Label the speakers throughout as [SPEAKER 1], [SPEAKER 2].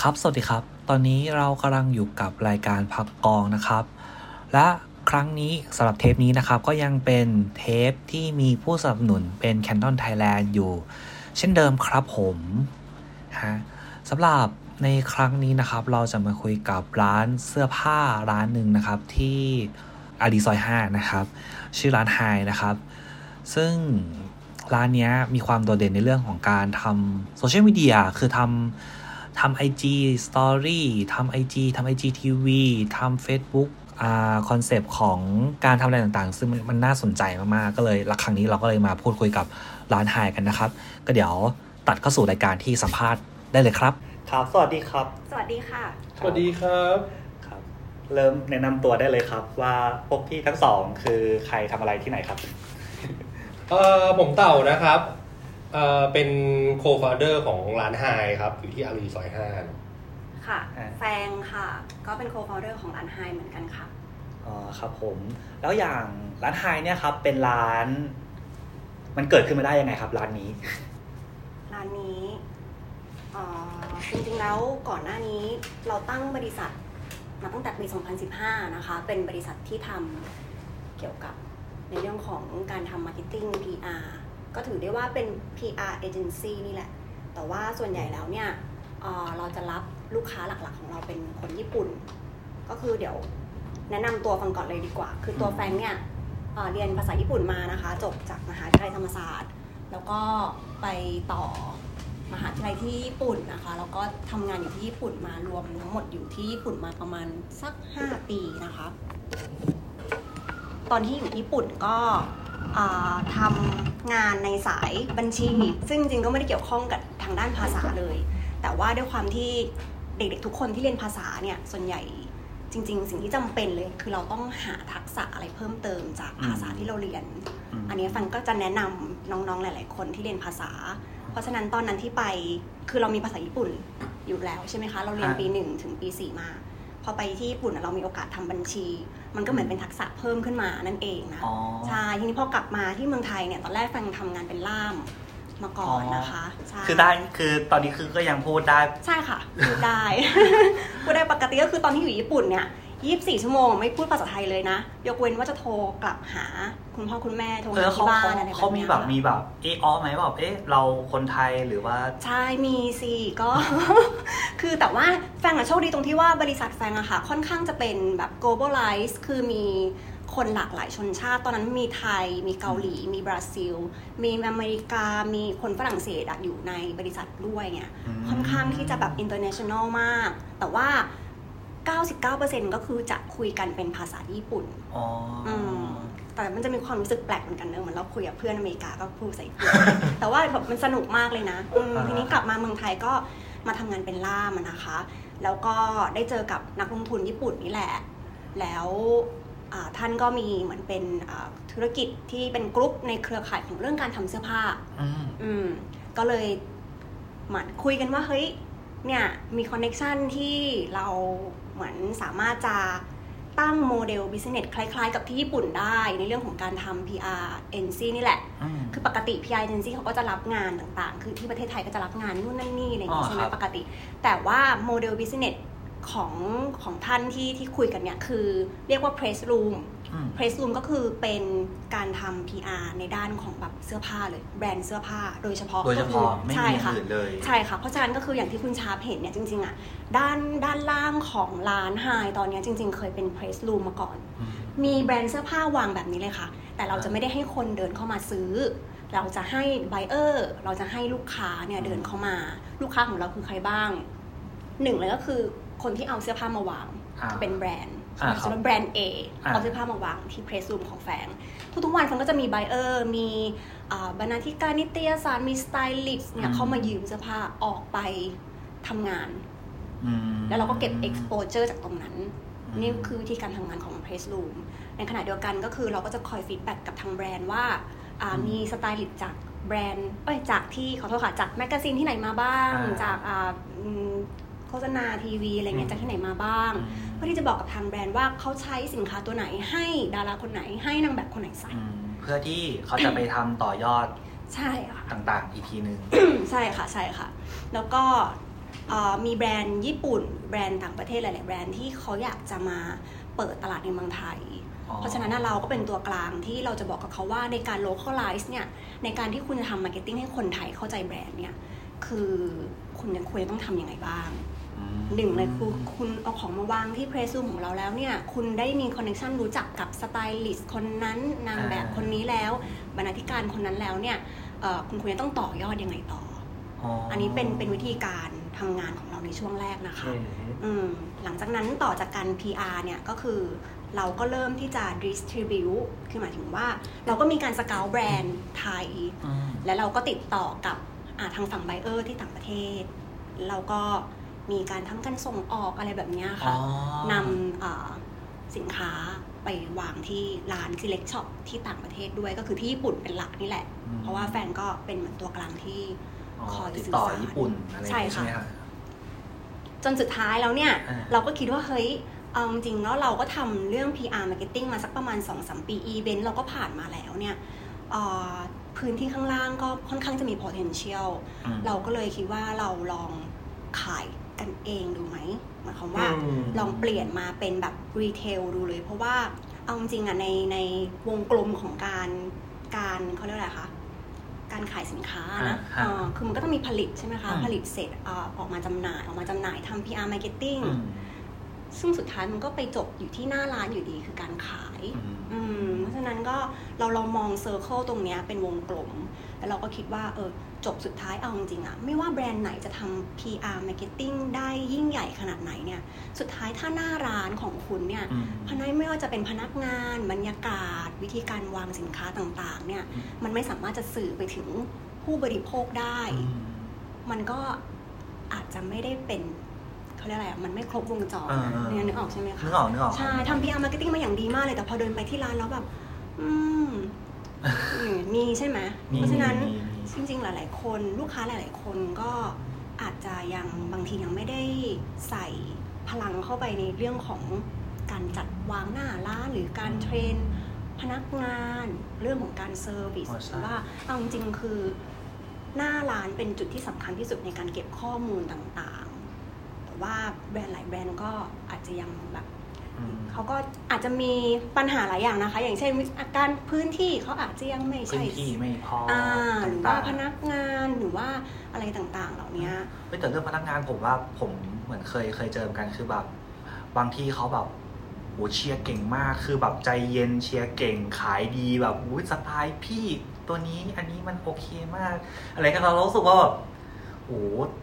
[SPEAKER 1] ครับ สวัสดีครับ ตอนนี้เรากำลังอยู่กับรายการพักกองนะครับ และครั้งนี้สำหรับเทปนี้นะครับ ก็ยังเป็นเทปที่มีผู้สนับสนุนเป็น Canon Thailand อยู่ เช่นเดิมครับผมฮะสำหรับในครั้งนี้นะครับ เราจะมาคุยกับร้านเสื้อผ้าร้านหนึ่งนะครับ ที่อารีซอย5นะครับ ชื่อร้านไฮนะครับ ซึ่งร้านเนี้ยมีความโดดเด่นในเรื่องของการทำโซเชียลมีเดียคือทำทำไอจีสตอรี่ทำไอจีทำไอจีทีวีทำเฟซบุ๊กอ่าคอนเซปต์ของการทำอะไรต่างๆ ซึ่งมันมันน่าสนใจมาก ๆ ก็เลยละครั้งนี้เราก็เลยมาพูดคุยกับร้านไฮกันนะครับ ก็เดี๋ยวตัดเข้าสู่รายการที่สัมภาษณ์ได้เลยครับ ครับ สวัสดีครับ
[SPEAKER 2] สวัสดีค่ะ
[SPEAKER 3] สวัสดีครับ
[SPEAKER 1] ครับ เริ่มแนะนำตัวได้เลยครับว่าพวกพี่ทั้งสองคือใครทำอะไรที่ไหนครับ
[SPEAKER 3] เอ่อผมเต่านะครับเอ่อเป็นโคฟาเดอร์ของร้านไฮครับ อยู่ที่อารีซอยห้า
[SPEAKER 2] ค่ะ
[SPEAKER 1] อ่า
[SPEAKER 2] แฟงค่ะ ก็เป็นโคฟาวเดอร์ของร้านไฮเหมือนกันค่ะ
[SPEAKER 1] อ๋อครับผมแล้วอย่างร้านไฮเนี่ยครับเป็นร้าน มันเกิดขึ้นมาได้ยังไงครับ ร้านนี้
[SPEAKER 2] ร้านนี้เอ่อจริงๆแล้วก่อนหน้านี้เราตั้งบริษัทมาตั้งแต่ปี 2015 นะคะ เป็นบริษัทที่ทำเกี่ยวกับในเรื่องของการทำมาร์เก็ตติ้ง PR ก็ถือได้ว่าเป็น PR agency นี่แหละ แต่ว่าส่วนใหญ่แล้วเนี่ยเอ่อเราจะรับลูกค้าหลักๆ ของเราเป็นคนญี่ปุ่น ก็คือเดี๋ยวแนะนำตัวฟังก่อนเลยดีกว่า คือตัว
[SPEAKER 1] อืม
[SPEAKER 2] แฟนเนี่ยเอ่อเรียนภาษาญี่ปุ่นมานะคะ จบจากมหาวิทยาลัยธรรมศาสตร์ แล้วก็ไปต่อมหาวิทยาลัยที่ญี่ปุ่นนะคะ แล้วก็ทำงานอยู่ที่ญี่ปุ่นมารวมทั้งหมดอยู่ที่ญี่ปุ่นมาประมาณสัก 5 ปีนะคะ ตอนที่อยู่ญี่ปุ่นก็อ่าทำางานในสายบัญชี ซึ่งจริงๆก็ไม่ได้เกี่ยวข้องกับทางด้านภาษาเลย แต่ว่าด้วยความที่เด็กๆทุกคนที่เรียนภาษาเนี่ยส่วนใหญ่จริง ๆ สิ่งที่จำเป็นเลย คือเราต้องหาทักษะอะไรเพิ่มเติมจากภาษาที่เราเรียน อันนี้ฟันก็จะแนะนำน้องๆ หลาย ๆ คนที่เรียนภาษา เพราะฉะนั้นตอนนั้นที่ไปคือเรามีภาษาญี่ปุ่นอยู่แล้วใช่ไหมคะ เราเรียน
[SPEAKER 1] ฮะ
[SPEAKER 2] ปีหนึ่งถึงปีสี่มา พอไปที่ญี่ปุ่นอะเรามีโอกาสทำบัญชี มันก็เหมือนเป็นทักษะเพิ่มขึ้นมานั่นเองนะ
[SPEAKER 1] อ๋อ
[SPEAKER 2] ใช่ ทีนี้พอกลับมาที่เมืองไทยเนี่ย ตอนแรกฟังทำงานเป็นล่ามมาก่อน
[SPEAKER 1] อ๋อ
[SPEAKER 2] นะคะใช่
[SPEAKER 1] คือได้คือตอนนี้คือก็ยังพูดได้
[SPEAKER 2] ใช่ค่ะพูดได้ พูดได้ปกติก็คือตอนที่อยู่ญี่ปุ่นเนี่ย24 ชั่วโมงไม่พูดภาษาไทยเลยนะ ยกเว้นว่าจะโทรกลับหาคุณพ่อคุณแม่โทร
[SPEAKER 1] เอ
[SPEAKER 2] หา
[SPEAKER 1] อเขา
[SPEAKER 2] ที่บ้า
[SPEAKER 1] เขา
[SPEAKER 2] นอะไรแบบเนี้ย
[SPEAKER 1] เขามีแบบ
[SPEAKER 2] ค่ะ
[SPEAKER 1] มีแบบเอออไหมแบบเอ๊ะเราคนไทยหรือว่า
[SPEAKER 2] ใช่ มีสิก็ คือแต่ว่าแฟงอะโชคดีตรงที่ว่าบริษัทแฟงอะค่ะ ค่อนข้างจะเป็นแบบ globalize คือมีคนหลากหลายชนชาติ ตอนนั้นมีไทย มีเกาหลี มีบราซิล มีอเมริกา มีคนฝรั่งเศสอะอยู่ในบริษัทด้วยเนี่ย
[SPEAKER 1] อืม
[SPEAKER 2] ค่อนข้างที่จะแบบ international มาก แต่ว่า 99%ก็คือจะคุยกันเป็นภาษาญี่ปุ่น
[SPEAKER 1] อ๋ออ
[SPEAKER 2] อืมแต่มันจะมีความรู้สึกแปลกเหมือนกันเนอะเหมือนเราคุยกับเพื่อนอเมริกาก็พูดใส่เพื่อน แต่ว่าแบบมันสนุกมากเลยนะอืมทีนี้กลับมาเมืองไทยก็มาทำงานเป็นล่ามอะนะคะ แล้วก็ได้เจอกับนักลงทุนญี่ปุ่นนี่แหละ แล้วอ่าท่านก็มีเหมือนเป็นอ่าธุรกิจที่เป็นกรุ๊ปในเครือข่ายของเรื่องการทำเสื้อผ้า
[SPEAKER 1] อืม
[SPEAKER 2] อืมก็เลยเหมือนคุยกันว่าเฮ้ยเนี่ยมีคอนเน็ชันที่เราเหมือนสามารถจะตั้งโมเดลบิสเนสคล้ายๆ กับที่ญี่ปุ่นได้ในเรื่องของการทำ PR agency นี่แหละ
[SPEAKER 1] อืม
[SPEAKER 2] คือปกติ PR agency เขาก็จะรับงานต่างๆ คือที่ประเทศไทยก็จะรับงานนู่นนั่นนี่อะไรอย่างเงี้ย
[SPEAKER 1] อ๋อ
[SPEAKER 2] ใช่ไหม
[SPEAKER 1] ครับ
[SPEAKER 2] ปกติ แต่ว่าโมเดลบิสเนสของของท่านที่ที่คุยกันเนี่ยคือเรียกว่า press room
[SPEAKER 1] อืม
[SPEAKER 2] Press Room ก็คือเป็นการทำ PR ในด้านของแบบเสื้อผ้าเลยแบรนด์เสื้อผ้าโดยเฉพาะ
[SPEAKER 1] โดยเฉ
[SPEAKER 2] ก็
[SPEAKER 1] พาะ
[SPEAKER 2] คือ
[SPEAKER 1] ไม่
[SPEAKER 2] ใช่
[SPEAKER 1] มีอย่าง
[SPEAKER 2] ค่ะ
[SPEAKER 1] อื่นเลย
[SPEAKER 2] ใช่ค่ะเพราะฉะนั้นก็คืออย่างที่คุณชาร์ปเห็นเนี่ยจริงๆอ่ะด้านด้านล่างของร้านไฮตอนเนี้ยจริง ๆ เคยเป็น Press Room มาก่อน มีแบรนด์เสื้อผ้าวางแบบนี้เลยค่ะ แต่เราจะไม่ได้ให้คนเดินเข้ามาซื้อ เราจะให้ไบเออร์ เราจะให้ลูกค้าเนี่ยเดินเข้ามา ลูกค้าของเราคือใครบ้างหนึ่งเลยก็คือคนที่เอาเสื้อผ้ามาวาง
[SPEAKER 1] อ่า
[SPEAKER 2] เป็นแบรนด์
[SPEAKER 1] อ่า
[SPEAKER 2] สมมติแบรนด์ A
[SPEAKER 1] อ่า
[SPEAKER 2] เอาเสื้อผ้ามาวางที่เพรสรูมของแฟงทุกๆวันแฟงก็จะมีไบเออร์มีอ่าบรรณาธิการนิตยสารมีสไตลิสต์เนี่ยเขามายืมเสื้อผ้าออกไปทำงาน
[SPEAKER 1] อืม
[SPEAKER 2] แล้วเราก็เก็บ exposure จากตรงนั้น นี่คือวิธีการทำงานของ press room ในขณะเดียวกันก็คือเราก็จะคอยฟีดแบ็กกับทางแบรนด์ว่าอ่า
[SPEAKER 1] อืม
[SPEAKER 2] มีสไตลิสต์จากแบรนด์เอ้ยจากที่ขอโทษค่ะจากแมกกาซีนที่ไหนมาบ้าง
[SPEAKER 1] อ่า
[SPEAKER 2] จากอ่าอืมโฆษณาทีวีอะไรเงี้ยจากที่ไหนมาบ้าง
[SPEAKER 1] อืม
[SPEAKER 2] เพื่อที่จะบอกกับทางแบรนด์ว่าเขาใช้สินค้าตัวไหนให้ดาราคนไหนให้นางแบบคนไหนใส่
[SPEAKER 1] อืมเพื่อที่เขาจะไปทำต่อยอด
[SPEAKER 2] ใช่ค่ะ
[SPEAKER 1] ต่างๆ อีกทีหนึ่ง
[SPEAKER 2] ใช่ค่ะใช่ค่ะ แล้วก็ เอ่อมีแบรนด์ญี่ปุ่น แบรนด์ต่างประเทศหลาย ๆ แบรนด์ที่เขาอยากจะมาเปิดตลาดในเมืองไทย
[SPEAKER 1] อ๋อ
[SPEAKER 2] เพราะฉะนั้นนะเราก็เป็นตัวกลางที่เราจะบอกกับเขาว่าในการ localize เนี่ยในการที่คุณจะทำ marketing ให้คนไทยเข้าใจแบรนด์เนี่ยคือคุณจะควรจะต้องทำยังไงบ้าง
[SPEAKER 1] อืม
[SPEAKER 2] หนึ่งเลยคือคุณเอาของมาวางที่เพรสซูมของเราแล้วเนี่ย คุณได้มีคอนเนคชันรู้จักกับสไตลิสต์คนนั้นนางแบบคนนี้แล้ว บรรณาธิการคนนั้นแล้วเนี่ยเอ่อคุณควรจะต้องต่อยอดยังไงต่อ อันนี้เป็นเป็นวิธีการทำงานของเราในช่วงแรกนะคะ อืมหลังจากนั้นต่อจากการ PR เนี่ยก็คือเราก็เริ่มที่จะ distribute คือหมายถึงว่าเราก็มีการสเกลแบรนด์ไทย
[SPEAKER 1] อืม
[SPEAKER 2] และเราก็ติดต่อกับอ่าทางฝั่งไบเออร์ที่ต่างประเทศ เราก็มีการทำการส่งออกอะไรแบบเนี้ย
[SPEAKER 1] อ๋อ
[SPEAKER 2] ค่ะนำอ่าสินค้าไปวางที่ร้าน select shop ที่ต่างประเทศด้วยก็คือที่ญี่ปุ่นเป็นหลักนี่แหละ
[SPEAKER 1] อืม
[SPEAKER 2] เพราะว่าแฟนก็เป็นเหมือนตัวกลางที่
[SPEAKER 1] อ๋อ
[SPEAKER 2] คอย
[SPEAKER 1] ติด
[SPEAKER 2] สื่อ
[SPEAKER 1] ต่อ
[SPEAKER 2] สาร
[SPEAKER 1] ญี่ปุ่นอะไรอย่างงี้
[SPEAKER 2] ใช่
[SPEAKER 1] ใช่ไหมค
[SPEAKER 2] ค่ะ
[SPEAKER 1] รับ
[SPEAKER 2] จนสุดท้ายแล้วเนี่ย
[SPEAKER 1] อ่า
[SPEAKER 2] เราก็คิดว่าเฮ้ยเอาจริงๆแล้วเราก็ทำเรื่อง PR Marketing มาสักประมาณ 2-3 ปีอีเวนต์เราก็ผ่านมาแล้วเนี่ยเอ่อพื้นที่ข้างล่างก็ค่อนข้างจะมี potential
[SPEAKER 1] อืม
[SPEAKER 2] เราก็เลยคิดว่าเราลองขายกันเองดูไหมหมายความว่า
[SPEAKER 3] อืม
[SPEAKER 2] ลองเปลี่ยนมาเป็นแบบรีเทลดูเลย เพราะว่าเอาจริงๆอ่ะในในวงกลมของการการเขาเรียกอะไรคะการขายสินค้านะ
[SPEAKER 1] อ่าครับ
[SPEAKER 2] เออคือมันก็ต้องมีผลิตใช่ไหมคะ
[SPEAKER 1] อืม
[SPEAKER 2] ผลิตเสร็จเอ่อออกมาจำหน่ายออกมาจำหน่ายทำ PR marketing
[SPEAKER 1] อืม
[SPEAKER 2] ซึ่งสุดท้ายมันก็ไปจบอยู่ที่หน้าร้านอยู่ดีคือการขาย
[SPEAKER 1] อืม
[SPEAKER 2] อืมเพราะฉะนั้นก็เราเรามองเซอร์เคิลตรงเนี้ยเป็นวงกลม แล้วเราก็คิดว่าเออจบสุดท้ายเอาจริงๆอะไม่ว่าแบรนด์ไหนจะทำ PR Marketing ได้ยิ่งใหญ่ขนาดไหนเนี่ย สุดท้ายถ้าหน้าร้านของคุณเนี่ย
[SPEAKER 1] อืม
[SPEAKER 2] พนักไม่ว่าจะเป็นพนักงานบรรยากาศ วิธีการวางสินค้าต่างๆ เนี่ย
[SPEAKER 1] อืม
[SPEAKER 2] มันไม่สามารถจะสื่อไปถึงผู้บริโภคได้
[SPEAKER 1] อืม
[SPEAKER 2] มันก็อาจจะไม่ได้เป็นเขาเรียกอะไรอะมันไม่ครบวงจร
[SPEAKER 1] อ่าๆ
[SPEAKER 2] เนี่ยนึกออกใช่ไหมคะ
[SPEAKER 1] นึกออกนึกออก
[SPEAKER 2] ใช่ทำ PR marketing มาอย่างดีมากเลยแต่พอเดินไปที่ร้านแล้วแบบ อื มอืมมีใช่ไหม
[SPEAKER 1] มี
[SPEAKER 2] เพราะฉะนั้น
[SPEAKER 1] มีมี
[SPEAKER 2] จริง ๆ หลาย ๆ คนลูกค้าหลาย ๆ คนก็อาจจะยังบางทียังไม่ได้ใส่พลังเข้าไปในเรื่องของการจัดวางหน้าร้านหรือการเทรน พนักงานเรื่องของการเซอร์วิส
[SPEAKER 1] อ๋อใช่
[SPEAKER 2] หรือว่าเอาจริงๆคือ หน้าร้านเป็นจุดที่สำคัญที่สุดในการเก็บข้อมูลต่างๆ แต่ว่าแบรนด์หลายแบรนด์ก็อาจจะยังแบบ
[SPEAKER 1] อืม
[SPEAKER 2] เขาก็อาจจะมีปัญหาหลายอย่างนะคะ อย่างเช่นอาการพื้นที่เขาอาจจะยังไม่
[SPEAKER 1] พื้
[SPEAKER 2] ใช่
[SPEAKER 1] นที่ไม่พอ
[SPEAKER 2] อ่าหรือว่า
[SPEAKER 1] ต่างๆ
[SPEAKER 2] พนักงานหรือว่าอะไรต่างๆ เหล่านี้
[SPEAKER 1] เฮ้ยแต่เรื่องพนักงานผมว่าผมเหมือนเคยเคยเจอเหมือนกันคือแบบ บางที่เขาแบบโอ้เชียร์เก่งมาก คือแบบใจเย็นเชียร์เก่งขายดีแบบอุ้ยสไตล์พี่ตัวนี้อันนี้มันโอเคมาก อะไรก็เรารู้สึกว่าแบบโอ้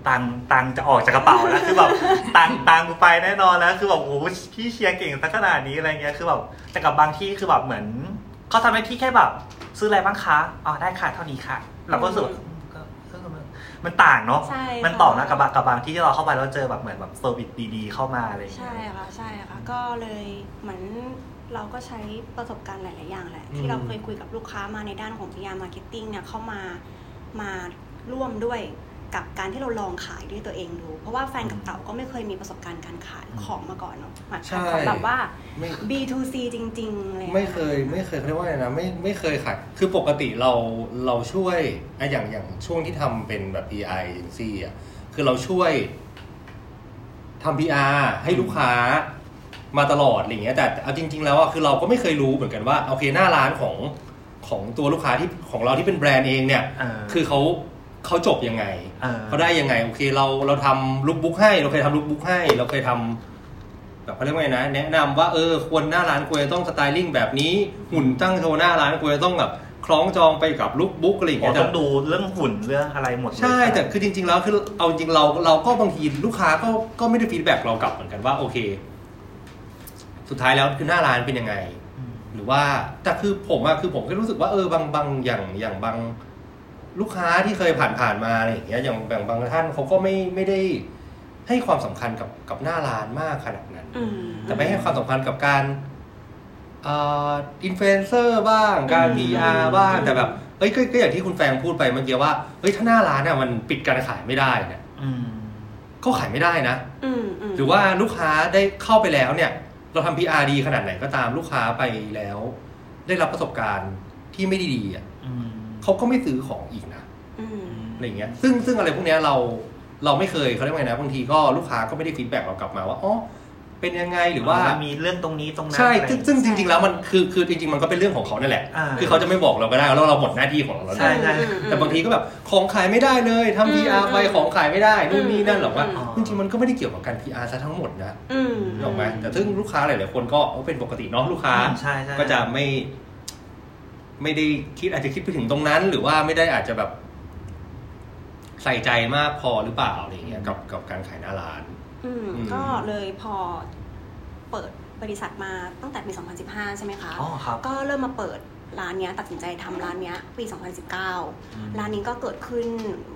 [SPEAKER 1] ตังตังจะออกจากกระเป๋าแล้วคือแบบ ตังตังกูไปแน่นอนแล้วคือแบบโอ้พี่เชียร์เก่งสักขนาดนี้อะไรเงี้ยคือแบบแต่กับบางที่คือแบบเหมือนเขาทำหน้าที่แค่แบบ ซื้ออะไรบ้างคะอ๋อได้ค่ะเท่านี้ค่ะ เราก็รู้สึกว่าอืมก็ก็มันมันต่างเนาะ
[SPEAKER 2] ใช่ค่ะ
[SPEAKER 1] มันต่างนะกับบางกับบางที่เราเข้าไปแล้วเจอแบบเหมือนแบบเซอร์วิสดีๆเข้ามาอะไรอย่างเงี้
[SPEAKER 2] ใช่
[SPEAKER 1] ย
[SPEAKER 2] ค่ะใช่ค่ะก็เลยเหมือนเราก็ใช้ประสบการณ์หลาย ๆ อย่างแหละ
[SPEAKER 3] อืม
[SPEAKER 2] ที่เราเคยคุยกับลูกค้ามาในด้านของ PR Marketing เนี่ยเข้ามามาร่วมด้วยกับการที่เราลองขายด้วยตัวเองดู เพราะว่าแฟนกับเต่าก็ไม่เคยมีประสบการณ์การขายของมาก่อนเนาะหมายถึงของแบบว่า
[SPEAKER 3] ไม่
[SPEAKER 2] B2C จริง ๆ เลยอะ
[SPEAKER 3] ไม่เคยไม่เคยเขาเรียกว่าอะไรนะไม่ไม่เคยขายคือปกติเราเราช่วยอะอย่างอย่างช่วงที่ทำเป็นแบบ PI เอเจนซี่อ่ะคือเราช่วยทำ PR ให้ลูกค้ามาตลอดอะไรอย่างเงี้ยแต่เอาจริง ๆ แล้วอ่ะคือเราก็ไม่เคยรู้เหมือนกันว่าโอเคหน้าร้านของของตัวลูกค้าที่ของเราที่เป็นแบรนด์เองเนี่ย
[SPEAKER 1] เออ
[SPEAKER 3] คือเขาเขาจบยังไง
[SPEAKER 1] เออ
[SPEAKER 3] เขาได้ยังไง โอเคเราเราทำลุคบุ๊กให้ เราเคยทำลุคบุ๊กให้ เราเคยทำแบบเขาเรียกว่าไงนะ แนะนำว่าเออควรหน้าร้านควรจะต้องสไตลิ่งแบบนี้หุ่นตั้งโชว์หน้าร้านควรจะต้องแบบคล้องจองไปกับลุคบุ๊กอะไรอย่าง
[SPEAKER 1] อ๋
[SPEAKER 3] เงี้
[SPEAKER 1] อย ต้อ
[SPEAKER 3] แต่
[SPEAKER 1] งดูเรื่องหุ่นเรื่องอะไรหมดเลย
[SPEAKER 3] ใช่
[SPEAKER 1] ครับ
[SPEAKER 3] แต่คือจริง ๆ แล้วคือเอาจริงๆเราเราก็บางทีลูกค้าก็ก็ไม่ได้ฟีดแบ็กเรากลับเหมือนกันว่าโอเค สุดท้ายแล้วคือหน้าร้านเป็นยังไง
[SPEAKER 1] อืม
[SPEAKER 3] หรือว่าแต่คือผมอะคือผมก็รู้สึกว่าเออบางบางอย่างอย่างบางลูกค้าที่เคยผ่านผ่านมาอะไรอย่างเงี้ยอย่างบางบางท่านเขาก็ไม่ไม่ได้ให้ความสำคัญกับกับหน้าร้านมากขนาดนั้น
[SPEAKER 2] อืม
[SPEAKER 3] แต่ไปให้ความสำคัญกับการเอินฟลูเอนเซอร์บ้างการ
[SPEAKER 2] อืม
[SPEAKER 3] PR บ้าง
[SPEAKER 2] อืม
[SPEAKER 3] แต่แบบเอ้ยก็ก็อย่างที่คุณแฟงพูดไปเมื่อกี้ว่าเฮ้ยถ้าหน้าร้านอะมันปิดการขายไม่ได้เนี่ย
[SPEAKER 1] อืม
[SPEAKER 3] ก็ขายไม่ได้นะ
[SPEAKER 2] อืมม
[SPEAKER 3] หรือว่าลูกค้าได้เข้าไปแล้วเนี่ย เราทำ PR ดีขนาดไหนก็ตามลูกค้าไปแล้ว ได้รับประสบการณ์ที่ไม่ดีๆอ่ะ
[SPEAKER 1] อืม
[SPEAKER 3] เขาก็ไม่ซื้อของอีกนะ
[SPEAKER 2] อืม
[SPEAKER 3] อะไรเงี้ยซึ่งซึ่งอะไรพวกเนี้ยเรา เราไม่เคยเขาเรียกว่าไงนะบางทีก็ลูกค้าก็ไม่ได้ฟีดแบ็กเรากลับมาว่าอ๋อเป็นยังไงหรือว่า
[SPEAKER 1] มีเรื่องตรงนี้ตรงนั้น
[SPEAKER 3] ใช่
[SPEAKER 1] อะไร
[SPEAKER 3] ซึ่งซึ่งจริง ๆ แล้วมันคือคือจริง ๆ มันก็เป็นเรื่องของเขานั่นแหละ
[SPEAKER 1] อ่า
[SPEAKER 3] คือเขาจะไม่บอกเราก็ได้แล้วเราหมดหน้าที่ของเราแล้ว
[SPEAKER 1] ใช่
[SPEAKER 3] นะ
[SPEAKER 2] อืม
[SPEAKER 3] แต่บางทีก็แบบของขายไม่ได้เลย
[SPEAKER 2] อืม
[SPEAKER 3] ทำ PR ไป
[SPEAKER 2] อืม
[SPEAKER 3] ของขายไม่ได้นู่นนี่นั่นหรอกว่า
[SPEAKER 2] อืม
[SPEAKER 3] จริงๆมันก็ไม่ได้เกี่ยวกับการ PR ซะทั้งหมดนะ
[SPEAKER 2] อืม
[SPEAKER 3] นึกออกไหมแต่ซึ่งลูกค้าหลายๆคนก็โอ้เป็นปกติเนาะลูกค้า
[SPEAKER 1] อืมใช่ใช่
[SPEAKER 3] ก็จะไม่ ไม่ได้คิดอาจจะคิดไปถึงตรงนั้น หรือว่าไม่ได้อาจจะแบบ ใส่ใจมากพอหรือเปล่าอะไรอย่างเงี้ยกับกับการขายหน้าร้าน
[SPEAKER 2] อืม
[SPEAKER 3] อืม
[SPEAKER 2] ก็เลยพอเปิดบริษัทมาตั้งแต่ปี 2015 ใช่ไหมคะ
[SPEAKER 1] อ๋อครับ
[SPEAKER 2] ก็เริ่มมาเปิดร้านเนี้ยตัดสินใจทำร้านเนี้ยปี 2019
[SPEAKER 1] อืม
[SPEAKER 2] ร้านนี้ก็เกิดขึ้น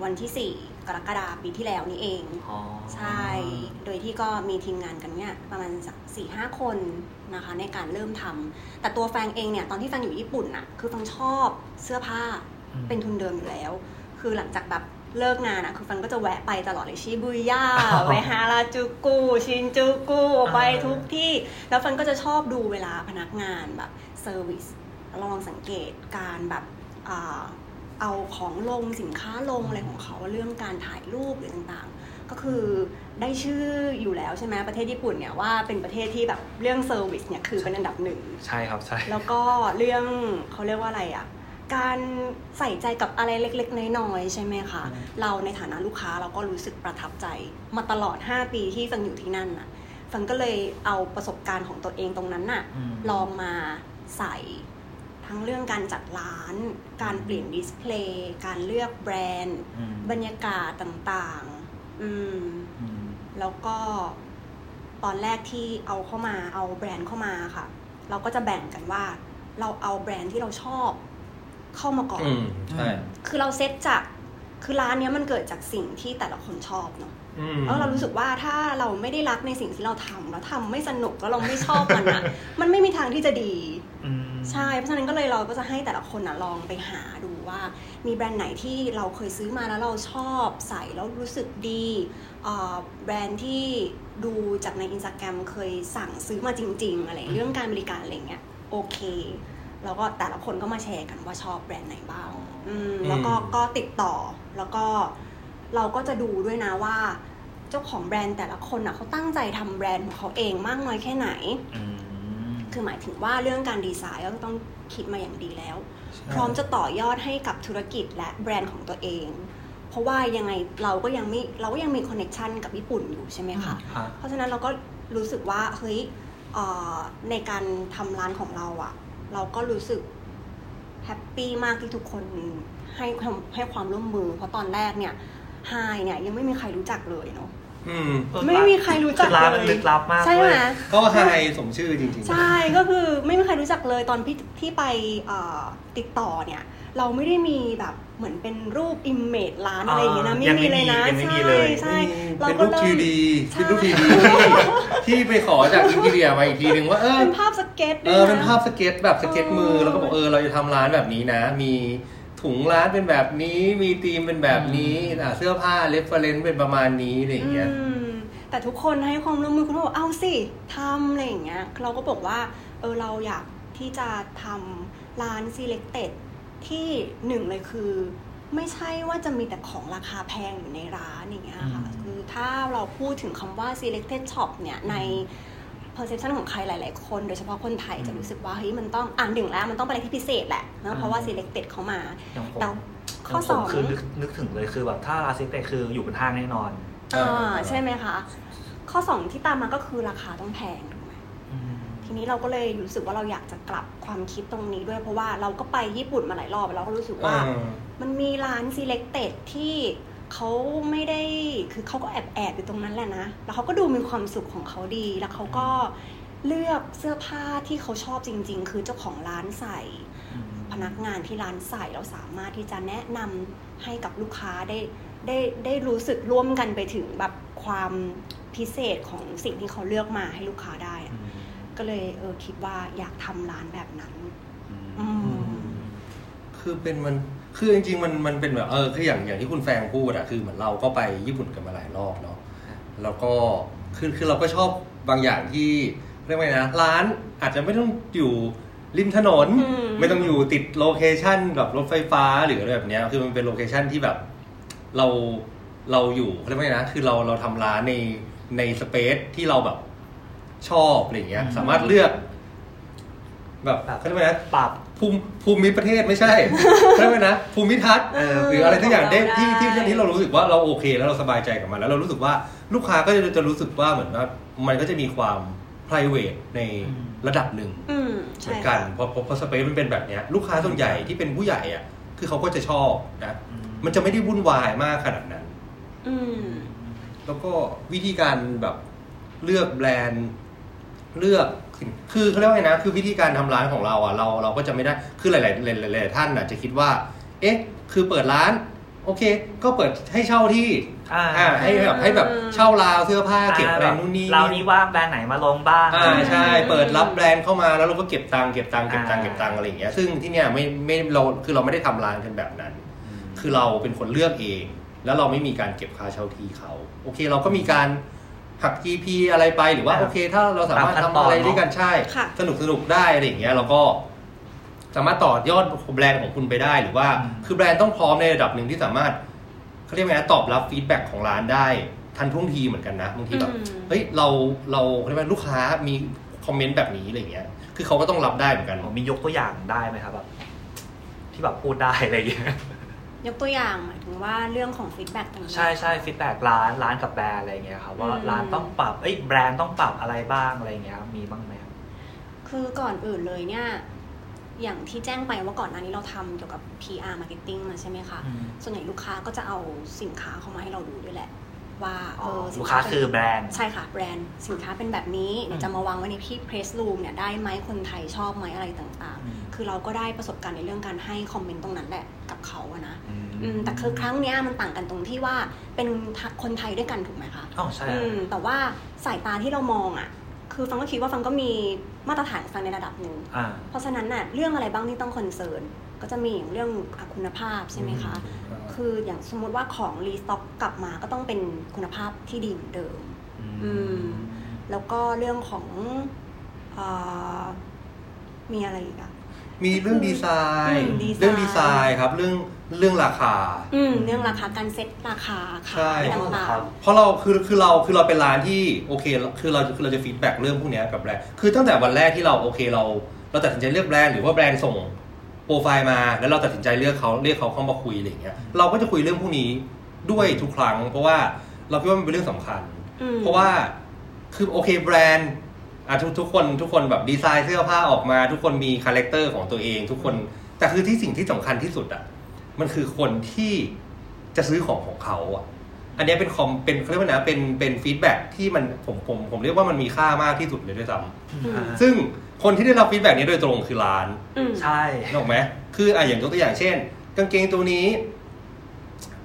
[SPEAKER 2] วันที่ 4 กรกฎาคมปีที่แล้วนี้เอง
[SPEAKER 1] อ๋อ
[SPEAKER 2] ใช่ โดยที่ก็มีทีมงานกันเนี่ยประมาณ4-5หคนนะคะในการเริ่มทำ แต่ตัวแฟงเองเนี่ยตอนที่แฟงอยู่ญี่ปุ่นน่ะคือแฟงชอบเสื้อผ้า
[SPEAKER 1] อืม
[SPEAKER 2] เป็นทุนเดิมอยู่แล้ว คือหลังจากแบบเลิกงานอะคือฟันก็จะแวะไปตลอดเลยชิบุ ย่า
[SPEAKER 1] อ๋อ
[SPEAKER 2] ไปฮาราจูกุชินจูกุ
[SPEAKER 1] อ่า
[SPEAKER 2] ไปทุกที่ แล้วฟันก็จะชอบดูเวลาพนักงานแบบเซอร์วิสลองสังเกตการแบบอ่าเอาของลงสินค้าลงอะไรของเขาเรื่องการถ่ายรูปหรือต่างๆ ก็คือได้ชื่ออยู่แล้วใช่ไหมประเทศญี่ปุ่นเนี่ยว่าเป็นประเทศที่แบบเรื่องเซอร์วิสเนี่ยคือเป็นอันดับหนึ่ง
[SPEAKER 1] ใช่ครับใช่
[SPEAKER 2] แล้วก็เรื่องเขาเรียกว่าอะไรอ่ะ การใส่ใจกับอะไรเล็กๆ น้อยๆ ใช่ไหมคะ
[SPEAKER 1] อืม
[SPEAKER 2] เราในฐานะลูกค้าเราก็รู้สึกประทับใจมาตลอด 5 ปีที่ฟังอยู่ที่นั่นน่ะฟังก็เลยเอาประสบการณ์ของตัวเองตรงนั้นน่ะ
[SPEAKER 1] อืม
[SPEAKER 2] ลองมาใส่ทั้งเรื่องการจัดร้าน การเปลี่ยนดิสเพลย์ การเลือกแบรนด์
[SPEAKER 1] อืม
[SPEAKER 2] บรรยากาศต่างๆ อืม
[SPEAKER 1] อืม
[SPEAKER 2] แล้วก็ตอนแรกที่เอาเข้ามาเอาแบรนด์เข้ามาค่ะ เราก็จะแบ่งกันว่า เราเอาแบรนด์ที่เราชอบเข้ามาก่อน
[SPEAKER 3] อืมใช่
[SPEAKER 2] คือเราเซตจากคือร้านเนี้ยมันเกิดจากสิ่งที่แต่ละคนชอบเนาะ
[SPEAKER 3] อืม
[SPEAKER 2] แล้วเรารู้สึกว่าถ้าเราไม่ได้รักในสิ่งที่เราทำแล้วทำไม่สนุกแล้วเราไม่ชอบมันอะ มันไม่มีทางที่จะดี
[SPEAKER 1] อืม
[SPEAKER 2] ใช่ เพราะฉะนั้นก็เลยเราก็จะให้แต่ละคนนะลองไปหาดูว่า มีแบรนด์ไหนที่เราเคยซื้อมาแล้วเราชอบใส่แล้วรู้สึกดีเอ่อแบรนด์ที่ดูจากในอินสตาแกรมเคยสั่งซื้อมาจริง ๆ อะไรเรื่องการบริการอะไรเงี้ยโอเค แล้วก็แต่ละคนก็มาแชร์กันว่าชอบแบรนด์ไหนบ้างอืมแล้วก็
[SPEAKER 3] อืม
[SPEAKER 2] ก็ติดต่อแล้วก็เราก็จะดูด้วยนะว่า เจ้าของแบรนด์แต่ละคนนะเขาตั้งใจทำแบรนด์ของเขาเองมากน้อยแค่ไหน
[SPEAKER 1] อืม
[SPEAKER 2] คือหมายถึงว่าเรื่องการดีไซน์ก็ต้องคิดมาอย่างดีแล้ว
[SPEAKER 3] ใช่
[SPEAKER 2] พร้อมจะต่อยอดให้กับธุรกิจและแบรนด์ของตัวเอง เพราะว่ายังไงเราก็ยังไม่เราก็ยังมีคอนเน t ชันกับญี่ปุ่นอยู่ใช่ไหมคะ
[SPEAKER 1] ครับ
[SPEAKER 2] เพราะฉะนั้นเราก็รู้สึกว่าเฮ้ยเอ่อในการทำร้านของเราอะเราก็รู้สึกแฮปปี้มากที่ทุกคนให้ความให้ความร่วมมือ เพราะตอนแรกเนี่ยไฮเนี่ยยังไม่มีใครรู้จักเลยเนาะ
[SPEAKER 3] อืม
[SPEAKER 2] ไม่มีใครรู้จัก
[SPEAKER 1] คือร้าน
[SPEAKER 2] เล
[SPEAKER 1] มัน
[SPEAKER 2] ย
[SPEAKER 1] ลึกลับมาก
[SPEAKER 2] ใช่ไหม
[SPEAKER 1] เว้ย
[SPEAKER 3] ก็ไฮสมชื่อจริงๆ
[SPEAKER 2] ใช่ ก็คือไม่มีใครรู้จักเลยตอนพี่ที่ไปเอ่อติดต่อเนี่ย เราไม่ได้มีแบบเหมือนเป็นรูปอิมเมจร้านอะไรอย่างเงี้ยนะ
[SPEAKER 1] อ่า
[SPEAKER 2] ไม่มีเลยนะ
[SPEAKER 1] ยังไม่มียังไม่มี
[SPEAKER 2] ใช่
[SPEAKER 1] เลย
[SPEAKER 2] ใช่เรา
[SPEAKER 3] เป็น
[SPEAKER 2] ก็
[SPEAKER 3] รูป
[SPEAKER 2] เริ่
[SPEAKER 3] ที
[SPEAKER 2] ม
[SPEAKER 3] ดี
[SPEAKER 2] ใช่
[SPEAKER 3] เป็นรูปทีดีที่ที่ไปขอจากอินเดียมาอีกทีหนึ่งว่า เออ
[SPEAKER 2] เป็นภาพสเก็ต
[SPEAKER 3] เอ
[SPEAKER 2] ด้วย
[SPEAKER 3] อ
[SPEAKER 2] นะ
[SPEAKER 3] เป็นภาพสเก็ตแบบสเก็ตมือ
[SPEAKER 2] เออ
[SPEAKER 3] แล้วก็บอกเออเราจะทำร้านแบบนี้นะ มีถุงร้านเป็นแบบนี้มีธีมเป็นแบบนี้อ่ะเสื้อผ้าเลฟเฟรนซ์เป็นประมาณนี้อะไรอย่างเงี้ย
[SPEAKER 2] อืมแต่ทุกคนให้ความร่วมมือคุณบอกเอาสิทำอะไรอย่างเงี้ยเราก็บอกว่าเออเราอยากที่จะทำร้าน selected ที่หนึ่งเลยคือ ไม่ใช่ว่าจะมีแต่ของราคาแพงอยู่ในร้านอย่างเงี้ยค่ะ
[SPEAKER 1] อืม
[SPEAKER 2] คือถ้าเราพูดถึงคำว่า selected shop เนี่ยใน perception ของใครหลาย ๆ คนโดยเฉพาะคนไทยจะรู้สึกว่าเฮ้ยมันต้องอ่านหนึ่งแล้วมันต้องเป็นอะไรที่พิเศษแหละนะเพราะว่า selected เขามา
[SPEAKER 1] อย่างผม
[SPEAKER 2] แต่ข้อ
[SPEAKER 1] ข
[SPEAKER 2] ส
[SPEAKER 1] อ
[SPEAKER 2] อง ง
[SPEAKER 1] ผมคือนึกนึกถึงเลยคือแบบถ้าลาซิเตคืออยู่บนห้างแน่นอน
[SPEAKER 2] อ่า
[SPEAKER 3] อ่า
[SPEAKER 2] ใช่ไหมคะ ข้อ 2 ที่ตามมาก็คือราคาต้องแพงถูกไหมทีนี้เราก็เลยรู้สึกว่าเราอยากจะกลับความคิดตรงนี้ด้วยเพราะว่าเราก็ไปญี่ปุ่นมาหลายรอบแล้วเราก็รู้สึกว่า
[SPEAKER 3] เออ
[SPEAKER 2] มันมีร้าน selected ที่เขาไม่ได้คือเขาก็แอบแอบๆอยู่ตรงนั้นแหละนะ แล้วเขาก็ดูมีความสุขของเขาดี แล้วเขาก็เลือกเสื้อผ้าที่เขาชอบจริง ๆ คือเจ้าของร้านใส่ พนักงานที่ร้านใส่เราสามารถที่จะแนะนำให้กับลูกค้าได้ได้ได้รู้สึกร่วมกันไปถึงแบบความพิเศษของสิ่งที่เขาเลือกมาให้ลูกค้าได้อะก็เลยเออคิดว่าอยากทำร้านแบบนั้น อืม
[SPEAKER 3] คือเป็นมันคือจริงๆมันมันเป็นแบบเออคืออย่างอย่างที่คุณแฟงพูดอะคือเหมือนเราก็ไปญี่ปุ่นกันมาหลายรอบเนาะแล้วก็คือคือเราก็ชอบบางอย่างที่เรียกว่าไงนะร้านอาจจะไม่ต้องอยู่ริมถนน
[SPEAKER 2] อืม
[SPEAKER 3] ไม่ต้องอยู่ติดโลเคชันแบบรถไฟฟ้าหรืออะไรแบบเนี้ยคือมันเป็นโลเคชันที่แบบ เรา เราอยู่เขาเรียกว่าไงนะ คือเราเราทำร้านในในสเปซที่เราแบบชอบอะไรอย่างเงี้ย
[SPEAKER 4] อืม
[SPEAKER 3] สามารถเลือก แบบ
[SPEAKER 4] แบบ
[SPEAKER 3] เขาเรียกว่าไงนะ
[SPEAKER 4] ปรับ
[SPEAKER 3] ภูมิภูมิประเทศ ไม่ใช่ เขาเรียกว่าไงนะภูมิทัศน์เออหรืออะไรทั้งอย่างได้
[SPEAKER 2] ของเรา
[SPEAKER 3] ที่ที่
[SPEAKER 2] ได้
[SPEAKER 3] ที่นี้เรารู้สึกว่าเราโอเค แล้วเราสบายใจกับมันแล้วเรารู้สึกว่าลูกค้าก็จะจะรู้สึกว่าเหมือนว่ามันก็จะมีความ p r i v a t ใน
[SPEAKER 4] อืม
[SPEAKER 3] ระดับหนึ่ง
[SPEAKER 2] อืม
[SPEAKER 3] เหมื
[SPEAKER 2] ใช่
[SPEAKER 3] อนกั
[SPEAKER 2] ค่ะ
[SPEAKER 3] นเพราะเพราะเพราะสเปซมันเป็นแบบเนี้ยลูกค้าส่วนใหญ่ที่เป็นผู้ใหญ่อ่ะ คือเขาก็จะชอบนะ มันจะไม่ได้วุ่นวายมากขนาดนั้น
[SPEAKER 2] อืม
[SPEAKER 3] แล้วก็วิธีการแบบเลือกแบรนด์เลือกสินคือเขาเรียกว่าไงนะ คือวิธีการทำร้านของเราอ่ะเราเราก็จะไม่ได้คือหลายๆหลายหลายๆท่านอาจจะคิดว่า เอ๊ะ คือเปิดร้าน โอเค ก็เปิดให้เช่าที่
[SPEAKER 4] อ่า
[SPEAKER 3] อ่าให้แบบให้แบบเช่าราวเสื้อผ้าเก็บอะไรนู่นนี่
[SPEAKER 4] เรานี่ว่างแบรนด์ไหนมาลงบ้าง
[SPEAKER 3] อ่าใช่ เปิดรับแบรนด์เข้ามาแล้วเราก็เก็บตังค์เก็บตังค์เก็บตังค์
[SPEAKER 4] อ่า
[SPEAKER 3] เก็บตังค์อะไรอย่างเงี้ยซึ่งที่เนี่ยไม่ไม่เราคือเราไม่ได้ทำร้านกันแบบนั้น คือเราเป็นคนเลือกเอง แล้วเราไม่มีการเก็บค่าเช่าที่เขาโอเค เราก็มีการหัก GP อะไรไปหรือว่า
[SPEAKER 4] อ่า
[SPEAKER 3] โอเค ถ้าเราสามารถ
[SPEAKER 4] ตามขั้น
[SPEAKER 3] ทำ
[SPEAKER 4] ตอน
[SPEAKER 3] อะไร
[SPEAKER 4] เนอะ
[SPEAKER 3] ด้วยกันใช่
[SPEAKER 2] ค่ะ
[SPEAKER 3] สนุกสนุกได้อะไรอย่างเงี้ยเราก็สามารถต่อยอดแบรนด์ของคุณไปได้ หรือว่า
[SPEAKER 4] อืม
[SPEAKER 3] คือแบรนด์ต้องพร้อมในระดับหนึ่งที่สามารถเขาเรียกไงนะตอบรับฟีดแบ็กของร้านได้ทันท่วงทีเหมือนกันนะบางที
[SPEAKER 2] อื
[SPEAKER 3] แบบ
[SPEAKER 2] ม
[SPEAKER 3] เฮ้ยเราเราเขาเรียกว่าลูกค้ามีคอมเมนต์แบบนี้อะไรอย่างเงี้ย คือเขาก็ต้องรับได้เหมือนกัน
[SPEAKER 4] ผมมียกตัวอย่างได้ไหมครับแบบที่แบบพูดได้อะไรอย่างเงี้ย
[SPEAKER 2] ยกตัวอย่างหมายถึงว่าเรื่องของฟีดแบ็กต่างๆ
[SPEAKER 4] ใช่ใช่ฟีดแบ็กร้านร้านกับแบรนด์อะไรอย่างเงี้ยครับว่า
[SPEAKER 2] อืม
[SPEAKER 4] ร้านต้องปรับเอ้ยแบรนด์ต้องปรับอะไรบ้างอะไรอย่างเงี้ยมีบ้างไหมครับ
[SPEAKER 2] คือก่อนอื่นเลยเนี่ย อย่างที่แจ้งไปว่าก่อนหน้านี้เราทำเกี่ยวกับ PR marketing มาใช่ไหมคะ ส่วนใหญ่ลูกค้าก็จะเอาสินค้าเขามาให้เราดูด้วยแหละ ว่าเออสิน
[SPEAKER 4] ลูกค้าคือแบรนด์
[SPEAKER 2] ใช่ค่ะแบรนด์สินค้าเป็นแบบนี้เดี๋ยวจะมาวางไว้ในที่ press room เนี่ยได้ไหมคนไทยชอบไหมอะไรต่างๆ คือเราก็ได้ประสบการณ์ในเรื่องการให้คอมเมนต์ตรงนั้นแหละกับเขาอะนะอืมแต่คือครั้งเนี้ยมันต่างกันตรงที่ว่าเป็นคนไทยด้วยกันถูกไหมคะ
[SPEAKER 4] อ๋อใช่
[SPEAKER 2] อืมแต่ว่าสายตาที่เรามองอะ่ะ คือฟังก็คิดว่าฟังก็มีมาตรฐานของฟังในระดับหนึ่ง
[SPEAKER 4] อ่า
[SPEAKER 2] เพราะฉะนั้นน่ะเรื่องอะไรบ้างที่ต้องคอนเซิร์นก็จะมีอย่างเรื่องอ่ะคุณภาพใช่ไหมคะ คืออย่างสมมติว่าของรีสต็อกกลับมาก็ต้องเป็นคุณภาพที่ดีเหมือนเดิม อืม แล้วก็เรื่องของเออมีอะไรอีกอะ
[SPEAKER 3] มีเรื่องดีไซน์
[SPEAKER 2] อืมดีไซน์
[SPEAKER 3] เรื่องดีไซน์ครับเรื่องเรื่องราคา
[SPEAKER 2] อืมเรื่องราคาการเซ็ตราคา
[SPEAKER 3] ใช่
[SPEAKER 2] ขายต่าง
[SPEAKER 4] ครับ
[SPEAKER 2] ๆ
[SPEAKER 3] เพราะเราคือคือเราคือเราเป็นร้านที่โอเคคือเราคือเราจะฟีดแบ็กเรื่องพวกเนี้ยกับแบรนด์คือตั้งแต่วันแรกที่เราโอเคเรา เราตัดสินใจเลือกแบรนด์หรือว่าแบรนด์ส่งโปรไฟล์มาแล้วเราตัดสินใจเลือกเขาเรียกเขาเข้ามาคุยอะไรอย่างเงี้ยเราก็จะคุยเรื่องพวกนี้ด้วยทุกครั้ง เพราะว่าเราคิดว่ามันเป็นเรื่องสำคัญ
[SPEAKER 2] อืม
[SPEAKER 3] เพราะว่าคือโอเคแบรนด์อ่ะทุกทุกคนทุกคนแบบดีไซน์เสื้อผ้าออกมา ทุกคนมีคาแรคเตอร์ของตัวเอง ทุกคนแต่คือที่สิ่งที่สำคัญที่สุดอ่ะมันคือคนที่จะซื้อของของเขาอ่ะ อันเนี้ยเป็นคอมเป็นเขาเรียกว่านะเป็นเป็นฟีดแบ็กที่มันผมผมผมเรียกว่ามันมีค่ามากที่สุดเลยด้วยซ้
[SPEAKER 2] อืม
[SPEAKER 3] ำซึ่งคนที่ได้รับฟีดแบ็กนี้โดยตรงคือร้าน
[SPEAKER 2] อืม
[SPEAKER 4] ใช่
[SPEAKER 3] นึกออกไหมคืออ่ะอย่างยกตัวอย่างเช่น กางเกงตัวนี้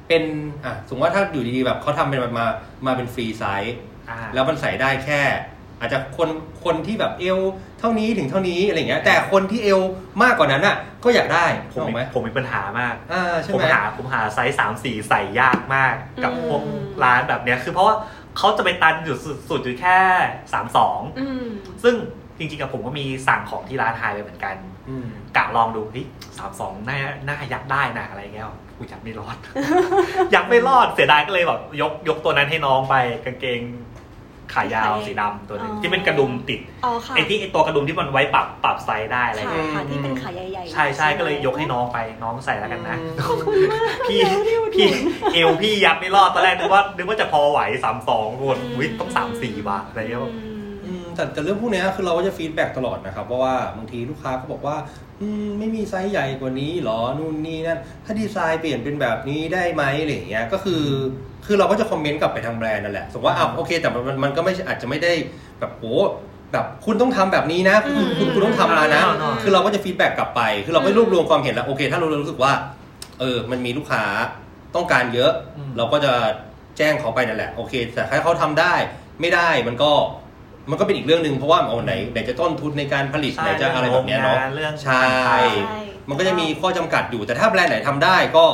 [SPEAKER 3] เป็นอ่ะสมมติว่าถ้าอยู่ดีๆแบบเขาทำเป็นแบบมามาเป็นฟรีไซส์
[SPEAKER 4] อ่า
[SPEAKER 3] แล้วมันใส่ได้แค่ อาจจะคนคนที่แบบเอวเท่านี้ถึงเท่านี้อะไรอย่างเงี้ย แต่คนที่เอวมากกว่านั้นอ่ะ ก็อยากได้
[SPEAKER 4] ผ
[SPEAKER 3] ถู
[SPEAKER 4] ม
[SPEAKER 3] กไหม
[SPEAKER 4] ผมมีปัญหามาก
[SPEAKER 3] อ่าใช่
[SPEAKER 4] ผม
[SPEAKER 3] ไหม
[SPEAKER 4] หาผมหาไซส์สามสี่ใส่ยากมากกับ
[SPEAKER 2] อืม
[SPEAKER 4] พวกร้านแบบเนี้ยคือเพราะว่าเขาจะไปตันอยู่สุดสุดอยู่แค่สามสอง
[SPEAKER 2] อืม
[SPEAKER 4] ซึ่งจริงๆกับผมก็มีสั่งของที่ร้านไฮไปเหมือนกัน
[SPEAKER 3] อืม
[SPEAKER 4] กะลองดูที่สามสองน่าน่ายักได้นะอะไรเงี้ยกูยักไม่รอด ยักไม่รอดเสียดายก็เลยแบบยกยกตัวนั้นให้น้องไปกางเกงขายาวสีดำตัวหนึง
[SPEAKER 2] อ๋อ
[SPEAKER 4] ที่เป็นกระดุมติด
[SPEAKER 2] อ๋อค่ะ
[SPEAKER 4] ไอ้ที่ไอ้ตัวกระดุมที่มันไว้ปรับปรับไซส์ได้อะไร
[SPEAKER 2] ค่ะ
[SPEAKER 4] เงี้ย
[SPEAKER 2] ค่ะที่เป็นขาใหญ่ๆ
[SPEAKER 4] ใช่ใช่
[SPEAKER 2] ไหม
[SPEAKER 4] ก็เลยยกให้น้องไปน้องใส่แล้วกันนะ
[SPEAKER 3] อืม
[SPEAKER 2] ขอบคุณมาก
[SPEAKER 4] พี่
[SPEAKER 2] เดี๋ยวเดี๋
[SPEAKER 4] พี่
[SPEAKER 2] ยว
[SPEAKER 4] เอวพี่ยับไม่รอดตอนแรกนึกว่านึกว่าจะพอไหวสามสองคน
[SPEAKER 2] อืม
[SPEAKER 4] วิทต้องสามสี่บาทอะไรเงี้ยแบบ
[SPEAKER 3] อืมแต่แต่เรื่องพวกเนี้ยคือเราก็จะฟีดแบ็กตลอดนะครับเพราะว่าบางทีลูกค้าก็บอกว่า อืมไม่มีไซส์ใหญ่กว่านี้หรอนู่นนี่นั่นถ้าดีไซน์เปลี่ยนเป็นแบบนี้ได้ไหมอะไรอย่างเงี้ยก็คือ คือเราก็จะคอมเมนต์กลับไปทางแบรนด์นั่นแหละสมมติว่าอ้าวโอเค แต่มันมันมันก็ไม่ใช่อาจจะไม่ได้แบบโอ้แบบคุณต้องทำแบบนี้นะคุณคุณคุณคุณต้องทำมานะ
[SPEAKER 4] อืม
[SPEAKER 3] คือเราก็จะฟีดแบ็กกลับไป คือเราก็รวบรวมความเห็นแล้วโอเคถ้าเรารู้สึกว่า เออ มันมีลูกค้าต้องการเยอะ
[SPEAKER 4] อืม
[SPEAKER 3] เราก็จะแจ้งเขาไปนั่นแหละ โอเค แต่ถ้าเขาทำได้ไม่ได้มันก็มันก็เป็นอีกเรื่องหนึ่งเพราะว่าเอาไหนไหนจะต้นทุนในการผลิต
[SPEAKER 4] ใช่
[SPEAKER 3] ไหนจะอะไรแบบเนี้ยเนาะ
[SPEAKER 4] เรื่อง
[SPEAKER 3] ใช่
[SPEAKER 2] ใช่
[SPEAKER 3] มันก็จะมีข้อจำกัดอยู่แต่ถ้าแบรนด์ไหนทำได้ก็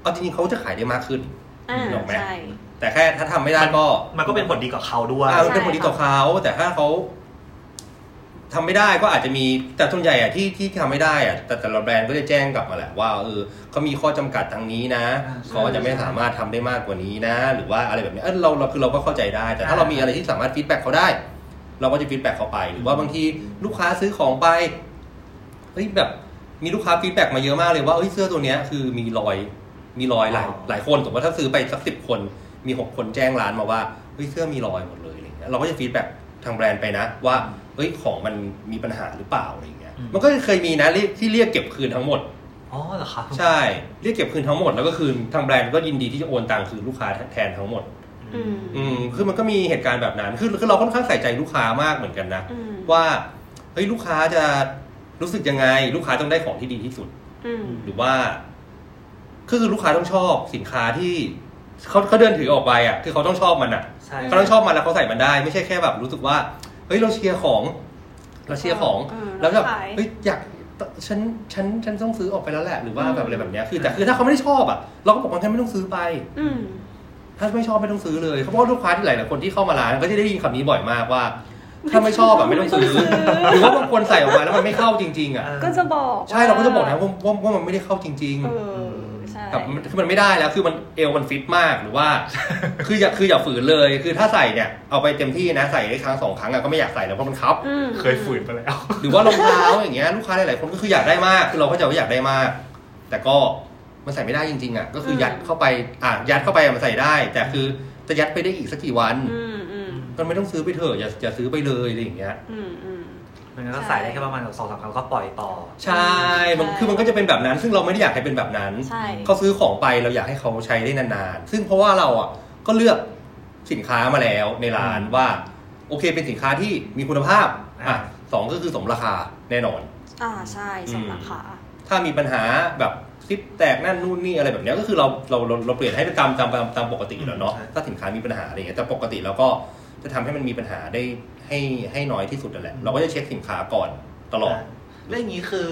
[SPEAKER 3] เอาจริงๆเขาจะขายได้มากขึ้น
[SPEAKER 2] อ่า
[SPEAKER 3] ถูกไหม
[SPEAKER 2] ใช่
[SPEAKER 3] แต่แค่ถ้าทำไม่ได้ก็
[SPEAKER 4] มันก็เป็นผลดีกับเขาด้วย
[SPEAKER 3] อ่ามันเป็น
[SPEAKER 2] ใช่
[SPEAKER 3] ผลดีต่อเขาแต่ถ้าเขา ทำไม่ได้ก็อาจจะมีแต่ส่วนใหญ่อะที่ที่ทำไม่ได้อะแต่แต่ละแบรนด์ก็จะแจ้งกลับมาแหละว่าเออเขามีข้อจำกัดทางนี้นะ
[SPEAKER 1] อ่า
[SPEAKER 3] เขาจะไม่สามารถทำได้มากกว่านี้นะ หรือว่าอะไรแบบนี้เออเราเราคือเราก็เข้าใจได้ แต่ถ้า
[SPEAKER 1] อ่า
[SPEAKER 3] เรามีอะไรที่สามารถฟีดแบ็กเขาได้ เราก็จะฟีดแบ็กเขาไป หรือว่าบางทีลูกค้าซื้อของไปเฮ้ยแบบมีลูกค้าฟีดแบ็กมาเยอะมากเลยว่าเอ้ยเสื้อตัวเนี้ยคือมีรอยมีรอยหลายหลายคนสมมติว่าถ้าซื้อไปสักสิบคนมีหกคนแจ้งร้านมาว่าเฮ้ยเสื้อมีรอยหมดเลยอะไรเงี้ยเราก็จะฟีดแบ็กทางแบรนด์ไปนะ ว่าเฮ้ยของมันมีปัญหาหรือเปล่าอะไรเงี้ย
[SPEAKER 1] อืม
[SPEAKER 3] มันก็เคยมีนะเรียกที่เรียกเก็บคืนทั้งหมด
[SPEAKER 1] อ๋อเหรอครับ
[SPEAKER 3] ใช่ เรียกเก็บคืนทั้งหมดแล้วก็คืนทางแบรนด์ก็ยินดีที่จะโอนตังคืนลูกค้าแทนทั้งหมด
[SPEAKER 2] อืม
[SPEAKER 3] อืมคือมันก็มีเหตุการณ์แบบนั้น คือคือเราค่อนข้างใส่ใจลูกค้ามากเหมือนกันนะ
[SPEAKER 2] อืม
[SPEAKER 3] ว่า เฮ้ยลูกค้าจะรู้สึกยังไง ลูกค้าต้องได้ของที่ดีที่สุด
[SPEAKER 2] อืม
[SPEAKER 3] หรือว่า คือคือลูกค้าต้องชอบสินค้าที่เขาเขาเดินถือออกไปอ่ะ คือเขาต้องชอบมันอ่ะ
[SPEAKER 1] ใช่
[SPEAKER 3] เขาต้องชอบมันแล้วเขาใส่มันได้ ไม่ใช่แค่แบบรู้สึกว่า เฮ้ยเราเชียร์ของ เราเชียร์ของ แล้วแบบ
[SPEAKER 2] ขาย
[SPEAKER 3] เฮ้ยอยากฉันฉันฉันต้องซื้อออกไปแล้วแหละ หรือว่า
[SPEAKER 2] อืม
[SPEAKER 3] แบบอะไรแบบเนี้ยคือแต่คือถ้าเขาไม่ได้ชอบอ่ะ เราก็บอกว่างั้นไม่ต้องซื้อไป
[SPEAKER 2] อืม
[SPEAKER 3] ถ้าไม่ชอบไม่ต้องซื้อเลยเพราะว่าลูกค้าที่หลายๆคนที่เข้ามาร้านก็จะได้ยินคำนี้บ่อยมากว่า ถ้าไม่ชอบอะไม่ต้องซื้อ หรือว่าบางคนใส่ออกมาแล้วมันไม่เข้าจริง ๆอะ
[SPEAKER 1] เออ
[SPEAKER 2] ก็จะบอก
[SPEAKER 3] ใช่เราก็จะบอกนะว่าว่าว่ามันไม่ได้เข้าจริง
[SPEAKER 2] เออใช่
[SPEAKER 3] ๆแบบมันคือมันไม่ได้แล้วคือมันเอวมันฟิตมากหรือ ว่า คืออย่าคืออย่าฝืนเลย คือถ้าใส่เนี่ยเอาไปเต็มที่นะใส่ได้ครั้งสองครั้งอะก็ไม่อยากใส่แล้วเพราะมันครับ
[SPEAKER 2] อืม
[SPEAKER 1] เคยฝืนไปแล้ว
[SPEAKER 3] หรือว่ารองเท้าอย่างเงี้ยลูกค้าหลายๆคนก็คืออยากได้มาก คือเราก็จะว่าอยากได้มาก แต่ก็มันใส่ไม่ได้จริงๆอ่ะก็คือยัดเข้าไปอ่ะยัดเข้าไปอะมันใส่ได้ แต่คือจะยัดไปได้อีกสักกี่วัน
[SPEAKER 2] อืมอืม
[SPEAKER 3] ก็ไม่ต้องซื้อไปเถอะอย่าอย่าซื้อไปเลยอะไรอย่างเงี้ย
[SPEAKER 2] อืมอืม
[SPEAKER 1] มันก็ใส่ได้แค่ประมาณสองสามครั้งก็ปล่อยต่อ
[SPEAKER 3] ใช่มัน
[SPEAKER 2] ใช่
[SPEAKER 3] คือมันก็จะเป็นแบบนั้น ซึ่งเราไม่ได้อยากให้เป็นแบบนั้น
[SPEAKER 2] ใช่
[SPEAKER 3] เขาซื้อของไปเราอยากให้เขาใช้ได้นานๆซึ่งเพราะว่าเราอ่ะก็เลือกสินค้ามาแล้วในร้าน
[SPEAKER 1] อืม
[SPEAKER 3] ว่า โอเคเป็นสินค้าที่มีคุณภาพ
[SPEAKER 1] อ่ะ
[SPEAKER 3] อ่ะสองก็คือสมราคาแน่นอน
[SPEAKER 2] อ่าใช่สมราคา
[SPEAKER 3] ถ้ามีปัญหาแบบซิปแตกนั่นนู่นนี่อะไรแบบเนี้ยก็คือเราเราเราเราเปลี่ยนให้เป็นตามตามตามตามปกติอยู่แล้วเนาะ
[SPEAKER 1] ใช่
[SPEAKER 3] ถ้าสินค้ามีปัญหาอะไรเงี้ยแต่ปกติเราก็จะทำให้มันมีปัญหาได้ให้ให้น้อยที่สุดนั่นแหละ เราก็จะเช็คสินค้าก่อนตลอด
[SPEAKER 1] เรื่องนี้คือ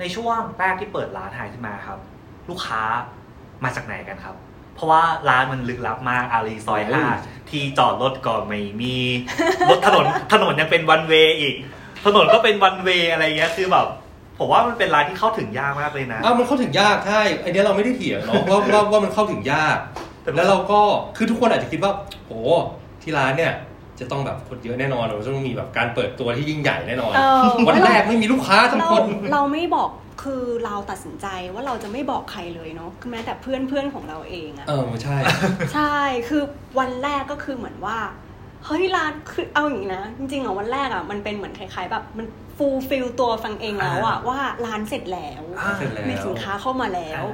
[SPEAKER 1] ในช่วงแรกที่เปิดร้านหายขึ้นมาครับ ลูกค้ามาจากไหนกันครับ เพราะว่าร้านมันลึกลับมากอารีซอย
[SPEAKER 3] โอ้ย
[SPEAKER 1] ห้าที่จอดรถก็ไม่มี รถถนน ถนนยังเป็นวันเวอีก ถนนก็เป็นวันเวอะไรเงี้ยคือแบบผมว่ามันเป็นร้านที่เข้าถึงยากมากเลยนะ
[SPEAKER 3] อ้าวมันเข้าถึงยากใช่ไอเนี้ยเราไม่ได้เถียงเนาะ ว่าว่าว่ามันเข้าถึงยาก
[SPEAKER 1] แต่มัน
[SPEAKER 3] แล้วเราก็คือทุกคนอาจจะคิดว่าโอ้ที่ร้านเนี่ยจะต้องแบบคนเยอะแน่นอนเราจะต้องมีแบบการเปิดตัวที่ยิ่งใหญ่แน่นอน
[SPEAKER 2] เออ
[SPEAKER 3] วันแรกไม่มีลูกค้าทั้ง
[SPEAKER 2] เรา
[SPEAKER 3] คน
[SPEAKER 2] เราไม่บอกคือเราตัดสินใจว่าเราจะไม่บอกใครเลยเนาะคือแม้แต่เพื่อนเพื่อนๆของเราเองอะ
[SPEAKER 3] เออใช่
[SPEAKER 2] ใช่ คือวันแรกก็คือเหมือนว่า เฮ้ยร้านคือเอาอย่างนี้นะ จริงๆอ่ะวันแรกอ่ะมันเป็นเหมือนคล้ายๆแบบมันฟูลฟิลตัวฟังเองแล้วอ่ะ
[SPEAKER 1] อ่า
[SPEAKER 2] ว่าร้านเสร็จแล้ว
[SPEAKER 1] อ่า
[SPEAKER 3] เสร็จแล้ว
[SPEAKER 2] มีสินค้าเข้ามาแล้ว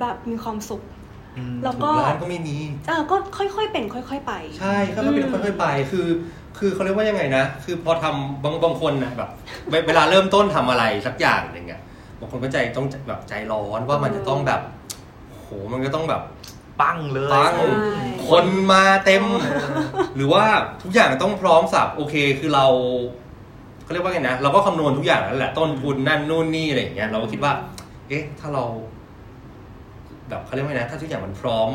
[SPEAKER 2] แบบมีความสุข
[SPEAKER 1] อืม
[SPEAKER 2] แล้วก็
[SPEAKER 3] ร้านก็ไม่มี
[SPEAKER 2] เออก็ค่อยๆเป็น ค่อย ๆ ไป
[SPEAKER 3] ใช่ก็เป็น
[SPEAKER 2] อืม
[SPEAKER 3] ค่อยๆไป คือ คือเขาเรียกว่ายังไงนะ คือพอทำบางบางคนนะแบบเวเวลาเริ่มต้นทำอะไรสักอย่างอย่างเงี้ย บางคนก็ใจต้องแบบใจร้อนว่ามันจะต้องแบบโห มันก็ต้องแบบ
[SPEAKER 1] ปั้งเลย
[SPEAKER 3] ปั้ง
[SPEAKER 1] อืม
[SPEAKER 3] คนมาเต็ม หรือว่าทุกอย่างต้องพร้อมสับ โอเค คือเราเขาเรียกว่าไงนะ เราก็คำนวณทุกอย่างแล้วแหละ ต้นทุนนั่นนู่นนี่อะไรอย่างเงี้ย เราก็คิดว่า เอ๊ะ ถ้าเรา แบบเขาเรียกว่าไงนะ ถ้าทุกอย่างมันพร้อม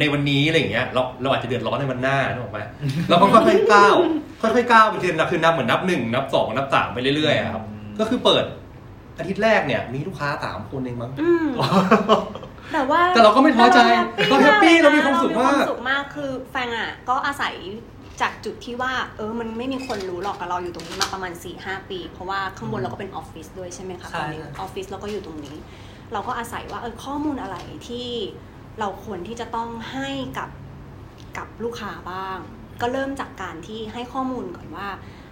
[SPEAKER 3] ในวันนี้อะไรอย่างเงี้ย เราเราอาจจะเดือดร้อนในวันหน้านึกออกไหมเราก็ค่อยๆก้าวค่อยๆก้าวไปทีละนับคือนับเหมือนนับหนึ่งนับสองนับสามไปเรื่อยๆอะครับ
[SPEAKER 1] อืม
[SPEAKER 3] ก็คือเปิด อาทิตย์แรกเนี่ย มีลูกค้าสามคนเองมั้ง
[SPEAKER 2] อืมแต่ว่า
[SPEAKER 3] แต่เราก็ไม่ท้อใจ
[SPEAKER 2] เรา
[SPEAKER 3] เราแฮ
[SPEAKER 2] แฮ
[SPEAKER 3] ป
[SPEAKER 2] ป
[SPEAKER 3] ปี้
[SPEAKER 2] ปี้
[SPEAKER 3] เรามี
[SPEAKER 2] ก
[SPEAKER 3] ความสุขมา
[SPEAKER 2] เรค
[SPEAKER 3] ก
[SPEAKER 2] วามสุขมากคือแฟนอ่ะ ก็อาศัยจากจุดที่ว่า เออมันไม่มีคนรู้หรอกแต่เราอยู่ตรงนี้มาประมาณ4ีหปี เพราะว่าข้างบนเราก็เป็นออฟฟิศด้วยใช่ไหมคะ
[SPEAKER 1] ใช่
[SPEAKER 2] ตอนนี้ออฟฟิศเราก็อยู่ตรงนี้ เราก็อาศัยว่าเออข้อมูลอะไรที่เราควรที่จะต้องให้กับกับลูกค้าบ้าง ก็เริ่มจากการที่ให้ข้อมูลก่อนว่า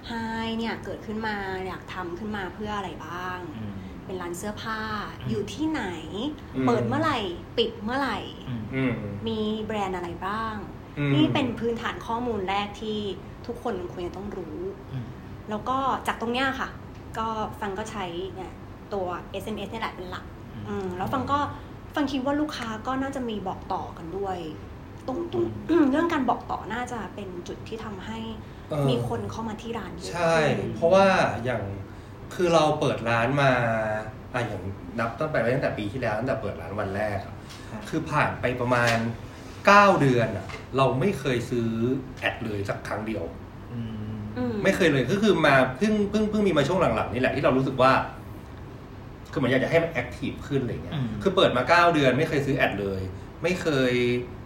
[SPEAKER 2] ไฮเนี่ยเกิดขึ้นมาอยากทำขึ้นมาเพื่ออะไรบ้าง
[SPEAKER 1] อืม
[SPEAKER 2] เป็นร้านเสื้อผ้า
[SPEAKER 1] อืม
[SPEAKER 2] อยู่ที่ไหน
[SPEAKER 3] อืม
[SPEAKER 2] เปิดเมื่อไหร่ ปิดเมื่อไหร่
[SPEAKER 1] อืม
[SPEAKER 3] อืม
[SPEAKER 2] มีแบรนด์อะไรบ้าง
[SPEAKER 3] อืม
[SPEAKER 2] นี่เป็นพื้นฐานข้อมูลแรกที่ทุกคนควรจะต้องรู้ แล้วก็จากตรงเนี้ยค่ะ ก็ฟังก็ใช้เนี่ยตัว SMS เนี่ยแหละเป็นหลัก อืมแล้วฟังก็ฟังคิดว่าลูกค้าก็น่าจะมีบอกต่อกันด้วย ตรงตรงอืมเรื่องการบอกต่อน่าจะเป็นจุดที่ทำให้
[SPEAKER 3] เออ
[SPEAKER 2] มีคนเข้ามาที่ร้านเยอะ
[SPEAKER 3] ใช่
[SPEAKER 2] ขึ้น
[SPEAKER 3] เพราะว่าอย่างคือเราเปิดร้านมาอ่ะอย่างนับตั้งแต่ตั้งแต่ปีที่แล้วตั้งแต่เปิดร้านวันแรกอะ
[SPEAKER 1] ครับ
[SPEAKER 3] คือผ่านไปประมาณ 9 เดือนอะเราไม่เคยซื้อแอดเลยสักครั้งเดียว
[SPEAKER 1] อืม
[SPEAKER 2] อืม
[SPEAKER 3] ไม่เคยเลยก็คือมาเพิ่งเพิ่งเพิ่งมีมาช่วงหลังๆนี่แหละที่เรารู้สึกว่าคือเหมือนอยากจะให้มันแอคทีฟขึ้นอะไรเงี้
[SPEAKER 1] อื
[SPEAKER 3] ย
[SPEAKER 1] ม
[SPEAKER 3] คือเปิดมาเก้าเดือน ไม่เคยซื้อแอดเลย ไม่เคย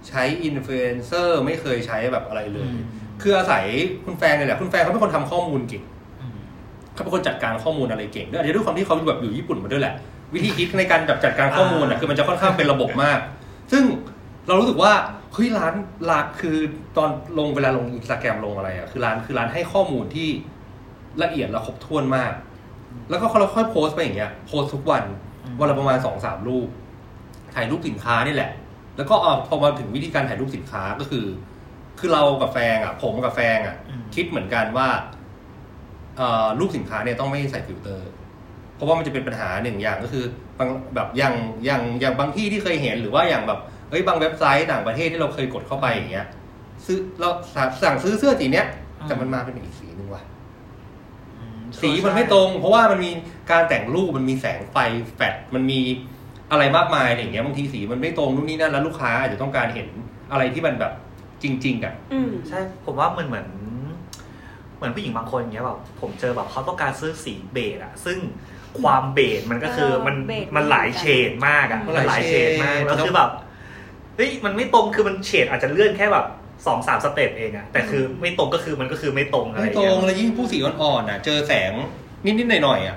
[SPEAKER 3] ใช้อินฟลูเอนเซอร์ไม่เคยใช้แบบอะไรเลย คืออาศัยคุณแฟนเนี่ยแหละคุณแฟนเขาเป็นคนทำข้อมูลเก่ง
[SPEAKER 1] ม
[SPEAKER 3] เขาเป็นคนจัดการข้อมูลอะไรเก่งด้วยอาจจะด้วยความที่เขาแบบอยู่ญี่ปุ่นมาด้วยแหละ วิธีคิดในการจับจัดการข้อมูลอ่ะคือมันจะค่อนข้างเป็นระบบมาก ซึ่งเรารู้สึกว่าเฮ้ยร้านร้านคือตอนลงเวลาลงอินสตาแกรมลงอะไรอ่ะคือร้านคือร้านให้ข้อมูลที่ละเอียดและครบถ้วนมาก แล้วก็เราค่อยโพสต์ไปอย่างเงี้ยโพสต์ทุกวันวันละประมาณสองสามรูป ถ่ายรูปสินค้านี่แหละ แล้วก็เอาพอมาถึงวิธีการถ่ายรูปสินค้าก็คือ คือเรากับแฟงอ่ะ ผมกับแฟงอ่ะ
[SPEAKER 1] อืม
[SPEAKER 3] คิดเหมือนกันว่าเอ่อรูปสินค้าเนี่ยต้องไม่ใส่ฟิลเตอร์ เพราะว่ามันจะเป็นปัญหาหนึ่งอย่างก็คือบางแบบอย่างอย่างอย่างบางที่ที่เคยเห็นหรือว่าอย่างแบบเอ้ยบางเว็บไซต์ต่างประเทศที่เราเคยกดเข้าไปอย่างเงี้ย ซื้อเราสั่งซื้อเสื้อสีเนี้ย
[SPEAKER 1] อืม
[SPEAKER 3] แต่มันมาเป็นอีกสีหนึ่งว่ะ
[SPEAKER 1] อืม
[SPEAKER 3] สีมันไม่ตรง เพราะว่ามันมีการแต่งรูปมันมีแสงไฟแฟลชมันมีอะไรมากมายอะไรอย่างเงี้ยบางทีสีมันไม่ตรงนู่นนี่นั่นแล้วลูกค้าอาจจะต้องการเห็นอะไรที่มันแบบจริง ๆอ่ะ
[SPEAKER 2] อืม
[SPEAKER 4] ใช่ ผมว่ามันเหมือน เหมือนผู้หญิงบางคนเงี้ยแบบผมเจอแบบเขาต้องการซื้อสีเบจอะซึ่งความเบจมันก็คือ
[SPEAKER 2] เออ
[SPEAKER 4] มัน
[SPEAKER 2] เบจ
[SPEAKER 4] มันหลายเฉดมากอะ
[SPEAKER 2] อืม
[SPEAKER 4] มันหลายเฉดมาก
[SPEAKER 3] หลายเฉด
[SPEAKER 4] แล้วคือแบบเฮ้ยมันไม่ตรงคือมันเฉดอาจจะเลื่อนแค่แบบสองสามสเต็ปเองอะแต่คือไม่ตรงก็คือมันก็คือไม่ตรงอะไรอ
[SPEAKER 3] ไม่
[SPEAKER 4] ย่าง
[SPEAKER 3] ตร
[SPEAKER 4] เงี้
[SPEAKER 3] ง
[SPEAKER 4] ย
[SPEAKER 3] แล้วยิ่งผู้สีอ่อนๆอ่ะ เจอแสงนิดๆหน่อยๆอ่ะ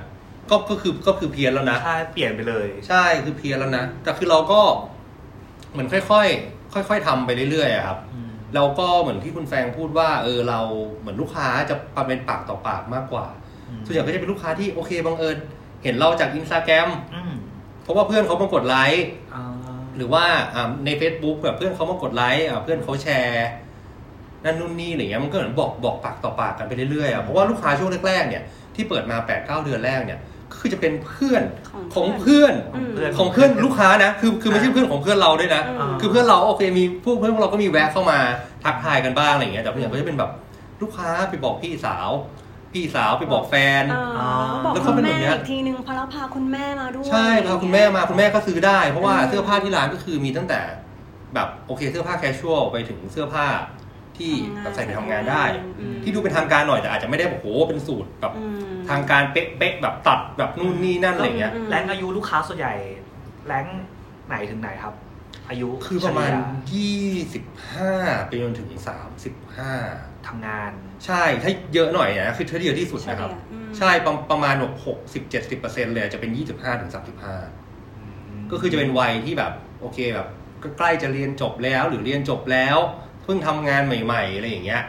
[SPEAKER 3] ก็ก็คือก็คือเพี้ยนแล้วนะ
[SPEAKER 4] ใช่เปลี่ยนไปเลย
[SPEAKER 3] ใช่คือเพี้ยนแล้วนะ แต่คือเราก็เหมือนค่อยๆค่อย ๆทำไปเรื่อยๆอะครับ
[SPEAKER 1] อืม
[SPEAKER 3] เราก็เหมือนที่คุณแฟงพูดว่า เออเราเหมือนลูกค้าจะเป็นปากต่อปากมากกว่า
[SPEAKER 1] อืม
[SPEAKER 3] ส่วนใหญ่ก็จะเป็นลูกค้าที่โอเคบังเอิญเห็นเราจากอินสตาแกรม
[SPEAKER 1] อืม
[SPEAKER 3] เพราะว่าเพื่อนเขามากดไลค์
[SPEAKER 1] อ่า
[SPEAKER 3] หรือว่าอ่าใน Facebook แบบเพื่อนเขามากดไลค์อ่าเพื่อนเขาแชร์นั่นนู่นนี่อะไรเงี้ยมันก็เหมือนบอกบอกปากต่อปากกันไปเรื่อยๆอ่ะเพราะว่าลูกค้าช่วงแรกๆเนี่ยที่เปิดมา8ปดเเดือนแรกเนี่ยก็คือจะเป็นเพื่อนของเพื่อน
[SPEAKER 2] ม
[SPEAKER 4] เพื่อน
[SPEAKER 3] ของเพื่อนลูกค้านะ คือคือไม่ใช่เพื่อนของเพื่อนเราด้วยนะ
[SPEAKER 2] อืม
[SPEAKER 3] คือเพื่อนเราโอเคมีพวกเพื่อนพวกเราก็มีแวะเข้ามาทักทายกันบ้างอะไรอย่างเงี้ยแต่ส่วนใหญ่ก็จะเป็นแบบลูกค้าไปบอกพี่สาว พี่สาวไปบอกแฟน
[SPEAKER 2] เออบอก
[SPEAKER 3] แล้วก็
[SPEAKER 2] คุณ
[SPEAKER 3] เป็นแบ
[SPEAKER 2] แม่
[SPEAKER 3] บเนี้ย
[SPEAKER 2] อีกทีนึงพอแล้วพาคุณแม่มาด้วย
[SPEAKER 3] ใช่พาคุณแม่มาคุณแม่ก็ซื้อได้ เพราะว่า
[SPEAKER 2] อืม
[SPEAKER 3] เสื้อผ้าที่ร้านก็คือมีตั้งแต่แบบโอเคเสื้อผ้าแคชชวลไปถึงเสื้อผ้าที่แบบใส่ไปทำงานได้
[SPEAKER 2] อืม
[SPEAKER 3] ที่ดูเป็นทางการหน่อยแต่อาจจะไม่ได้แบบโอ้โหเป็นสูตรแบบ
[SPEAKER 2] อืม
[SPEAKER 3] ทางการเป๊ะๆแบบตัดแบบนู่นนี่นั่นอะไรอย่างเงี้ย
[SPEAKER 2] อืม
[SPEAKER 4] แรงอายุลูกค้าส่วนใหญ่แรงไหนถึงไหนครับ อายุ
[SPEAKER 3] คือประมาณ
[SPEAKER 4] เฉลี่ย
[SPEAKER 3] 25 ไปจนถึง 35
[SPEAKER 4] ทำงาน
[SPEAKER 3] ใช่ ถ้าเยอะหน่อยนะคือเฉลี่ยที่สุดนะครับ
[SPEAKER 2] อืม
[SPEAKER 3] ใช่ประประมาณ6 0 70เปอร์เซ็นต์เลย จะเป็น 25ถึง35 ก็คือจะเป็นวัยที่แบบ โอเคแบบก็ใกล้จะเรียนจบแล้ว หรือเรียนจบแล้ว เพิ่งทำงานใหม่ ๆ อะไรอย่างเงี้ย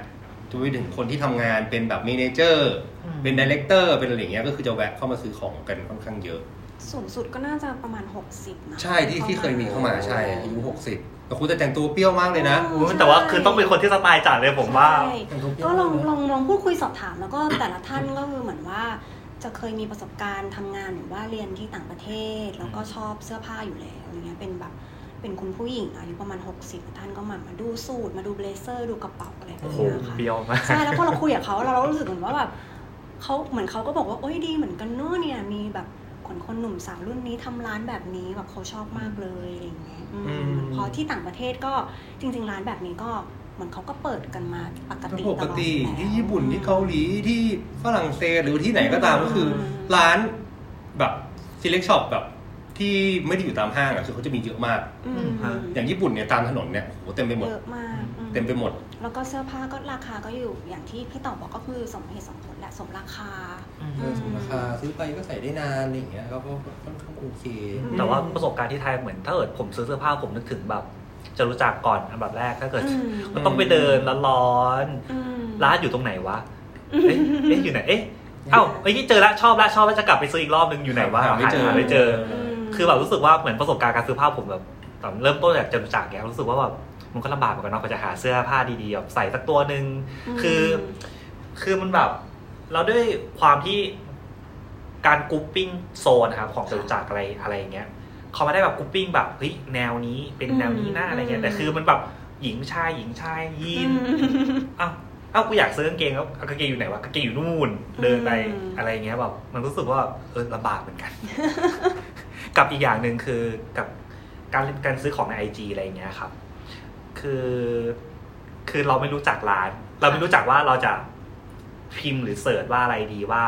[SPEAKER 3] จนไปถึงคนที่ทำงานเป็นแบบเมเนเจอร์
[SPEAKER 4] อืม
[SPEAKER 3] เป็นดีเลกเตอร์ เป็นอะไรอย่างเงี้ยก็คือจะแวะเข้ามาซื้อของกันค่อนข้างเยอะ
[SPEAKER 2] สูงสุดก็น่าจะประมาณ 60นะ
[SPEAKER 3] ใช่ที่ที่เคยมีเข้ามาใช่อายุ
[SPEAKER 2] โ
[SPEAKER 3] 60แต่คุณจะแต่งตัวเปรี้ยวมากเลยนะ
[SPEAKER 2] โอ้
[SPEAKER 4] โอ้ยแต่ว่าคือต้องเป็นคนที่สไตล์จัดเลยผมว่า
[SPEAKER 2] ใช่ก็ลองลองลองพูดคุยสอบถาม แล้วก็แต่ละท่านก็คือเหมือนว่า จะเคยมีประสบการณ์ทำงานหรือว่าเรียนที่ต่างประเทศ แล้วก็ชอบเสื้อผ้าอยู่แล้วอย่างเงี้ยเป็นแบบเป็นคุณผู้หญิงอายุประมาณ 60 ท่านก็มามาดูสูตรมาดูเบลเซอร์ดูกระเป๋าอะไรพว
[SPEAKER 4] โอ้
[SPEAKER 2] ก
[SPEAKER 4] โห
[SPEAKER 2] เนี้ยค่ะ
[SPEAKER 4] เปรี้ยวมาก
[SPEAKER 2] ใช่แล้วพอเราคุยกับเขาเรารู้สึกเหมือนว่าแบบเขาเหมือนเขาก็บอกว่าโอ้ยดีเหมือนกันเนอะเนี่ยมีแบบคนคนหนุ่มสาวรุ่นนี้ทำร้านแบบนี้แบบเขาชอบมากเลยอะไรอย่างเงี้ยอืม
[SPEAKER 3] อืม
[SPEAKER 2] พอที่ต่างประเทศก็จริง ๆ ร้านแบบนี้ก็เหมือนเขาก็เปิดกันมาปกติ
[SPEAKER 3] ปกติ
[SPEAKER 2] ตลอดอยู่แล้ว
[SPEAKER 3] ที่ญี่ปุ่นที่เกาหลีที่ฝรั่งเศสหรือที่ไหนก็ตาม
[SPEAKER 2] อืม
[SPEAKER 3] ก็คือ ร้านแบบซีเล็กช็อปแบบที่ไม่ได้อยู่ตามห้างอะคือเขาจะมีเยอะมาก
[SPEAKER 2] อืม
[SPEAKER 4] ฮะ
[SPEAKER 3] อย่างญี่ปุ่นเนี่ยตามถนนเนี่ยโอ้โหเต็มไปหมด
[SPEAKER 2] เยอะมากอืม
[SPEAKER 3] เต็มไปหมด
[SPEAKER 2] แล้วก็เสื้อผ้าก็ราคาก็อยู่อย่างที่พี่ต่อบอกก็คือสมเหตุสมผลและสมราคา
[SPEAKER 4] อืม
[SPEAKER 3] เออสมราคาซื้อไปก็ใส่ได้นานอะไรอย่างเงี้ยก็ก็ค่อนข้างโอเค
[SPEAKER 2] อืม
[SPEAKER 4] แต่ว่าประสบการณ์ที่ไทยเหมือนถ้าเกิดผมซื้อเสื้อผ้าผมนึกถึงแบบ จะรู้จักก่อนอันดับแรกถ้าเกิด
[SPEAKER 2] อืม
[SPEAKER 4] มันต้องไปเดินแล้วร้อน
[SPEAKER 2] อืม
[SPEAKER 4] ร้านอยู่ตรงไหนวะ เอ๊ะเอ๊ะอยู่ไหน เอ๊ะเอ้าเอ้ยเจอละชอบละชอบแล้วจะกลับไปซื้ออีกรอบนึงอยู่ไหนวะ
[SPEAKER 3] หาไม่เจอ
[SPEAKER 4] หาไม่เจอ
[SPEAKER 2] อืม
[SPEAKER 4] คือแบบรู้สึกว่าเหมือนประสบการณ์การซื้อผ้าผมแบบตอนเริ่มต้นจากจะรู้จักแกรู้สึกว่าแบบมันก็ลำบากเหมือนกันเนาะกว่าจะหาเสื้อผ้าดีๆแบบใส่สักตัวหนึ่งคือ คือมันแบบ เราด้วยความที่การกรุ๊ปปิ้งโซนนะครับของจตุจักรอะไรอะไรอย่างเงี้ยเขาไม่ได้แบบกรุ๊ปปิ้งแบบเฮ้ยแนวนี้เป็นแนวนี้หน้าอะไรเงี้ยแต่คือมันแบบหญิงชายหญิงชายยี
[SPEAKER 2] อื
[SPEAKER 4] น
[SPEAKER 2] ม
[SPEAKER 4] อ้าวอ้าวกูอยากซื้อกางเกงแล้วเอากางเกงอยู่ไหนวะกางเกงอยู่นู่น เดินไป
[SPEAKER 2] อืม
[SPEAKER 4] อะไรเงี้ยแบบมันรู้สึกว่าเออลำบากเหมือนกัน กับอีกอย่างหนึ่งคือกับการการซื้อของในไอจอะไรอย่างเงี้ยครับ คือ คือเราไม่รู้จักร้าน เราไม่รู้จักว่าเราจะ พิมพ์หรือเสิร์ชว่าอะไรดีว่า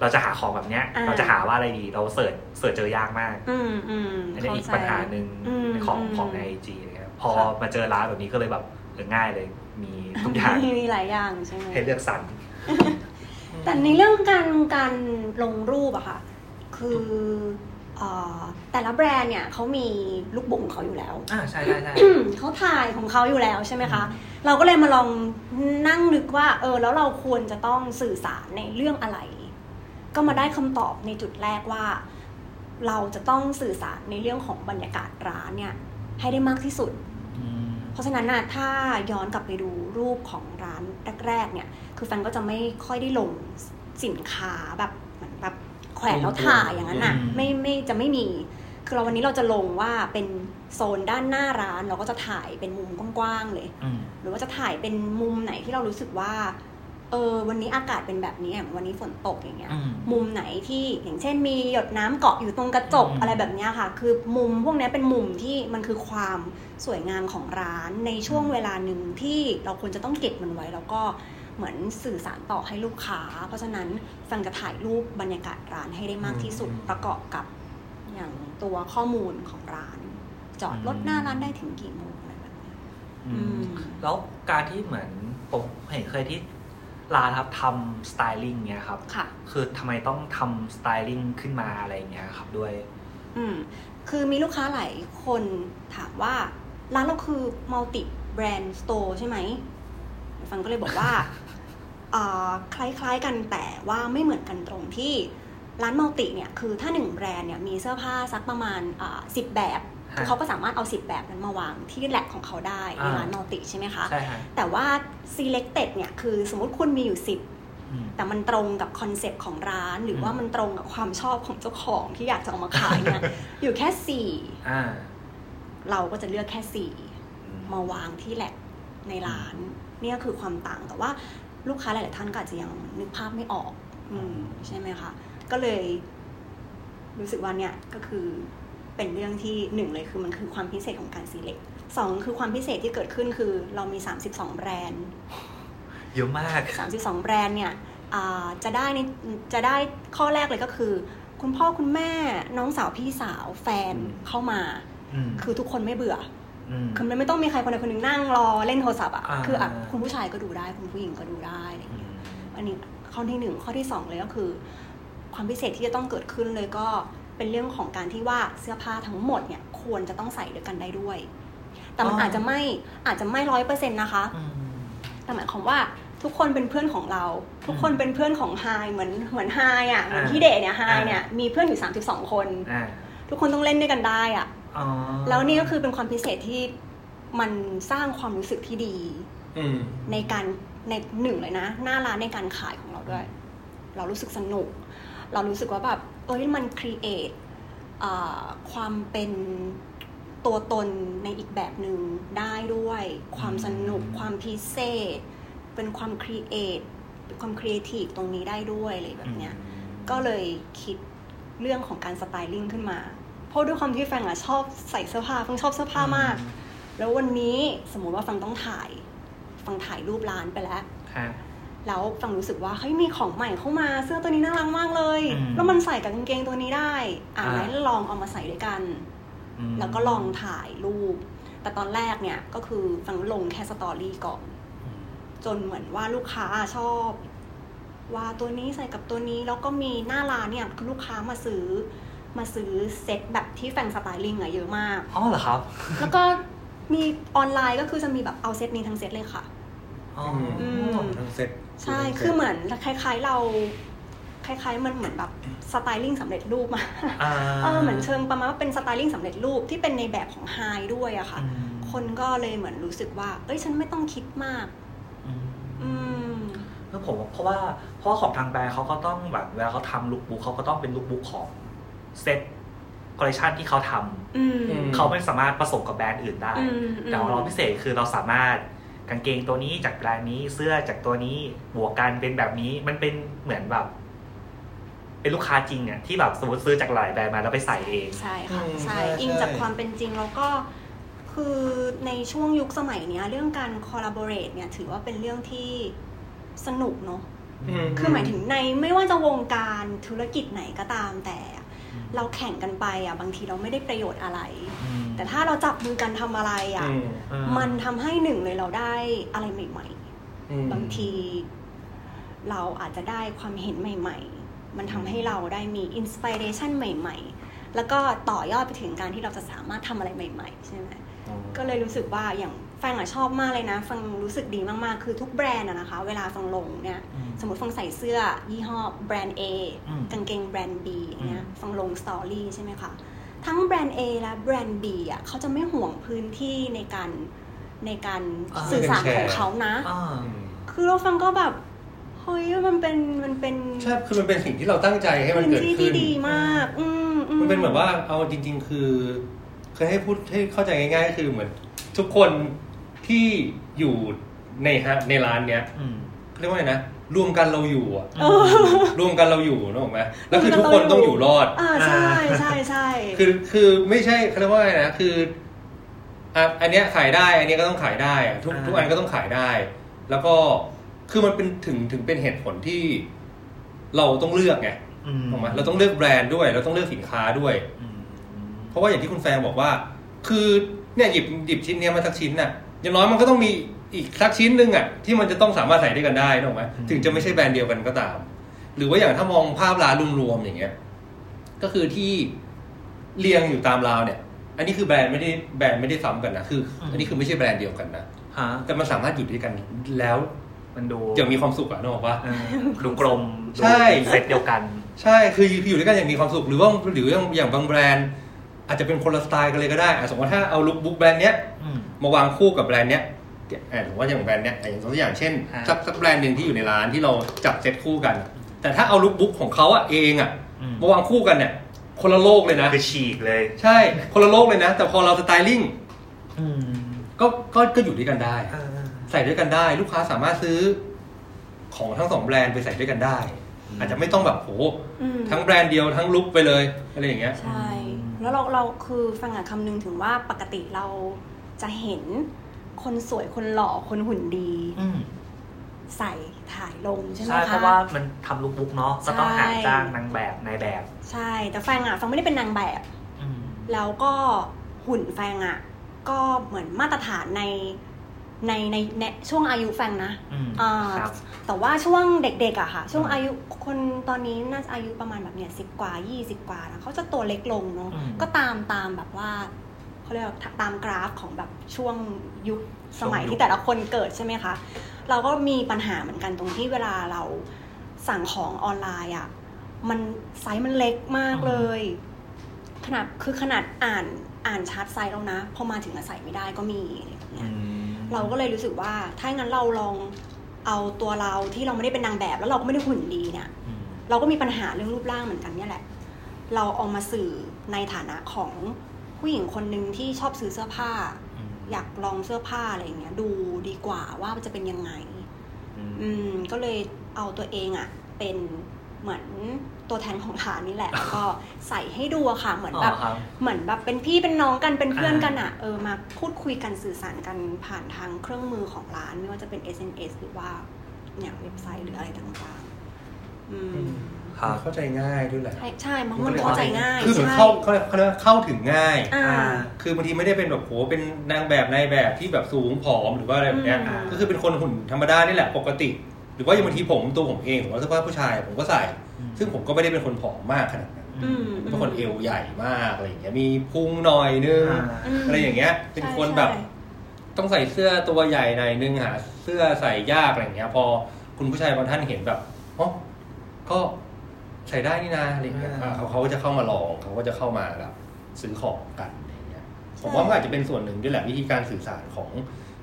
[SPEAKER 4] เราจะหาของแบบเนี้ย
[SPEAKER 2] อ่า
[SPEAKER 4] เราจะหาว่าอะไรดี เราเสิร์ชเสิร์ชเจอยากมาก
[SPEAKER 2] อืมอืม
[SPEAKER 4] อันนี้
[SPEAKER 2] เข้
[SPEAKER 4] อีก
[SPEAKER 2] ใจ
[SPEAKER 4] ปัญหาหนึ่ง
[SPEAKER 2] อืม
[SPEAKER 4] ของ
[SPEAKER 2] ม
[SPEAKER 4] ของในไอจีนะครับพอ
[SPEAKER 2] ครับ
[SPEAKER 4] มาเจอร้านแบบนี้ก็เลยแบบเออง่ายเลย มีทุกอย่าง
[SPEAKER 2] มีหลายอย่างใช่ไหม
[SPEAKER 4] ให้เลือกสรร
[SPEAKER 2] แต่ในเรื่องการการลงรูปอะค่ะ คือเออแต่ละแบรนด์เนี่ยเขามีลูกบุ่งของเขาอยู่แล้ว
[SPEAKER 4] อ่าใช่ใช่ใช่
[SPEAKER 2] เขาถ่ายของเขาอยู่แล้วใช่ไหมคะ เราก็เลยมาลองนั่งนึกว่า เออ แล้วเราควรจะต้องสื่อสารในเรื่องอะไร ก็มาได้คำตอบในจุดแรกว่า เราจะต้องสื่อสารในเรื่องของบรรยากาศร้านเนี่ย ให้ได้มากที่สุด
[SPEAKER 1] อืม
[SPEAKER 2] เพราะฉะนั้นนะถ้าย้อนกลับไปดูรูปของร้านแรกๆเนี่ย คือแฟนก็จะไม่ค่อยได้ลงสินค้าแบบเหมือนแบบแขวนแล้วถ่ายอย่างนั้นน่ะ
[SPEAKER 4] อืม
[SPEAKER 2] ไม่ไม่จะไม่มี คือเราวันนี้เราจะลงว่าเป็นโซนด้านหน้าร้านเราก็จะถ่ายเป็นมุมกว้างๆเลย
[SPEAKER 1] อืม
[SPEAKER 2] หรือว่าจะถ่ายเป็นมุมไหนที่เรารู้สึกว่า เออวันนี้อากาศเป็นแบบนี้อย่างวันนี้ฝนตกอย่างเงี้ย
[SPEAKER 1] อืม
[SPEAKER 2] มุมไหนที่อย่างเช่นมีหยดน้ำเกาะอยู่ตรงกระจก
[SPEAKER 1] อืม
[SPEAKER 2] อะไรแบบเนี้ยค่ะ คือมุมพวกเนี้ยเป็นมุมที่มันคือความสวยงามของร้านในช่วงเวลาหนึ่งที่เราควรจะต้องเก็บมันไว้ แล้วก็เหมือนสื่อสารต่อให้ลูกค้า เพราะฉะนั้นฟังจะถ่ายรูปบรรยากาศร้านให้ได้มากที่สุดประกอบกับอย่างตัวข้อมูลของร้าน จอดรถหน้าร้านได้ถึงกี่โมงอะไรแบบเนี้ย
[SPEAKER 4] อื
[SPEAKER 2] อื
[SPEAKER 4] ม
[SPEAKER 2] ม
[SPEAKER 4] แล้วการที่เหมือนผมเห็นเคยที่ร้านครับทำสไตลิ่งเนี้ยครับ
[SPEAKER 2] ค่ะ
[SPEAKER 4] คือทำไมต้องทำสไตลิ่งขึ้นมาอะไรเงี้ยครับด้วย
[SPEAKER 2] อืมคือมีลูกค้าหลายคนถามว่า ร้านเราคือมัลติแบรนด์สโตร์ใช่ไหมฟังก็เลยบอก ว่า อ่าคล้ายๆกันแต่ว่าไม่เหมือนกันตรงที่ร้านมัลติเนี่ยคือถ้าหนึ่งแบรนด์เนี่ยมีเสื้อผ้าสักประมาณอ่าสิบแบบ
[SPEAKER 4] ฮะ
[SPEAKER 2] คือเขาก็สามารถเอาสิบแบบนั้นมาวางที่แลกของเขาได้ใน
[SPEAKER 4] อ่า
[SPEAKER 2] ร้านมัลติใช่ไหมคะ
[SPEAKER 4] ใช่ฮะ
[SPEAKER 2] แต่ว่า selected เนี่ยคือสมมติคุณมีอยู่สิบ
[SPEAKER 4] อืม
[SPEAKER 2] แต่มันตรงกับคอนเซปต์ของร้าน หรือ
[SPEAKER 4] ม
[SPEAKER 2] ว่ามันตรงกับความชอบของเจ้าของที่อยากจะเอามาขาย เนี่ย อยู่แค่สี่
[SPEAKER 4] อ่า
[SPEAKER 2] เราก็จะเลือกแค่สี่
[SPEAKER 4] อืม
[SPEAKER 2] มาวางที่แลกในร้าน เนี่ยคือความต่างแต่ว่าลูกค้าหลาย ๆ ท่านก็อาจจะยังนึกภาพไม่ออก อืมใช่ไหมคะก็เลย รู้สึกว่าเนี่ยก็คือเป็นเรื่องที่หนึ่งเลยคือมันคือความพิเศษของการ select สองคือความพิเศษที่เกิดขึ้นคือ เรามี 32 แบรนด์
[SPEAKER 4] เยอะมาก
[SPEAKER 2] 32 แบรนด์เนี่ยอ่าจะได้ในจะได้ข้อแรกเลยก็คือ คุณพ่อคุณแม่น้องสาวพี่สาวแฟน
[SPEAKER 4] อืม
[SPEAKER 2] เข้ามา
[SPEAKER 4] อืม
[SPEAKER 2] คือทุกคนไม่เบื่อ
[SPEAKER 4] อืม
[SPEAKER 2] อคือมันไม่ต้องมีใครคนใดคนหนึ่งนั่งรอเล่นโทรศัพท์อ่ะ
[SPEAKER 4] อ่า
[SPEAKER 2] คืออ่ะคุณผู้ชายก็ดูได้ คุณผู้หญิงก็ดูได้อะไรอย่าง
[SPEAKER 4] อื
[SPEAKER 2] เงี้ย
[SPEAKER 4] ม
[SPEAKER 2] อันนี้ข้อที่หนึ่งข้อที่สองเลยก็คือ ความพิเศษที่จะต้องเกิดขึ้นเลยก็เป็นเรื่องของการที่ว่าเสื้อผ้าทั้งหมดเนี่ยควรจะต้องใส่ด้วยกันได้ด้วย แต่มันอาจจะไม่อาจจะไม่ร้อยเปอร์เซ็นต์นะคะ
[SPEAKER 1] อืม
[SPEAKER 2] แต่หมายความว่าทุกคนเป็นเพื่อนของเรา ทุกคนเป็นเพื่อนของไฮเหมือนเหมือนไฮอ่ะเหมือนพี่เดชเนี่ยไฮเนี่ยมีเพื่อนอยู่ 32 คน
[SPEAKER 4] อ่า
[SPEAKER 2] ทุกคนต้องเล่นด้วยกันได้อ่ะ
[SPEAKER 4] อ๋อ
[SPEAKER 2] แล้วนี่ก็คือเป็นความพิเศษที่มันสร้างความรู้สึกที่ดี
[SPEAKER 3] อืม
[SPEAKER 2] ในการในหนึ่งเลยนะ หน้าร้านในการขายของเราด้วย เรารู้สึกสนุก เรารู้สึกว่าแบบเอ้ยมันครีเอทความเป็นตัวตนในอีกแบบหนึ่งได้ด้วย ความสนุกความพิเศษ เป็นความครีเอทเป็นความครีเอทีฟตรงนี้ได้ด้วยอะไรแบบเนี้ย ก็เลยคิดเรื่องของการสไตลิ่งขึ้นมา เพราะด้วยความที่แฟนอะชอบใส่เสื้อผ้าฟังชอบเสื้อผ้ามาก แล้ววันนี้สมมุติว่าฟังต้องถ่าย ฟังถ่ายรูปร้านไปแล้ว
[SPEAKER 4] ฮะ
[SPEAKER 2] แล้วฟังรู้สึกว่าเฮ้ยมีของใหม่เข้ามาเสื้อตัวนี้น่ารักมากเลย
[SPEAKER 4] อืม
[SPEAKER 2] แล้วมันใส่กับกางเกงตัวนี้ได้ อ่า
[SPEAKER 4] อ่า
[SPEAKER 2] งั้นลองเอามาใส่ด้วยกัน
[SPEAKER 4] อืม
[SPEAKER 2] แล้วก็ลองถ่ายรูป แต่ตอนแรกเนี่ยก็คือฟังลงแค่สตอรี่ก่อน
[SPEAKER 4] อืม
[SPEAKER 2] จนเหมือนว่าลูกค้าชอบ ว่าตัวนี้ใส่กับตัวนี้แล้วก็มีหน้าร้านเนี่ยคือลูกค้ามาซื้อ มาซื้อเซ็ตแบบที่แฟนสไตลิ่งอะเยอะมาก
[SPEAKER 4] อ๋อเหรอครับ
[SPEAKER 2] แล้วก็มีออนไลน์ก็คือจะมีแบบเอาเซตนี้ทั้งเซตเลยค่ะ
[SPEAKER 4] อ๋ออ
[SPEAKER 2] ม
[SPEAKER 3] ทั้งเซ็ต
[SPEAKER 2] ใช่คือเหมือนคล้าย ๆเรา คล้าย ๆ มันเหมือนแบบสไตลิ่งสำเร็จรูปมา
[SPEAKER 4] อ่า
[SPEAKER 2] เออเหมือนเชิงประมาณว่าเป็นสไตลิ่งสำเร็จรูปที่เป็นในแบบของไฮด้วยอะค่ะ
[SPEAKER 4] อืม
[SPEAKER 2] คนก็เลยเหมือนรู้สึกว่า เอ้ยฉันไม่ต้องคิดมาก
[SPEAKER 4] อืม
[SPEAKER 2] อืม
[SPEAKER 4] เออผมว่าเพราะว่าเพราะว่าของทางแบรนด์เขาก็ต้องแบบเวลาเขาทำลุคบุ๊กเขาก็ต้องเป็นลุคบุ๊กของเซ็ตคอลเลคชันที่เขาทำ
[SPEAKER 2] อืม
[SPEAKER 4] เขาไม่สามารถผสมกับแบรนด์อื่นได้
[SPEAKER 2] อืม
[SPEAKER 4] แต่ของเราพิเศษคือเราสามารถกางเกงตัวนี้จากแบรนด์นี้เสื้อจากตัวนี้บวกกันเป็นแบบนี้มันเป็นเหมือนแบบ เป็นลูกค้าจริงอ่ะที่แบบสมมติซื้อจากหลายแบรนด์มาแล้วไปใส่เอง
[SPEAKER 2] ใช่ค่ะใช่อิงจากความเป็นจริงแล้วก็ คือในช่วงยุคสมัยเนี้ย เรื่องการ collaborate เนี่ยถือว่าเป็นเรื่องที่ สนุกเนาะ
[SPEAKER 3] อืม
[SPEAKER 2] คือหมายถึงในไม่ว่าจะวงการธุรกิจไหนก็ตามแต่ เราแข่งกันไปอ่ะบางทีเราไม่ได้ประโยชน์อะไร
[SPEAKER 4] อืม
[SPEAKER 2] แต่ถ้าเราจับมือกันทำอะไรอ่ะ
[SPEAKER 3] อืม
[SPEAKER 4] เออ
[SPEAKER 2] มันทำให้หนึ่งเลยเราได้อะไรใหม่
[SPEAKER 3] อืม
[SPEAKER 2] ๆ บางที เราอาจจะได้ความเห็นใหม่ ๆ มันทำให้เราได้มีอินสปิเรชันใหม่ ๆ แล้วก็ต่อยอดไปถึงการที่เราจะสามารถทำอะไรใหม่ ๆ ใช่ไหม ก็เลยรู้สึกว่าอย่างแฟนอะชอบมากเลยนะ ฟังรู้สึกดีมากๆ คือทุกแบรนด์อะนะคะ เวลาฟังลงเนี่ย
[SPEAKER 4] อืม
[SPEAKER 2] สมมติฟังใส่เสื้อยี่ห้อแบรนด์ A
[SPEAKER 4] อืม
[SPEAKER 2] กางเกงแบรนด์ B อย่างเงี้ย
[SPEAKER 4] อืม
[SPEAKER 2] ฟังลงสตอรี่ใช่ไหมคะ ทั้งแบรนด์ A และแบรนด์ B อ่ะเขาจะไม่ห่วงพื้นที่ในการในการ
[SPEAKER 4] อ่า
[SPEAKER 2] สื่อสารของเขานะ
[SPEAKER 4] อ่า
[SPEAKER 3] อืม
[SPEAKER 2] คือเราฟังก็แบบ เฮ้ย มันเป็นมันเป็น
[SPEAKER 3] ใช่คือมันเป็นสิ่งที่เราตั้งใจให้มัน
[SPEAKER 2] พื้น
[SPEAKER 3] เกิด
[SPEAKER 2] ที่
[SPEAKER 3] ขึ้
[SPEAKER 2] ที่
[SPEAKER 3] น
[SPEAKER 2] ดีมาก อืมอื
[SPEAKER 3] มันเป็นเหมือนว่าเอาจริง ๆ คือเคยให้พูดให้เข้าใจง่ายๆก็คือเหมือน ทุกคนที่อยู่ในฮะในร้านเนี้ย
[SPEAKER 4] อืม
[SPEAKER 3] เขาเรียกว่าไงนะรวมกันเราอยู่อะ
[SPEAKER 2] เออ
[SPEAKER 3] รวมกันเราอยู่นึกออกไหมแล้วคือทุกคนต้องอยู่รอด
[SPEAKER 2] อ่าใช่ใช่ใช่
[SPEAKER 3] คือคือไม่ใช่เขาเรียกว่าไงนะคืออ่ะอันเนี้ยขายได้ อันเนี้ยก็ต้องขายได้อะทุก
[SPEAKER 4] อ่า
[SPEAKER 3] ทุกอันก็ต้องขายได้ แล้วก็คือมันเป็นถึงถึงเป็นเหตุผลที่เราต้องเลือกไง
[SPEAKER 4] อืม
[SPEAKER 3] ถูกไหมเราต้องเลือกแบรนด์ด้วย เราต้องเลือกสินค้าด้วย
[SPEAKER 4] อืม
[SPEAKER 3] เพราะว่าอย่างที่คุณแฟงบอกว่า คือเนี่ยหยิบหยิบชิ้นเนี้ยมาสักชิ้นน่ะอย่างน้อยมันก็ต้องมีอีกสักชิ้นหนึ่งอ่ะที่มันจะต้องสามารถใส่ด้วยกันได้ถูกไหมถึงจะไม่ใช่แบรนด์เดียวกันก็ตาม หรือว่าอย่างถ้ามองภาพร้านรวมๆอย่างเงี้ย ก็คือที่เรียงอยู่ตามราวเนี่ย อันนี้คือแบรนด์ไม่ได้แบรนด์ไม่ได้ซ้ำกันนะคือ อันนี้คือไม่ใช่แบรนด์เดียวกันนะ
[SPEAKER 4] ฮะ
[SPEAKER 3] แต่มันสามารถอยู่ด้วยกันแล้ว
[SPEAKER 4] มันดู
[SPEAKER 3] อย่างมีความสุขอะนึกออกปะ
[SPEAKER 4] เออดูกลมดู
[SPEAKER 3] ใช่
[SPEAKER 4] เซตเดียวกัน
[SPEAKER 3] ใช่คืออยู่ด้วยกันอย่างมีความสุขหรือว่าหรืออย่างอย่างบางแบรนด์ อาจจะเป็นคนละสไตล์กันเลยก็ได้อ่ะสมมติว่าถ้าเอาลุคบุ๊กแบรนด์เนี้ย
[SPEAKER 4] อืม
[SPEAKER 3] มาวางคู่กับแบรนด์เนี้ยเอ่อผมว่าอย่างแบรนด์เนี้ยอ่ะอย่างตัวอย่างเช่น
[SPEAKER 4] อ่า
[SPEAKER 3] สักสักแบรนด์หนึ่งที่อยู่ในร้านที่เราจับเซตคู่กัน แต่ถ้าเอาลุคบุ๊กของเขาอะเองอะ
[SPEAKER 4] อืม
[SPEAKER 3] มาวางคู่กันเนี่ยคนละโลกเลยนะ
[SPEAKER 4] คือฉีกเลย
[SPEAKER 3] ใช่คนละโลกเลยนะ แต่พอเราสไตลิ่ง
[SPEAKER 4] อืม
[SPEAKER 3] ก็ก็ก็อยู่ด้วยกันได้
[SPEAKER 4] เออ
[SPEAKER 3] ใส่ด้วยกันได้ ลูกค้าสามารถซื้อของทั้งสองแบรนด์ไปใส่ด้วยกันได้
[SPEAKER 4] อืม
[SPEAKER 3] อาจจะไม่ต้องแบบโห
[SPEAKER 2] อืม
[SPEAKER 3] ทั้งแบรนด์เดียวทั้งลุคไปเลยอะไรอย่างเงี้ย
[SPEAKER 2] ใช่ แล้วเราเราคือฟังอ่ะคำนึงถึงว่าปกติเราจะเห็นคนสวยคนหล่อคนหุ่นดี
[SPEAKER 4] อืม
[SPEAKER 2] ใส่ถ่ายลงใช่ไหม
[SPEAKER 4] ใช่เพ
[SPEAKER 2] คะ
[SPEAKER 4] ราะว่ามันทำลุกบุ๊กเนาะก็ต้อง
[SPEAKER 2] ใช่
[SPEAKER 4] หาจ้างนางแบบนายแบบ
[SPEAKER 2] ใช่ แต่แฟงอ่ะฟังไม่ได้เป็นนางแบบ
[SPEAKER 4] อืม
[SPEAKER 2] แล้วก็หุ่นแฟงอ่ะก็เหมือนมาตรฐานในในในในช่วงอายุแฟงนะ
[SPEAKER 4] อืม
[SPEAKER 2] อ่า
[SPEAKER 4] ครับ
[SPEAKER 2] แต่ว่าช่วงเด็กๆอะค่ะ ช่วง
[SPEAKER 4] อืม
[SPEAKER 2] อายุคนตอนนี้น่าจะอายุประมาณแบบเนี้ยสิบกว่ายี่สิบกว่านะเขาจะตัวเล็กลงเนาะ
[SPEAKER 4] อืม
[SPEAKER 2] ก็ตามตามแบบว่าเขาเรียกว่าตามกราฟของแบบช่วงยุคสมัย
[SPEAKER 4] ช่วงยุค
[SPEAKER 2] ที่แต่ละคนเกิดใช่ไหมคะ เราก็มีปัญหาเหมือนกันตรงที่เวลาเราสั่งของออนไลน์อะมันไซส์มันเล็กมากเลย ขนาดคือขนาดอ่านอ่านชาร์ตไซส์แล้วนะพอมาถึงอะใส่ไม่ได้ก็มีอะไรอย่างเงี้ย
[SPEAKER 4] อืม
[SPEAKER 2] เราก็เลยรู้สึกว่าถ้างั้นเราลองเอาตัวเราที่เราไม่ได้เป็นนางแบบแล้วเราก็ไม่ได้หุ่นดีเนี่ย
[SPEAKER 4] อืม
[SPEAKER 2] เราก็มีปัญหาเรื่องรูปร่างเหมือนกันเนี่ยแหละ เราเอามาสื่อในฐานะของผู้หญิงคนหนึ่งที่ชอบซื้อเสื้อผ้า
[SPEAKER 4] อืม
[SPEAKER 2] อยากลองเสื้อผ้าอะไรอย่างเงี้ยดูดีกว่าว่ามันจะเป็นยังไง
[SPEAKER 4] อืม
[SPEAKER 2] อืมก็เลยเอาตัวเองอะเป็นเหมือนตัวแทนของฐานนี่แหละ แล้วก็ใส่ให้ดูอะค่ะเหมือน
[SPEAKER 4] อ๋อ
[SPEAKER 2] แบบ
[SPEAKER 4] ครับ
[SPEAKER 2] เหมือนแบบเป็นพี่เป็นน้องกันเป็นเพื่อน
[SPEAKER 4] อ่า
[SPEAKER 2] กันอะเออมาพูดคุยกันสื่อสารกันผ่านทางเครื่องมือของร้าน ไม่ว่าจะเป็น SNS หรือว่าอย่างเว็บไซต์หรืออะไรต่างๆ อืม
[SPEAKER 4] ครับ
[SPEAKER 3] เข้าใจง่ายด้วยแหละ
[SPEAKER 2] ใช่ใช่มันมันเข้าใจง่าย
[SPEAKER 3] คือเหมือน
[SPEAKER 2] ใช่
[SPEAKER 3] เข้าเขาเรียกเขาเรียกว่าเข้าถึงง่าย
[SPEAKER 2] อ่า
[SPEAKER 3] คือบางทีไม่ได้เป็นแบบโหเป็นนางแบบนายแบบที่แบบสูงผอมหรือว่าอะไรแบบเนี้ย
[SPEAKER 2] อืม
[SPEAKER 3] ก็คือเป็นคนหุ่นธรรมดานี่แหละปกติ หรือว่าอย่างบางทีผมตัวผมเองผมว่าเสื้อผ้าผู้ชาย ผมก็ใส่
[SPEAKER 4] อืม
[SPEAKER 3] ซึ่งผมก็ไม่ได้เป็นคนผอมมากขนาดนั้น
[SPEAKER 2] อืม
[SPEAKER 3] เป็นคนเอวใหญ่มากอะไรอย่างเงี้ยมีพุงหน่อยนึง
[SPEAKER 4] อ่า
[SPEAKER 2] ม
[SPEAKER 3] อะไรอย่างเงี้ย เป็นคนแบบ
[SPEAKER 2] ใช่
[SPEAKER 3] ต้องใส่เสื้อตัวใหญ่หน่อยนึงหาเสื้อใส่ยากอะไรอย่างเงี้ย พอคุณผู้ชายบางท่านเห็นแบบอ๋อก็ใส่ได้นี่นะอะไรอย่างเงี้ย
[SPEAKER 4] อ่า
[SPEAKER 3] เขาเขาก็จะเข้ามาลองเขาก็จะเข้ามาแบบซื้อของกันอะไรอย่างเงี้ยผมว่ามันอาจจะเป็นส่วนหนึ่งด้วยแหละวิธีการสื่อสารของ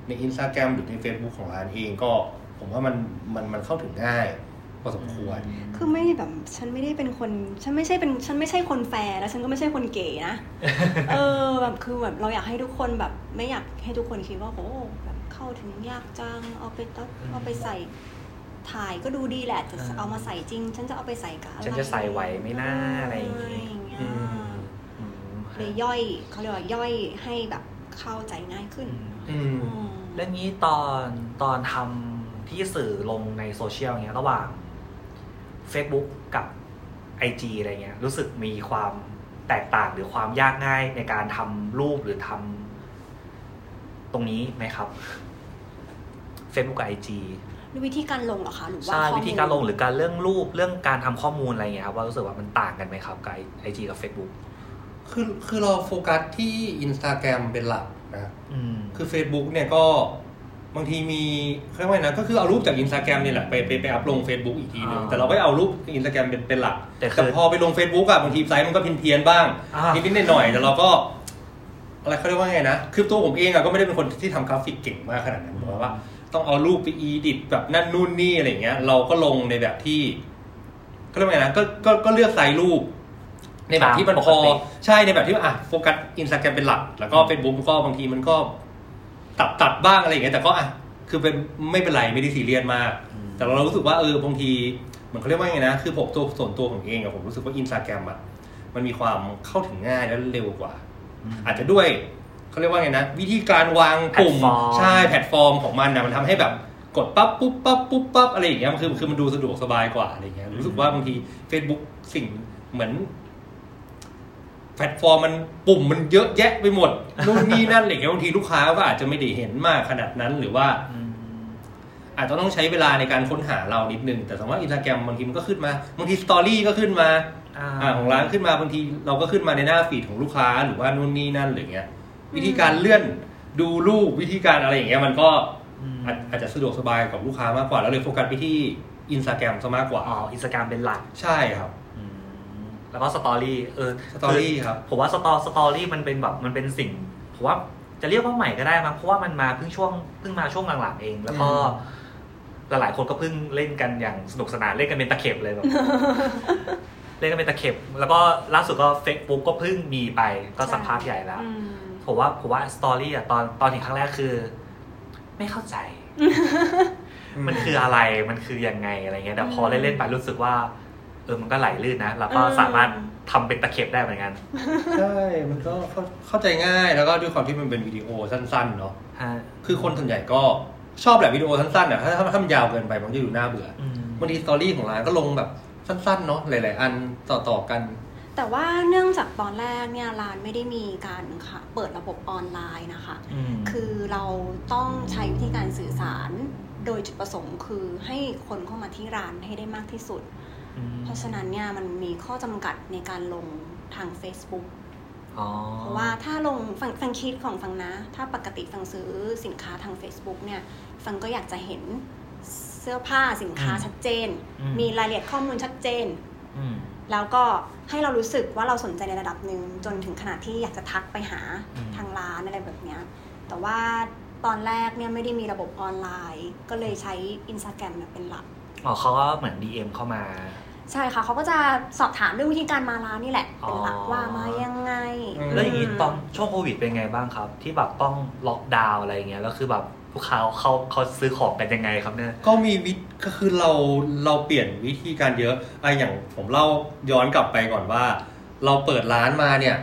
[SPEAKER 3] ในอินสตาแกรมหรือใน Facebook ของร้านเองก็ ผมว่ามันมันมันเข้าถึงง่ายพอสมควร
[SPEAKER 2] คือไม่ได้แบบฉันไม่ได้เป็นคนฉันไม่ใช่เป็นฉันไม่ใช่คนแฟร์แล้วฉันก็ไม่ใช่คนเก๋ นะ เออแบบคือแบบเราอยากให้ทุกคนแบบ ไม่อยากให้ทุกคนคิดว่าโอ้แบบเข้าถึงยากจังเอาไปต้องเอาไปใส่ถ่ายก็ดูดีแหละแต่
[SPEAKER 4] อ่า
[SPEAKER 2] เอามาใส่จริง ฉันจะเอาไปใส่กับอไร
[SPEAKER 4] ฉันจะใส่ไหวไหมนะอะไรอย่างงี้
[SPEAKER 2] เงี้ย
[SPEAKER 3] อืม
[SPEAKER 4] อืม
[SPEAKER 2] หรือย่อยเขาเรียกว่าย่อยให้แบบเข้าใจง่ายขึ้น
[SPEAKER 4] อืม
[SPEAKER 3] อืม
[SPEAKER 2] อืม
[SPEAKER 4] แล้วนี้ตอนตอนทำ ที่สื่อลงในโซเชียลเงี้ยระหว่าง Facebook กับ IG อะไรเงี้ยรู้สึกมีความแตกต่างหรือความยากง่ายในการทำรูปหรือทำตรงนี้ไหมครับ Facebook กับ IG
[SPEAKER 2] วิธีการลงเหรอคะหรือว่า
[SPEAKER 4] ใช่
[SPEAKER 2] ข้อมู
[SPEAKER 4] วิธีการลงหรือการเรื่องรูปเรื่องการทำข้อมูลอะไรเงี้ยครับว่ารู้สึกว่ามันต่างกันไหมครับกับ IG กับ Facebook
[SPEAKER 3] คือคือเราโฟกัสที่ Instagram เป็นหลักนะ
[SPEAKER 4] อืม
[SPEAKER 3] คือ Facebook เนี่ยก็บางทีมีเขาเรียกว่าไงนะก็คือเอารูปจาก Instagram เนี่ยแหละไปไปไปอัพลง Facebook อีกทีหนึง
[SPEAKER 4] อ่า
[SPEAKER 3] แต่เราก็เอารูป Instagram เป็นเป็นหลัก
[SPEAKER 4] แต่คือ
[SPEAKER 3] แต่พอไปลง Facebook อะบางทีไซต์มันก็เพี้ยนๆบ้าง
[SPEAKER 4] อ่านิ
[SPEAKER 3] นิดๆหน่อยๆแต่เราก็อะไรเขาเรียกว่าไงนะ คือตัวผมเองอะก็ไม่ได้เป็นคนที่ทำกราฟิกเก่งมากขนาดนั้นเพราะว่า ต้องเอารูปไปอีดิทแบบนั่นนู่นนี่อะไรอย่างเงี้ย เราก็ลงในแบบที่ก็เรียกว่าไงนะก็ก็ก็เลือกไซส์รูป ในแบบที่มันพ
[SPEAKER 4] ตา
[SPEAKER 3] อ
[SPEAKER 4] มปกติ
[SPEAKER 3] ใช่ในแบบที่อ่ะโฟกัสอินสตาแกรมเป็นหลัก แล้วก็เฟซบุ๊กก็บางทีมันก็ ตัดตัดบ้างอะไรอย่างเงี้ยแต่ก็อ่ะคือเป็นไม่เป็นไรไม่ได้ซีเรียสมาก
[SPEAKER 4] อืม
[SPEAKER 3] แต่เรารู้สึกว่าเออบางทีเหมือนเขาเรียกว่าไงนะ คือผมตัวส่วนตัวของเองอะผมรู้สึกว่าอินสตาแกรมอะมันมีความเข้าถึงง่ายและเร็วกว่า อาจจะด้วยเขาเรียกว่าไงนะ วิธีการวางปุ่ม
[SPEAKER 4] แพลตฟอร์ม
[SPEAKER 3] ใช่แพลตฟอร์มของมันนะมันทำให้แบบกดปั๊บปุ๊บปั๊บปุ๊บปั๊บอะไรอย่างเงี้ยมันคือคือมันดูสะดวกสบายกว่าอะไรอย่างเงี้ยรู้สึกว่าบางที Facebook สิ่งเหมือน แพลตฟอร์มมันปุ่มมันเยอะแยะไปหมดนู่นนี่นั่นอะไรอย่างเงี้ยบางทีลูกค้าก็อาจจะไม่ได้เห็นมากขนาดนั้นหรือว่า
[SPEAKER 4] อืม
[SPEAKER 3] อาจจะต้องใช้เวลาในการค้นหาเรานิดนึง แต่สมมติว่าอินสตาแกรมบางทีมันก็ขึ้นมาบางทีสตอรี่ก็ขึ้นมา
[SPEAKER 4] อ่า
[SPEAKER 3] อ่าของร้านขึ้นมาบางทีเราก็ขึ้นมาในหน้าฟีดของลูกค้าหรือว่านู่นนี่นั่นหรือเงี้ย วิธีการเลื่อนดูรูปวิธีการอะไรอย่างเงี้ยมันก็
[SPEAKER 4] อืม
[SPEAKER 3] อาจอาจจะสะดวกสบายกับลูกค้ามากกว่าแล้วเลยโฟกัสไปที่อินสตาแกรมซะมากกว่า
[SPEAKER 4] อ๋ออินสตาแกรมเป็นหลัก
[SPEAKER 3] ใช่ครับ
[SPEAKER 4] อืมแล้วก็สตอรี่เออ
[SPEAKER 3] สตอรี่ครับ
[SPEAKER 4] ผมว่าสตอสตอรี่มันเป็นแบบมันเป็นสิ่งผมว่าจะเรียกว่าใหม่ก็ได้มั้งเพราะว่ามันมาเพิ่งช่วงเพิ่งมาช่วงหลังๆเอง แล้วก็
[SPEAKER 3] อืม
[SPEAKER 4] หลายๆคนก็เพิ่งเล่นกันอย่างสนุกสนานเล่นกันเป็นตะเข็บ เลยแบบ เล่นกันเป็นตะเข็บ แล้วก็ล่าสุดก็เฟซบุ๊กก็เพิ่งมีไปก็สักพักใหญ่แล้ว
[SPEAKER 2] อืม
[SPEAKER 4] ผมว่าผมว่าสตอรี่อะตอนตอนเห็นครั้งแรกคือ ไม่เข้าใจ มันคืออะไรมันคือยังไงอะไรเงี้ยแต่พอเล่นๆไปรู้สึกว่า เออมันก็ไหลลื่นนะแล้วก็สามารถทำเป็นตะเข็บได้เหมือนกัน
[SPEAKER 3] ใช่มันก็เข้าเข้าใจง่ายแล้วก็ด้วยความที่มันเป็นวิดีโอสั้นๆเนาะ
[SPEAKER 4] ฮะ
[SPEAKER 3] คือคนส่วนใหญ่ก็ชอบแบบวิดีโอสั้นๆอ่ะถ้าถ้าถ้ามันยาวเกินไปมันจะดูน่าเบื่อ
[SPEAKER 4] อืม
[SPEAKER 3] บางทีสตอรี่ของร้านก็ลงแบบสั้นๆ เนาะหลาย ๆ อันต่อ ๆ กัน
[SPEAKER 2] แต่ว่าเนื่องจากตอนแรกเนี่ยร้านไม่ได้มีการค่ะเปิดระบบออนไลน์นะคะ คือเราต้องใช้วิธีการสื่อสาร โดยจุดประสงค์คือให้คนเข้ามาที่ร้านให้ได้มากที่สุด เพราะฉะนั้นเนี่ยมันมีข้อจำกัดในการลงทาง Facebook เพราะว่าถ้าลงฟังฟังคิดของฟังนะ ถ้าปกติฟังซื้อสินค้าทาง Facebook เนี่ยฟังก็อยากจะเห็นเสื้อผ้าสินค้า
[SPEAKER 4] อืม
[SPEAKER 2] ชัดเจน
[SPEAKER 4] อืม
[SPEAKER 2] มีรายละเอียดข้อมูลชัดเจน
[SPEAKER 4] อืม
[SPEAKER 2] แล้วก็ให้เรารู้สึกว่าเราสนใจในระดับหนึ่งจนถึงขนาดที่อยากจะทักไปหาทางร้านอะไรแบบเนี้ยแต่ว่าตอนแรกเนี่ยไม่ได้มีระบบออนไลน์ ก็เลยใช้ Instagram เนี่ยเป็นหลัก
[SPEAKER 4] อ๋อเขาก็เหมือน DM เข้ามา
[SPEAKER 2] ใช่ค่ะเขาก็จะสอบถามเรื่องวิธีการมาร้านนี่แหละ เป็นหลัก
[SPEAKER 4] อ๋อ
[SPEAKER 2] ว่ามายังไง
[SPEAKER 3] อืม
[SPEAKER 4] แล้วอย่างนี้
[SPEAKER 2] ม
[SPEAKER 4] ตอนช่วงโควิดเป็นไงบ้างครับ ที่แบบต้องล็อกดาวน์อะไรเงี้ยแล้วคือแบบลูกค้าเขาเขาซื้อของกันยังไงครับเนี่ย
[SPEAKER 3] ก็มีวิธีก็คือเราเราเปลี่ยนวิธีการเยอะไอะอย่างผมเล่าย้อนกลับไปก่อนว่า เราเปิดร้านมาเนี่ย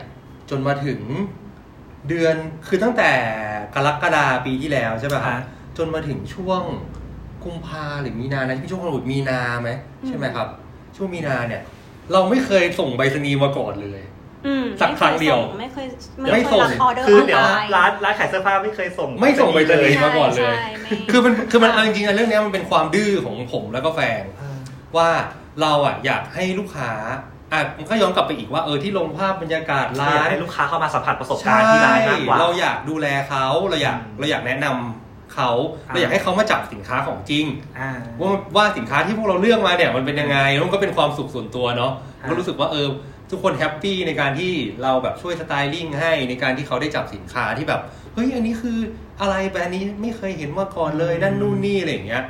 [SPEAKER 3] จนมาถึงเดือนคือตั้งแต่กรกฎาปีที่แล้วใช่ป่ะครับ
[SPEAKER 4] ฮะ
[SPEAKER 3] จนมาถึงช่วงกุมภาหรือมีนานะที่ช่วงโควิดมีนาไหมใช่ไหมครับ ช่วงมีนาเนี่ย เราไม่เคยส่งใบสนีย์มาก่อนเลย
[SPEAKER 2] อืม
[SPEAKER 3] สักครั้งเดียว
[SPEAKER 2] ไม่เคย
[SPEAKER 3] ไม่
[SPEAKER 2] ไม่เค
[SPEAKER 3] ส่
[SPEAKER 2] ย
[SPEAKER 3] ง
[SPEAKER 2] รับออเดอร์
[SPEAKER 4] คือ
[SPEAKER 2] ออน
[SPEAKER 4] เดี๋ย
[SPEAKER 2] ไล
[SPEAKER 4] ว
[SPEAKER 2] น์
[SPEAKER 4] ร้านร้านขายเสื้อผ้าไม่เคยส่ง
[SPEAKER 3] ไม่ส่งไปเลย
[SPEAKER 4] เลย
[SPEAKER 3] มาก่อนเลย
[SPEAKER 2] ใช่ใช่ไม่
[SPEAKER 3] คือมันคือมันเอาจริงๆอันเรื่องเนี้ยมันเป็นความดื้อของผมแล้วก็แฟน
[SPEAKER 4] เออ
[SPEAKER 3] ว่าเราอ่ะอยากให้ลูกค้าอ่ะมันก็ย้อนกลับไปอีกว่าเออที่ลงภาพบรรยากาศ
[SPEAKER 4] เรา
[SPEAKER 3] ร้า
[SPEAKER 4] อยาก
[SPEAKER 3] น
[SPEAKER 4] ให้ลูกค้าเข้ามาสัมผัสประสบการณ์ที่ร้านมากกว่า
[SPEAKER 3] ใช่เราอยากดูแลเขาเราอยาก
[SPEAKER 4] อืม
[SPEAKER 3] เราอยากแนะนำเขา
[SPEAKER 4] อ่า
[SPEAKER 3] เราอยากให้เขามาจับสินค้าของจริง
[SPEAKER 4] อ่า
[SPEAKER 3] ว่าว่าสินค้าที่พวกเราเลือกมาเนี่ยมันเป็นยังไงแล้วมันก็เป็นความสุขส่วนตัวเนาะ
[SPEAKER 4] อ่า
[SPEAKER 3] ก็รู้สึกว่าเออทุกคนแฮปปี้ในการที่เราแบบช่วยสไตลิ่งให้ในการที่เขาได้จับสินค้าที่แบบเฮ้ยอันนี้คืออะไรแบรนด์นี้ไม่เคยเห็นมาก่อนเลยนั่นนู่นนี่อะไรอย่างเงี้ย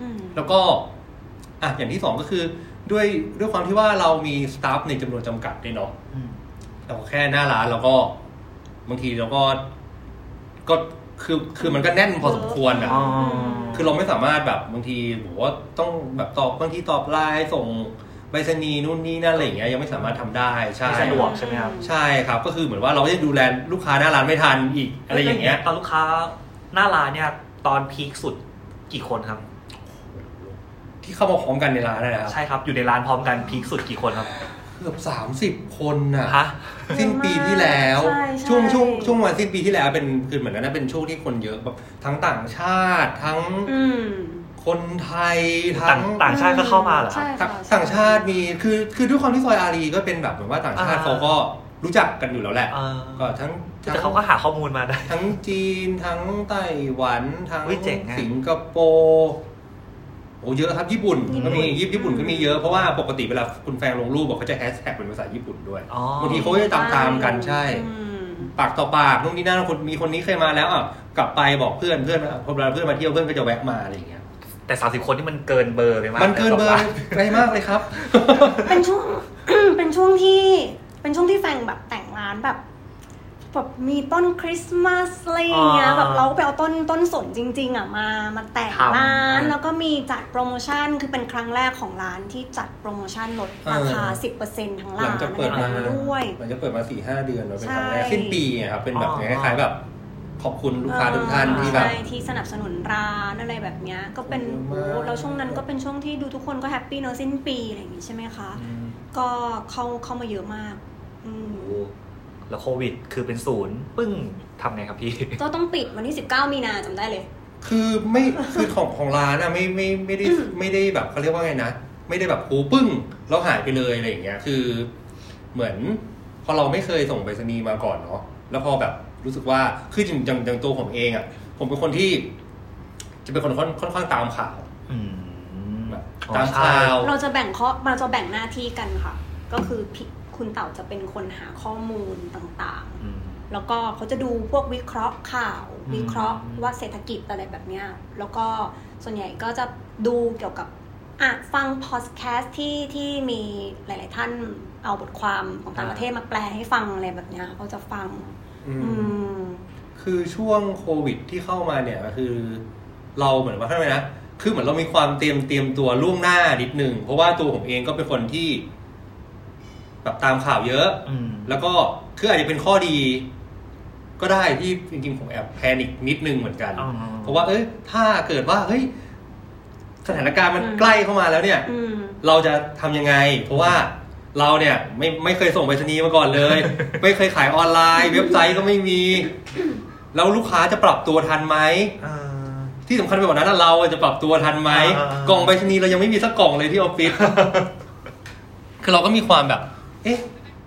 [SPEAKER 2] อืม
[SPEAKER 3] แล้วก็อ่ะอย่างที่สองก็คือด้วยด้วยความที่ว่าเรามีสตาฟในจำนวนจำกัดด้วยเนาะ
[SPEAKER 4] อืม
[SPEAKER 3] เราก็แค่หน้าร้านเราก็ บางทีเราก็ก็คือคือมันก็แน่นพอสมควรอ่ะ
[SPEAKER 4] อ๋อ
[SPEAKER 3] คือเราไม่สามารถแบบบางทีบอกว่าต้องแบบตอบบางทีตอบไลน์ส่งใบสนีย์นู่นนี่นั่นอะไรอย่างเงี้ยยังไม่สามารถทำได้ใช่
[SPEAKER 4] ไม่สะดวก ใช่ไหมครับ
[SPEAKER 3] ใช่ครับ ก็คือเหมือนว่าเราจะดูแลลูกค้าหน้าร้านไม่ทันอีกอะไรอย่างเงี้ย
[SPEAKER 4] ตอนลูกค้าหน้าร้านเนี่ย ตอนพีคสุดกี่คนครับ
[SPEAKER 3] ที่เข้ามาพร้อมกันในร้านนะนะครับ
[SPEAKER 4] ใช่ครับ อยู่ในร้านพร้อมกันพีคสุดกี่คนครับ
[SPEAKER 3] เกือบสามสิบคนน่ะ
[SPEAKER 4] ฮะ
[SPEAKER 3] สิ้นปีที่แล้ว
[SPEAKER 2] ใช่ใช่
[SPEAKER 3] ช่วงช่วงช่วงวันสิ้นปีที่แล้วเป็นคือเหมือนกันนะเป็นช่วงที่คนเยอะแบบทั้งต่างชาติทั้ง
[SPEAKER 2] อืม
[SPEAKER 3] คนไทยทั้
[SPEAKER 4] ต่าง งต่างชาติก็เข้ามาเหรอครับ
[SPEAKER 2] ใช่ค่ะ
[SPEAKER 3] ต่างชาติมีคือคือด้วยความที่ซอยอารีก็เป็นแบบเหมือนว่าต่างชาติ
[SPEAKER 4] อ่า
[SPEAKER 3] เขาก็รู้จักกันอยู่แล้วแหละ
[SPEAKER 4] เออ
[SPEAKER 3] ก็ทั้งทั้ง
[SPEAKER 4] แต่เขาก็หาข้อมูลมาได้
[SPEAKER 3] ทั้งจีนทั้งไต้หวันทั้ง
[SPEAKER 4] อุ๊ยเจ๋งอะ
[SPEAKER 3] สิงคโปร์โอ้เยอะครับญี่ปุ่น
[SPEAKER 2] ญี่ปุ่น
[SPEAKER 3] ก็มีญี่ปุ่นญี่ปุ่นก็มีเยอะเพราะว่าปกติเวลาคุณแฟนลงรูปบอกเขาจะแฮชแท็กเป็นภาษาญี่ปุ่นด้วย
[SPEAKER 4] อ๋อบ
[SPEAKER 3] างทีเขาก็จะตามตามๆกันใช่ ปากต่อปากนู่นนี่นั่นคนมีคนนี้เคยมาแล้วอ่ะกลับไปบอกเพื่อนเพื่อนอ่ะพอเวลาเพื่อนมาเที่ยวเพื่อนก็จะแวะมาอะไรอย่างเงี้ย
[SPEAKER 4] แต่สามสิบคนนี่มันเกินเบอร์ไปมาก
[SPEAKER 3] มันเกินเบอร์ไกลมากเลยครับ
[SPEAKER 2] เป็นช่วง เป็นช่วงที่เป็นช่วงที่แฟนแบบแต่งร้านแบบแบบมีต้นคริสต์มาสอะไรอย่างเงี้ยแบบเราก็ไปเอาต้นต้นสนจริง ๆอ่ะมามาแต่งร้าน แล้วก็มีจัดโปรโมชั่นคือเป็นครั้งแรกของร้านที่จัดโปรโมชั่นลดราคา
[SPEAKER 3] เออ
[SPEAKER 2] 10%ทั้ง
[SPEAKER 3] ห
[SPEAKER 2] ร้า
[SPEAKER 3] ลั
[SPEAKER 2] น
[SPEAKER 3] งจากเปิด
[SPEAKER 2] อะไร
[SPEAKER 3] มา
[SPEAKER 2] อย่างเงี้ยด้วย
[SPEAKER 3] หลังจากเปิดมาสี่ห้าเดือนเราเป็น
[SPEAKER 2] ใช่
[SPEAKER 3] ครั้งแรกสิ้นปีอะครับเป็นแบบคล้ายๆแบบ ขอบคุณลูกค้าทุกท่านที่แบบ
[SPEAKER 2] ใช่ที่สนับสนุนร้านอะไรแบบเนี้ยก็เป็น
[SPEAKER 3] ขอบคุณมาก
[SPEAKER 2] โอ้แล้วช่วงนั้นก็เป็นช่วงที่ดูทุกคนก็แฮปปี้เนอะสิ้นปีอะไรอย่างงี้ใช่ไหมคะ
[SPEAKER 4] อืม
[SPEAKER 2] ก็เข้าเข้ามาเยอะมากอืม
[SPEAKER 4] โอ้โหแล้วโควิดคือเป็นศูนย์ปึ้งทำไงครับพี่
[SPEAKER 2] ก็ต้องปิดวันที่ 19 มีนาจำได้เลย
[SPEAKER 3] คือไม่คือของของร้านอะไม่ไม่ไม่ได้ไม่ได้แบบเขาเรียกว่าไงนะ ไม่ได้แบบโูปึ้งแล้วหายไปเลยอะไรอย่างเงี้ย คือ เหมือน พอเราไม่เคยส่งไปรษณีย์มาก่อนเนาะแล้วพอแบบรู้สึกว่าคือจริงจังจังตัวผมเองอะผมเป็นคนที่ จะเป็นคนค่อนค่อนข้างตามข่าว
[SPEAKER 4] อืม
[SPEAKER 3] แบบ
[SPEAKER 4] อ๋อ
[SPEAKER 3] ตาม
[SPEAKER 4] ใช่
[SPEAKER 3] ข่าว
[SPEAKER 2] เราจะแบ่งข้อเราจะแบ่งหน้าที่กันค่ะ ก็คือพี่คุณเต่าจะเป็นคนหาข้อมูลต่าง
[SPEAKER 4] อืม
[SPEAKER 2] ๆ แล้วก็เขาจะดูพวกวิเคราะห์ข่าว
[SPEAKER 4] อืม
[SPEAKER 2] วิเคราะห์ว่าเศรษฐกิจอะไรแบบเนี้ยแล้วก็ส่วนใหญ่ก็จะดูเกี่ยวกับอ่ะฟังพอดแคสต์ที่ที่มีหลาย ๆ ท่านเอาบทความของต่างประเทศมาแปลให้ฟังอะไรแบบเนี้ยเขาจะฟัง
[SPEAKER 3] อื
[SPEAKER 2] อื
[SPEAKER 3] ม
[SPEAKER 2] ม
[SPEAKER 3] คือช่วงโควิดที่เข้ามาเนี่ยก็คือ เราเหมือนว่าทำไมนะ คือเหมือนเรามีความเตรียมเตรียมตัวล่วงหน้านิดหนึ่งเพราะว่าตัวผมเองก็เป็นคนที่แบบตามข่าวเยอะ
[SPEAKER 4] อืม
[SPEAKER 3] แล้วก็คืออาจจะเป็นข้อดี ก็ได้ที่จริงๆผมแอบแพนิคนิดนึงเหมือนกัน
[SPEAKER 4] อ๋อ
[SPEAKER 3] เพราะว่า เอ้ยถ้าเกิดว่าเฮ้ยสถานการณ์มัน
[SPEAKER 2] อืม
[SPEAKER 3] ใกล้เข้ามาแล้วเนี่ย
[SPEAKER 2] อืม
[SPEAKER 3] เราจะทำยังไง เพราะว่าเราเนี่ยไม่ไม่เคยส่งไปรษณีย์มาก่อนเลย ไม่เคยขายออนไลน์ เว็บไซต์ก็ไม่มี แล้วลูกค้าจะปรับตัวทันไหม
[SPEAKER 4] เออ
[SPEAKER 3] ที่สำคัญไปกว่านั้นอะเราจะปรับตัวทันไหม
[SPEAKER 4] อ่าอ่าก
[SPEAKER 3] ล่องไปรษณีย์เรายังไม่มีสักกล่องเลยที่ออฟ ฟิศ คือเราก็มีความแบบ เอ๊ะ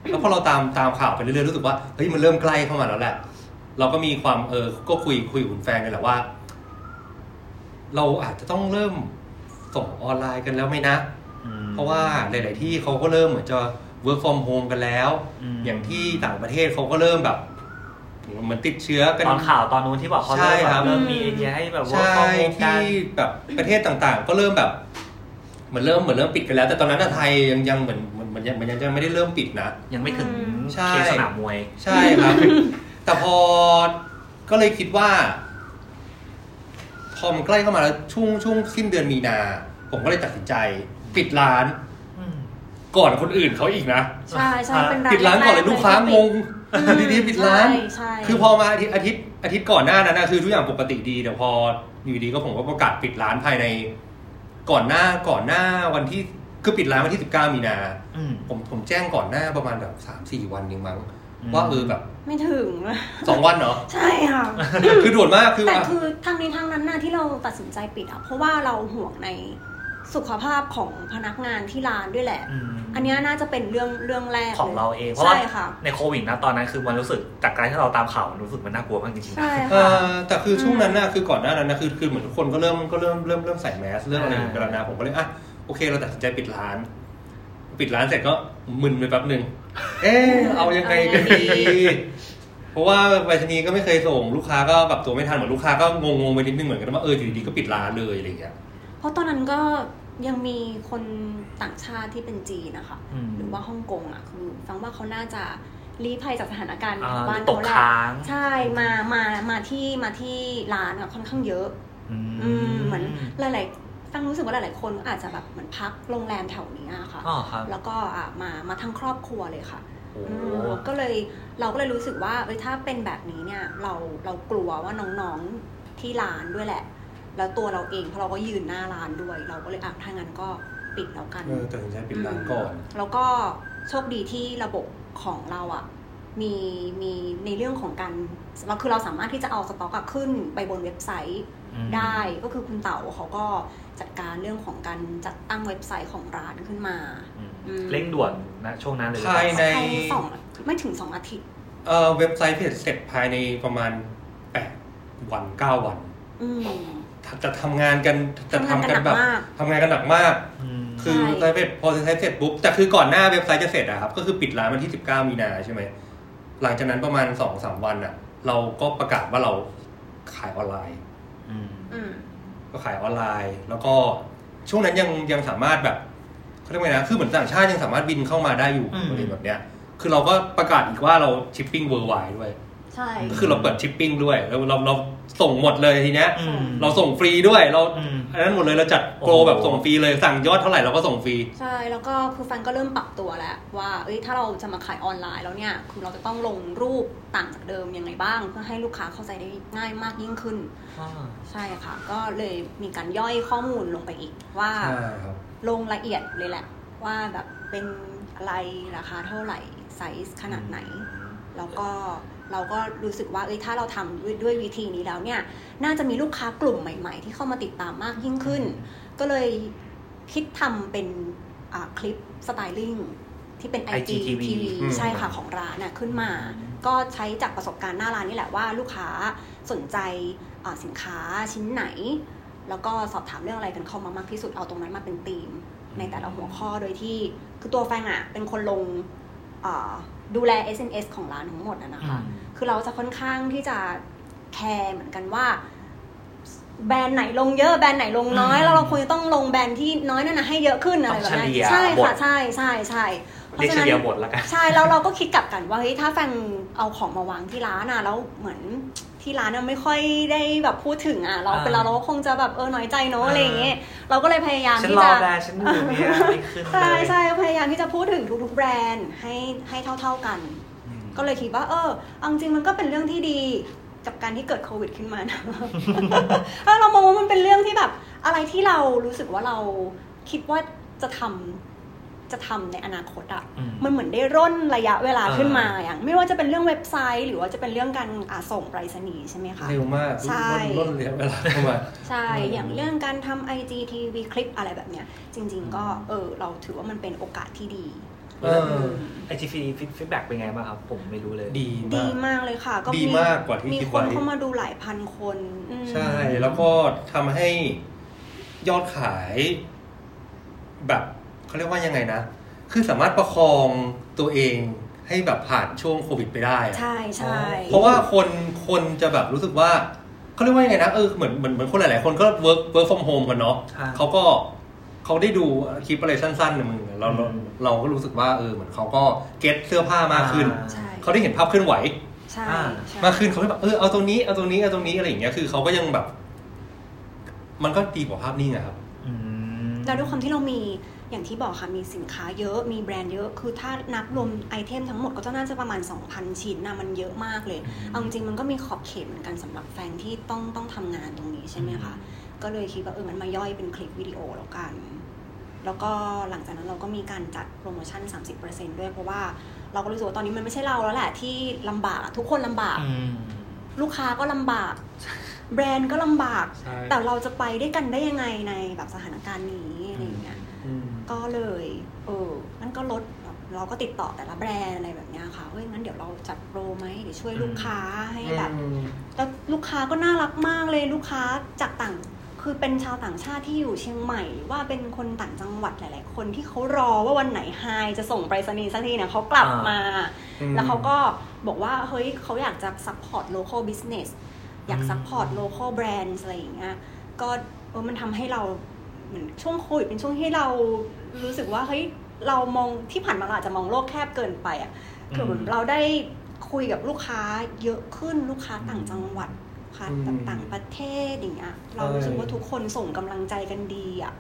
[SPEAKER 3] แล้วพอเราตามตามข่าวไปเรื่อยๆรู้สึกว่าเฮ้ยมันเริ่มใกล้เข้ามาแล้วแหละ เราก็มีความเออก็คุยคุยกับคุณแฟนกันแหละว่า เราอาจจะต้องเริ่มส่งออนไลน์กันแล้วไหมนะ เพราะว่าหลาย ๆ ที่เขาก็เริ่มเหมือนจะ work from home กันแล้ว
[SPEAKER 4] อืม
[SPEAKER 3] อย่างที่ต่างประเทศเขาก็เริ่มแบบเหมือนติดเชื้อกัน
[SPEAKER 4] ตอนข่าวตอนนู้นที่บอกเขาเริ่ม
[SPEAKER 3] ใช่
[SPEAKER 4] แบ
[SPEAKER 3] ครับ
[SPEAKER 4] บเริ่มมีไอเดียให้แบบว่า
[SPEAKER 3] ใช่
[SPEAKER 4] ข้อมูลกั
[SPEAKER 3] ที่
[SPEAKER 4] น
[SPEAKER 3] แบบประเทศต่างๆ ก็เริ่มแบบเหมือนเริ่มเหมือนเริ่มปิดกันแล้ว แต่ตอนนั้นอะไทยยังยังเหมือนเหมือนเหมือนยังเหมือนยังจะไม่ได้เริ่มปิดนะ
[SPEAKER 4] ยังไม่ถึง
[SPEAKER 2] อืม
[SPEAKER 3] ใช่
[SPEAKER 4] เคสสนามมวย
[SPEAKER 3] ใช่ครับ แต่พอก็เลยคิดว่า พอมันใกล้เข้ามาแล้วช่วงช่วงสิ้นเดือนมีนา ผมก็เลยตัดสินใจ ปิดร้านก่อนคนอื่นเขาอีกนะ
[SPEAKER 2] ใช่ใช่เป็น
[SPEAKER 3] ปิดร้านก่อนเลยลูกค้างง ดีๆปิดร้าน
[SPEAKER 2] ใช่ใช่
[SPEAKER 3] คือพอมาอาทิตย์อาทิตย์อาทิตย์ก่อนหน้านั้นนะคือทุกอย่างปกติดีแต่พออยู่ดีก็ผมก็ประกาศปิดร้านภายใน ก่อนหน้าก่อนหน้าวันที่คือปิดร้านวันที่ 19 มีนา
[SPEAKER 4] อืม
[SPEAKER 3] ผมผมแจ้งก่อนหน้าประมาณแบบสามสี่วันเองมั้ง
[SPEAKER 4] อืม
[SPEAKER 3] ว่าเออแบบ
[SPEAKER 2] ไม่ถึง
[SPEAKER 3] สอง วันเนาะ
[SPEAKER 2] ใช่ค่ะ
[SPEAKER 3] คือด่วนมากคือ
[SPEAKER 2] แต่
[SPEAKER 3] อ่ะ
[SPEAKER 2] คือทางนี้ทางนั้นนะที่เราตัดสินใจปิดอ่ะ เพราะว่าเราห่วงในสุขภาพของพนักงานที่ร้านด้วยแหละ
[SPEAKER 4] ม
[SPEAKER 2] อันเนี้ยน่าจะเป็นเรื่องเรื่องแรก
[SPEAKER 4] ของเราเองเพราะว่า
[SPEAKER 2] ใช่ค่ะ
[SPEAKER 4] ในโควิดนะตอนนั้นคือมันรู้สึกจากการที่เราตามข่าวมันรู้สึกมันน่ากลัวมากจริงๆนะ
[SPEAKER 2] ใช่
[SPEAKER 3] เอ่
[SPEAKER 2] ค่ะ
[SPEAKER 3] อแต่คือช่วงนั้นนะคือก่อนหน้านั้นนะคือคือเหมือนทุกคนก็เริ่มก็เริ่มเริ่มเริ่มใส่แมสเริ่มอะไรอย่างเงี้ยกันแล้วนะผมก็เลยอ่ะโอเค เราตัดสินใจปิดร้าน ปิดร้านเสร็จก็มึนไปแป๊บหนึ่งเอ๊ะเอายังไงกันดี เพราะว่าไปรษณีย์ก็ไม่เคยส่งลูกค้าก็ปรับตัวไม่ทันเหมือนลูกค้าก็งงงๆไปนิดนึงเหมือนกันว่าเอออยู่ดีๆก็ปิดร้านเลยอะไรอย่างเงี้ย
[SPEAKER 2] เพราะตอนนั้นก็ยังมีคนต่างชาติที่เป็นจีนนะคะ
[SPEAKER 4] อืม
[SPEAKER 2] หรือว่าฮ่องกงอ่ะคือฟังว่าเขาน่าจะรีภัยจากสถานการณ์
[SPEAKER 4] อ่า
[SPEAKER 2] ของบ้าน
[SPEAKER 4] ตก
[SPEAKER 2] เขาแหละ
[SPEAKER 4] ค้าง
[SPEAKER 2] ใช่มามามาที่มาที่ร้านอ่ะค่อนข้างเยอะ
[SPEAKER 4] อืม
[SPEAKER 2] อืมเหมือนหลายๆฟังรู้สึกว่าหลายๆ คนก็อาจจะแบบเหมือนพักโรงแรมแถวเนี้ยค่ะ
[SPEAKER 4] อ๋อครับ
[SPEAKER 2] แล้วก็อ่ะมามาทั้งครอบครัวเลยค่ะ
[SPEAKER 4] โอ้
[SPEAKER 2] อืมก็เลยเราก็เลยรู้สึกว่าเอ้ยถ้าเป็นแบบนี้เนี่ยเราเรากลัวว่าน้องๆที่ร้านด้วยแหละ แล้วตัวเราเองเพราะเราก็ยืนหน้าร้านด้วย เราก็เลยอ่ะถ้างั้นก็ปิดแล้วกัน
[SPEAKER 3] เออตัดสินใจปิดร้านก่อน
[SPEAKER 2] แล้วก็โชคดีที่ระบบของเราอะ่ะมีมีในเรื่องของการเราคือเราสามารถที่จะเอาสต็อกอะขึ้นไปบนเว็บไซต์
[SPEAKER 4] อืม
[SPEAKER 2] ได้ก็คือคุณเต๋าเขาก็จัดการเรื่องของการจัดตั้งเว็บไซต์ของร้านขึ้นมา
[SPEAKER 4] อืม
[SPEAKER 2] อืม
[SPEAKER 4] เร่งด่วนนะช่วงนั้นเลย
[SPEAKER 3] ภายใน
[SPEAKER 2] ภายในสองไม่ถึงสองอาทิตย์
[SPEAKER 3] เออเว็บไซต์เพจเสร็จภายในประมาณแปดวันเก้าวัน
[SPEAKER 2] อืม
[SPEAKER 3] จะทำงานกันจะทำกันแบบทำงานกันหนักมาก
[SPEAKER 4] อืม
[SPEAKER 3] คือ
[SPEAKER 2] ใช่
[SPEAKER 3] เว็บไซต์เพจพอเว็บไซต์เสร็จปุ๊บแต่คือก่อนหน้าเว็บไซต์จะเสร็จอะครับ ก็คือปิดร้านวันที่ 19 มีนาใช่ไหม หลังจากนั้นประมาณ 2 3 วันอะเราก็ประกาศว่าเราขายออนไลน์
[SPEAKER 4] อืม
[SPEAKER 2] อืม
[SPEAKER 3] ก็ขายออนไลน์ แล้วก็ช่วงนั้นยังยังสามารถแบบเขาเรียกว่าไงนะคือเหมือนต่างชาติยังสามารถบินเข้ามาได้อยู่อะไรแบบเนี้ย คือเราก็ประกาศอีกว่าเราชิปปิ้งเวิร์ไวด้วย
[SPEAKER 2] ใช่
[SPEAKER 3] ก็คือเราเปิดชิปปิ้งด้วยแล้วเราเราส่งหมดเลยทีเนี้ย
[SPEAKER 4] อืม
[SPEAKER 3] เราส่งฟรีด้วยเรา
[SPEAKER 4] อืม
[SPEAKER 3] อันนั้นหมดเลยเราจัดโปร
[SPEAKER 4] โอ้โห
[SPEAKER 3] แบบส่งฟรีเลยสั่งยอดเท่าไหร่เราก็ส่งฟรี
[SPEAKER 2] ใช่แล้วก็คือฟันก็เริ่มปรับตัวแล้วว่าเอ้ยถ้าเราจะมาขายออนไลน์แล้วเนี่ยคือเราจะต้องลงรูปต่างจากเดิมยังไงบ้าง เพื่อให้ลูกค้าเข้าใจได้ง่ายมากยิ่งขึ้น
[SPEAKER 4] อ่า
[SPEAKER 2] ใช่ค่ะ ก็เลยมีการย่อยข้อมูลลงไปอีกว่า
[SPEAKER 3] ใช่ครับ
[SPEAKER 2] ลงละเอียดเลยแหละ ว่าแบบเป็นอะไรราคาเท่าไหร่ไซส์ขนาดไหน แล้วก็เราก็รู้สึกว่าเอ้ยถ้าเราทำด้วยด้วยวิธีนี้แล้วเนี่ย น่าจะมีลูกค้ากลุ่มใหม่ ๆ ที่เข้ามาติดตามมากยิ่งขึ้น ก็เลยคิดทำเป็นอ่าคลิปสไตลิ่งที่เป็น
[SPEAKER 4] IGTV
[SPEAKER 2] IGTV
[SPEAKER 3] อืม
[SPEAKER 2] ใช่ค่ะของร้านน่ะขึ้นมา ก็ใช้จากประสบการณ์หน้าร้านนี่แหละว่าลูกค้าสนใจอ่าสินค้าชิ้นไหน แล้วก็สอบถามเรื่องอะไรกันเข้ามามากที่สุดเอาตรงนั้นมาเป็นธีม ในแต่ละหัวข้อโดยที่คือตัวแฟนอะเป็นคนลงอ่าดูแล SNS ของร้านทั้งหมดอะนะคะ
[SPEAKER 4] อืม
[SPEAKER 2] คือเราจะค่อนข้างที่จะแคร์เหมือนกันว่า แบรนด์ไหนลงเยอะแบรนด์ไหนลงน้อย
[SPEAKER 4] อืม
[SPEAKER 2] แล้วเราควรจะต้องลงแบรนด์ที่น้อยนั่นนะให้เยอะขึ้นอะไรแบบ
[SPEAKER 4] ต้องเฉลี่
[SPEAKER 2] นี้
[SPEAKER 4] ย
[SPEAKER 2] นใช่
[SPEAKER 4] บท
[SPEAKER 2] ค่ะใช่ใช่ใช่
[SPEAKER 4] เรียกเฉลี่ยบทแล้วกัน
[SPEAKER 2] ใช่แล้วเราก็คิดกลับกันว่าเฮ้ยถ้าแฟนเอาของมาวางที่ร้านอ่ะแล้วเหมือนที่ร้านน่ะไม่ค่อยได้แบบพูดถึงอ่ะเราเป็นเรา
[SPEAKER 4] อ่า
[SPEAKER 2] เราก็คงจะแบบเออน้อยใจเนอะ
[SPEAKER 4] อ่า
[SPEAKER 2] อะไรอย่างเงี้ยเราก็เลยพยายาม
[SPEAKER 4] ฉัน
[SPEAKER 2] ที่
[SPEAKER 4] รอ
[SPEAKER 2] จะ
[SPEAKER 4] แบรนด์ฉันอยู่เนี่ยไม่ขึ้นเลย
[SPEAKER 2] ใช่ใช่พยายามที่จะพูดถึงทุกๆแบรนด์ให้ให้เท่า ๆกัน
[SPEAKER 4] อืม
[SPEAKER 2] ก็เลยคิดว่า เออเอาจริงๆมันก็เป็นเรื่องที่ดีกับการที่เกิดโควิดขึ้นมานะ เออเรามองว่ามันเป็นเรื่องที่แบบ อะไรที่เรารู้สึกว่าเราคิดว่าจะทำจะทำในอนาคตอะ
[SPEAKER 4] อืม
[SPEAKER 2] มันเหมือนได้ร่นระยะเวลา
[SPEAKER 4] เออ
[SPEAKER 2] ขึ้นมาอย่าง ไม่ว่าจะเป็นเรื่องเว็บไซต์ หรือว่าจะเป็นเรื่องการอ่าส่งไปรษณีย์ใช่ไหมคะ
[SPEAKER 3] เร็วมาก
[SPEAKER 2] ใช่
[SPEAKER 3] ลดเร็วเวลาเข้ามา
[SPEAKER 2] ใช่ อย่างเรื่องการทำ IGTV คลิปอะไรแบบเนี้ย จริง ๆ ก็เออ เราถือว่ามันเป็นโอกาสที่ดี
[SPEAKER 3] เออ
[SPEAKER 4] ไอจีฟีฟีดแบ็กเป็นไงบ้างครับ ผมไม่รู้เลย
[SPEAKER 3] ดี
[SPEAKER 2] ดี
[SPEAKER 3] มาก
[SPEAKER 2] มากเลยค่ะ ก็
[SPEAKER 3] ดีมากกว่าที่
[SPEAKER 2] มี
[SPEAKER 3] คิด
[SPEAKER 2] คน
[SPEAKER 3] ไว้
[SPEAKER 2] เข้ามาดูหลายพันคนอืม
[SPEAKER 3] ใช่ แล้วก็ทำให้ยอดขาย แบบเขาเรียกว่ายังไงนะ คือสามารถประคองตัวเองให้แบบผ่านช่วงโควิดไปได้อะ
[SPEAKER 2] ใช่ใช่
[SPEAKER 3] เพราะว่าคนคนจะแบบรู้สึกว่าเขาเรียกว่ายังไงนะเออเหมือนเหมือนเหมือนคนหลาย ๆ คนก็ work work from home กันเนาะ
[SPEAKER 4] ใช่
[SPEAKER 3] เขาก็เขาได้ดูคลิปอะไรสั้นๆในมึงเราเรา
[SPEAKER 4] อืม
[SPEAKER 3] เราก็รู้สึกว่าเออเหมือนเขาก็เก็ตเสื้อผ้ามากขึ้น
[SPEAKER 2] ใช่
[SPEAKER 3] เขาได้เห็นภาพเคลื่อนไหว
[SPEAKER 2] ใช่
[SPEAKER 4] อ่า
[SPEAKER 2] ใช่
[SPEAKER 3] มากขึ้นเขาก็แบบเออเอาตรงนี้เอาตรงนี้เอาตรงนี้อะไรอย่างเงี้ยคือเขาก็ยังแบบ มันก็ดีกว่าภาพนิ่งอะครับ
[SPEAKER 4] อืม
[SPEAKER 2] แล้วด้วยความที่เรามีอย่างที่บอกค่ะมีสินค้าเยอะมีแบรนด์เยอะคือถ้านับรวมไอเทมทั้งหมดก็จะน่าจะประมาณ 2,000 ชิ้นนะมันเยอะมากเลย
[SPEAKER 4] อืม
[SPEAKER 2] เอาจริงๆมันก็มีขอบเขตเหมือนกันสำหรับแฟนที่ต้องต้องทำงานตรงนี้ใช่ไหมคะ ก็เลยคิดว่าเออมันมาย่อยเป็นคลิปวิดีโอแล้วกัน แล้วก็หลังจากนั้นเราก็มีการจัดโปรโมชั่น 30%ด้วยเพราะว่าเราก็รู้สึกว่าตอนนี้มันไม่ใช่เราแล้วแหละที่ลำบากอะทุกคนลำบาก
[SPEAKER 4] อืม
[SPEAKER 2] ลูกค้าก็ลำบาก แบรนด์ก็ลำบาก
[SPEAKER 3] ใช่
[SPEAKER 2] แต่เราจะไปด้วยกันได้ยังไงในแบบสถานการณ์นี้อะไรอย่างเงี้ย ก็เลยเอองั้นก็ลดแบบเราก็ติดต่อแต่ละแบรนด์อะไรแบบเนี้ยค่ะเฮ้ยงั้นเดี๋ยวเราจัดโปรไหมเดี๋ยวช่วยลูกค้าให้แบบ แล้วลูกค้าก็น่ารักมากเลยลูกค้าจากต่างคือเป็นชาวต่างชาติที่อยู่เชียงใหม่ ว่าเป็นคนต่างจังหวัดหลาย ๆ คนที่เขารอว่าวันไหนไฮจะส่งไปรษณีย์สักทีเนี่ยเขากลับมา
[SPEAKER 3] อืม
[SPEAKER 2] แล้วเขาก็บอกว่าเฮ้ยเขาอยากจะซัพพอร์ต local business อยาก
[SPEAKER 4] อืม
[SPEAKER 2] ซัพพอร์ต local brands อะไรอย่างเงี้ยก็เออมันทำให้เราเหมือนช่วงโควิดเป็นช่วงที่เรารู้สึกว่าเฮ้ยเรามองที่ผ่านมาเราอาจจะมองโลกแคบเกินไปอ่ะ คือเหมือนเราได้คุยกับลูกค้าเยอะขึ้นลูกค้าต่างจังหวัดลูกค้าแบบ
[SPEAKER 3] อืม
[SPEAKER 2] ต่างประเทศอย่างเงี้ยเรา
[SPEAKER 3] ใช่
[SPEAKER 2] รู้สึกว่าทุกคนส่งกำลังใจกันดีอ่ะ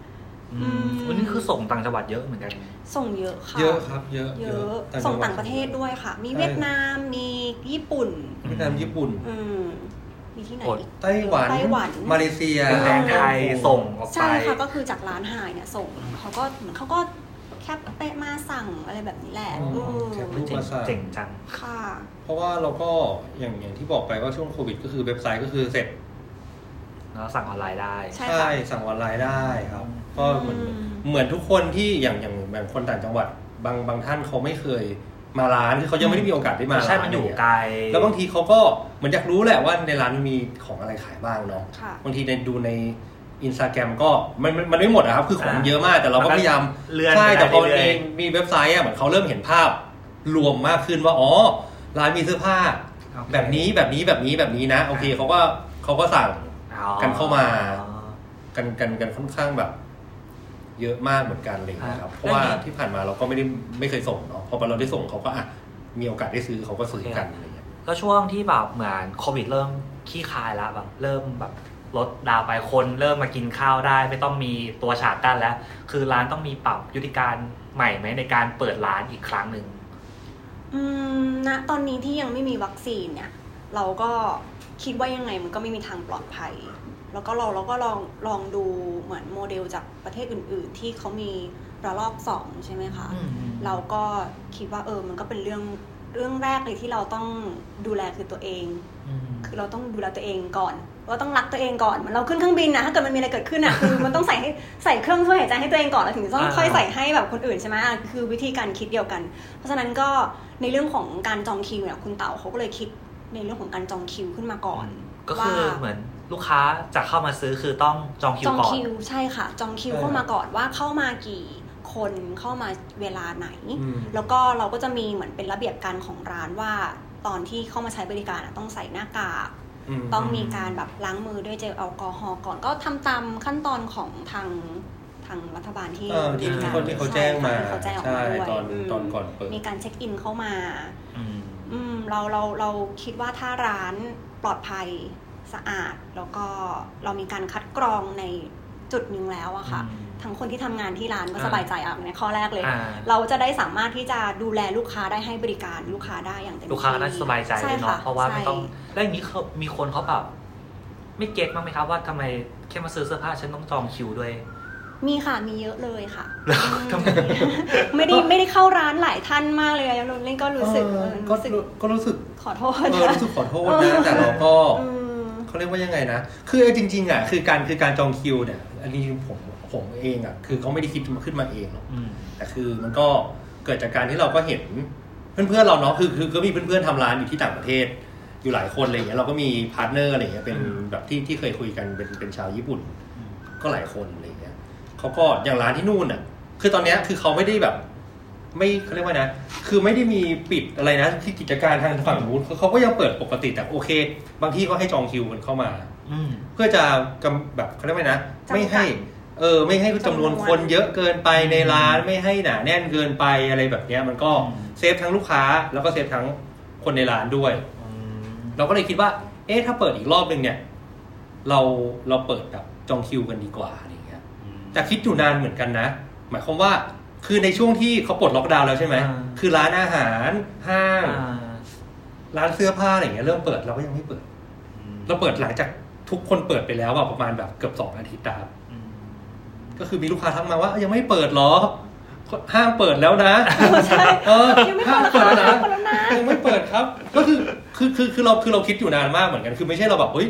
[SPEAKER 4] อืมวันนี้คือส่งต่างจังหวัดเยอะเหมือนกัน
[SPEAKER 2] ส่งเยอะค่ะ
[SPEAKER 3] เยอะครับ เยอะ
[SPEAKER 2] เยอะ
[SPEAKER 3] จัหวัด
[SPEAKER 2] ส่งต่างประเทศด้วยค่ะ มีเวียดนามมีญี่ปุ่น
[SPEAKER 3] เวียดนามญี่ปุ่น
[SPEAKER 2] อืม มีที่ไหน
[SPEAKER 4] โอ้
[SPEAKER 2] อีก
[SPEAKER 3] ไต้หวัน
[SPEAKER 2] ไต้หวัน
[SPEAKER 3] มาเลเซีย
[SPEAKER 4] เป็นแบรนด์ไทยส่งออกไป
[SPEAKER 2] ใช่ค่ะก็คือจากร้านหายเนี่ยส่งเขาก็เหมือนเขาก็แคปเปมาสั่งอะไรแบบนี้แหละ
[SPEAKER 3] อืม
[SPEAKER 2] อืม
[SPEAKER 3] แคปรูป
[SPEAKER 4] เจ๋ง
[SPEAKER 3] มาสั่ง
[SPEAKER 4] เจ๋งจัง
[SPEAKER 2] ค่ะ
[SPEAKER 3] เพราะว่าเราก็อย่างอย่างที่บอกไปว่าช่วงโควิด ก็คือเว็บไซต์ก็คือเสร็จ
[SPEAKER 4] แล้วสั่งออนไลน์ได้
[SPEAKER 2] ใช่ค่ะ
[SPEAKER 3] สั่งออนไลน์ได้ครับ ก็เหมือน
[SPEAKER 2] อืม
[SPEAKER 3] เหมือนทุกคนที่อย่างอย่างแบบคนต่างจังหวัด บางบางท่านเขาไม่เคยมาร้านคือเขายังไม่ได้มีโอกาสได้มา
[SPEAKER 4] ใช่
[SPEAKER 3] ร้า
[SPEAKER 4] มันอยู่
[SPEAKER 3] เ
[SPEAKER 4] ไกล
[SPEAKER 3] แล้วบางทีเขาก็เหมือนอยากรู้แหละว่าในร้านมันมีของอะไรขายบ้างเนาะ
[SPEAKER 2] ค่ะ
[SPEAKER 3] บางทีในดูในอินสตาแกรมก็มันมันมันไม่หมดอะครับ คือของเยอะมากแต่เราก็พยายาม
[SPEAKER 4] เลื่อน
[SPEAKER 3] ใช่
[SPEAKER 4] ไป
[SPEAKER 3] แต่พอมัน
[SPEAKER 4] เรื่
[SPEAKER 3] มี
[SPEAKER 4] ย
[SPEAKER 3] มีเว็บไซต์อะเหมือนเขาเริ่มเห็นภาพรวมมากขึ้นว่าอ๋อร้านมีเสื้อผ้า
[SPEAKER 4] ๆโอเค
[SPEAKER 3] แบบนี้แบบนี้แบบนี้แบบนี้นะ โอเคเขาก็เขาก็สั่ง
[SPEAKER 4] อ๋อ
[SPEAKER 3] กันเข้ามา กันกันกันค่อนข้างแบบ เยอะมากเหมือนกันอะไรอย่างเลยครับ เพราะว่าที่ผ่านมาเราก็ไม่ได้ไม่เคยส่งเนาะพอเราได้ส่งเขาก็อ่ะมีโอกาสได้ซื้อเขาก็ซื้อกันอะไรอย่างเงี้ย
[SPEAKER 4] ก็ช่วงที่แบบเหมือนโควิดเริ่มขี้คายแล้วแบบเริ่มแบบลดดาวไปคนเริ่มมากินข้าวได้ ไม่ต้องมีตัวฉากกั้นแล้ว คือร้านต้องมีปรับยุทธการใหม่ไหมในการเปิดร้านอีกครั้งหนึ่ง
[SPEAKER 2] อืมณตอนนี้ที่ยังไม่มีวัคซีนเนี่ย เราก็คิดว่ายังไงมันก็ไม่มีทางปลอดภัย แล้วก็เราเราก็ลองลองดูเหมือนโมเดลจากประเทศอื่น ๆ ที่เขามีระลอกสองใช่ไหมคะ เราก็คิดว่าเออมันก็เป็นเรื่องเรื่องแรกเลยที่เราต้องดูแลคือตัวเอง คือเราต้องดูแลตัวเองก่อน เราต้องรักตัวเองก่อนเหมือนเราขึ้นเครื่องบินนะถ้าเกิดมันมีอะไรเกิดขึ้นอ่ะ คือมันต้องใส่ให้ใส่เครื่องช่วยหายใจให้ตัวเองก่อนแล้วถึงจะต้อง
[SPEAKER 4] อ่า
[SPEAKER 2] ค่อยใส่ให้แบบคนอื่นใช่ไหมอ่ะคือวิธีการคิดเดียวกัน เพราะฉะนั้นก็ในเรื่องของการจองคิวเนี่ยคุณเต๋าเขาก็เลยคิดในเรื่องของการจองคิวขึ้นมาก่อน
[SPEAKER 4] ก็คือ
[SPEAKER 2] ว่า
[SPEAKER 4] เหมือนลูกค้าจะเข้ามาซื้อคือต้องจองคิ
[SPEAKER 2] จ
[SPEAKER 4] ว
[SPEAKER 2] อง
[SPEAKER 4] ก่อน
[SPEAKER 2] คิวใช่ค่ะ จองคิว
[SPEAKER 3] เออ
[SPEAKER 2] เข้ามาก่อนว่าเข้ามากี่คนเข้ามาเวลาไหน
[SPEAKER 3] อืม
[SPEAKER 2] แล้วก็เราก็จะมีเหมือนเป็นระเบียบการของร้านว่า ตอนที่เข้ามาใช้บริการอะต้องใส่หน้ากาก ต้องมีการแบบล้างมือด้วยเจลแอลกอฮอล์ก่อนก็ทำตามขั้นตอนของทางทางรัฐบาลที่
[SPEAKER 3] เออที่ที่
[SPEAKER 2] มี
[SPEAKER 3] เขา
[SPEAKER 2] กร
[SPEAKER 3] ที่เขาแจ้งมา
[SPEAKER 2] ใช่เขาแจ้งออกมาด้วย
[SPEAKER 3] ตอน
[SPEAKER 2] ม
[SPEAKER 3] ตอนก่อนเปิด
[SPEAKER 2] มีการเช็คอินเข้ามา
[SPEAKER 4] อืม
[SPEAKER 2] อืมเราเราเราคิดว่าถ้าร้านปลอดภัยสะอาด แล้วก็เรามีการคัดกรองในจุดหนึ่งแล้วอะค่ะ
[SPEAKER 4] อืม
[SPEAKER 2] ทั้งคนที่ทำงานที่ร้านก็
[SPEAKER 4] อ่า
[SPEAKER 2] สบายใจอ่ะในข้อแรกเลย
[SPEAKER 4] อ่า
[SPEAKER 2] เราจะได้สามารถที่จะดูแลลูกค้าได้ให้บริการลูกค้าได้อย่างเต็มที่
[SPEAKER 4] ลูกค้าก็น่าจะสบายใจ
[SPEAKER 2] ช่
[SPEAKER 4] ด้วย
[SPEAKER 2] ค่
[SPEAKER 4] เนาะเพราะว่าไม่ต้อง
[SPEAKER 2] ใช่
[SPEAKER 4] แล้วอย่างนี้เขามีคนเขาแบบไม่เก็ตบ้างไหมครับว่าทำไมแค่มาซื้อเสื้อผ้าฉันต้องจองคิวด้วย
[SPEAKER 2] มีค่ะมีเยอะเลยค่ะ
[SPEAKER 4] แล้ว
[SPEAKER 2] อืม
[SPEAKER 4] ทำไม
[SPEAKER 2] ไม่ได้ไม่ได้เข้าร้านหลายท่านมากเลยอะเล่นก็รู้สึก
[SPEAKER 3] เออ
[SPEAKER 2] เออ
[SPEAKER 3] ก็
[SPEAKER 2] รู้สึก
[SPEAKER 3] ก็รู้สึก
[SPEAKER 2] ขอโทษ
[SPEAKER 3] เออรู้สึกขอโทษนะแต่เราก็
[SPEAKER 2] อืม
[SPEAKER 3] เขาเรียกว่ายังไงนะ คือจริงๆอ่ะคือการคือการจองคิวเนี่ย อันนี้ผมผมเองอ่ะคือเขาไม่ได้คิดมาขึ้นมาเองหรอก
[SPEAKER 4] อืม
[SPEAKER 3] แต่คือมันก็เกิดจากการที่เราก็เห็นเพื่อนๆเราเนาะคือคือก็มีเพื่อนๆทำร้านอยู่ที่ต่างประเทศ อยู่หลายคนอะไรอย่างเงี้ยเราก็มีพาร์ทเนอร์อะไรอย่างเงี้ยเป็น
[SPEAKER 4] อืม
[SPEAKER 3] แบบที่ที่เคยคุยกันเป็นเป็นชาวญี่ปุ่น
[SPEAKER 4] อืม
[SPEAKER 3] ก็หลายคนอะไรอย่างเงี้ยเขาก็อย่างร้านที่นู่นอ่ะ คือตอนเนี้ยคือเขาไม่ได้แบบ ไม่เขาเรียกว่านะ คือไม่ได้มีปิดอะไรนะที่กิจการทางฝั่งนู้นเขาเขาก็ยังเปิดปกติแต่โอเค บางที่ก็ให้จองคิวกันเข้ามา
[SPEAKER 4] อืม
[SPEAKER 3] เพื่อจะกำแบบเขาเรียกว่านะ
[SPEAKER 2] จำกัด
[SPEAKER 3] ไม่ให้ เออ ไม่ให้จำนวนคนเยอะเกินไปในร้าน ไม่ให้หนาแน่นเกินไปอะไรแบบเนี้ย มันก็
[SPEAKER 4] อืม
[SPEAKER 3] เซฟทั้งลูกค้า แล้วก็เซฟทั้งคนในร้านด้วย
[SPEAKER 4] อืม
[SPEAKER 3] เราก็เลยคิดว่า เอ๊ะถ้าเปิดอีกรอบหนึ่งเนี่ย เราเราเปิดแบบจองคิวกันดีกว่าอะไรอย่างเงี้ย แต่คิดอยู่นานเหมือนกันนะ หมายความว่า คือในช่วงที่เขาปลดล็อกดาวน์แล้วใช่ไหม คือร้านอาหาร ห้าง
[SPEAKER 4] อ่า
[SPEAKER 3] ร้านเสื้อผ้าอะไรอย่างเงี้ยเริ่มเปิดเราก็ยังไม่เปิด เราเปิดหลังจากทุกคนเปิดไปแล้วอะประมาณแบบเกือบสองอาทิตย์อะครับ
[SPEAKER 4] อืม
[SPEAKER 3] ก็คือมีลูกค้าทักมาว่าเอ้ยยังไม่เปิดเหรอ ห้างเปิดแล้ว นะ
[SPEAKER 2] ใช่
[SPEAKER 3] เออ
[SPEAKER 2] ยังไม่เปิ
[SPEAKER 3] ห้าง
[SPEAKER 2] ดเหรอ
[SPEAKER 3] เปิดแล้วนะ
[SPEAKER 2] เปิดแล้วนะ
[SPEAKER 3] ยังไม่เปิดครับ ก็คือคือคือคือเราคือเราคิดอยู่นานมากเหมือนกัน คือไม่ใช่เราแบบเฮ้ย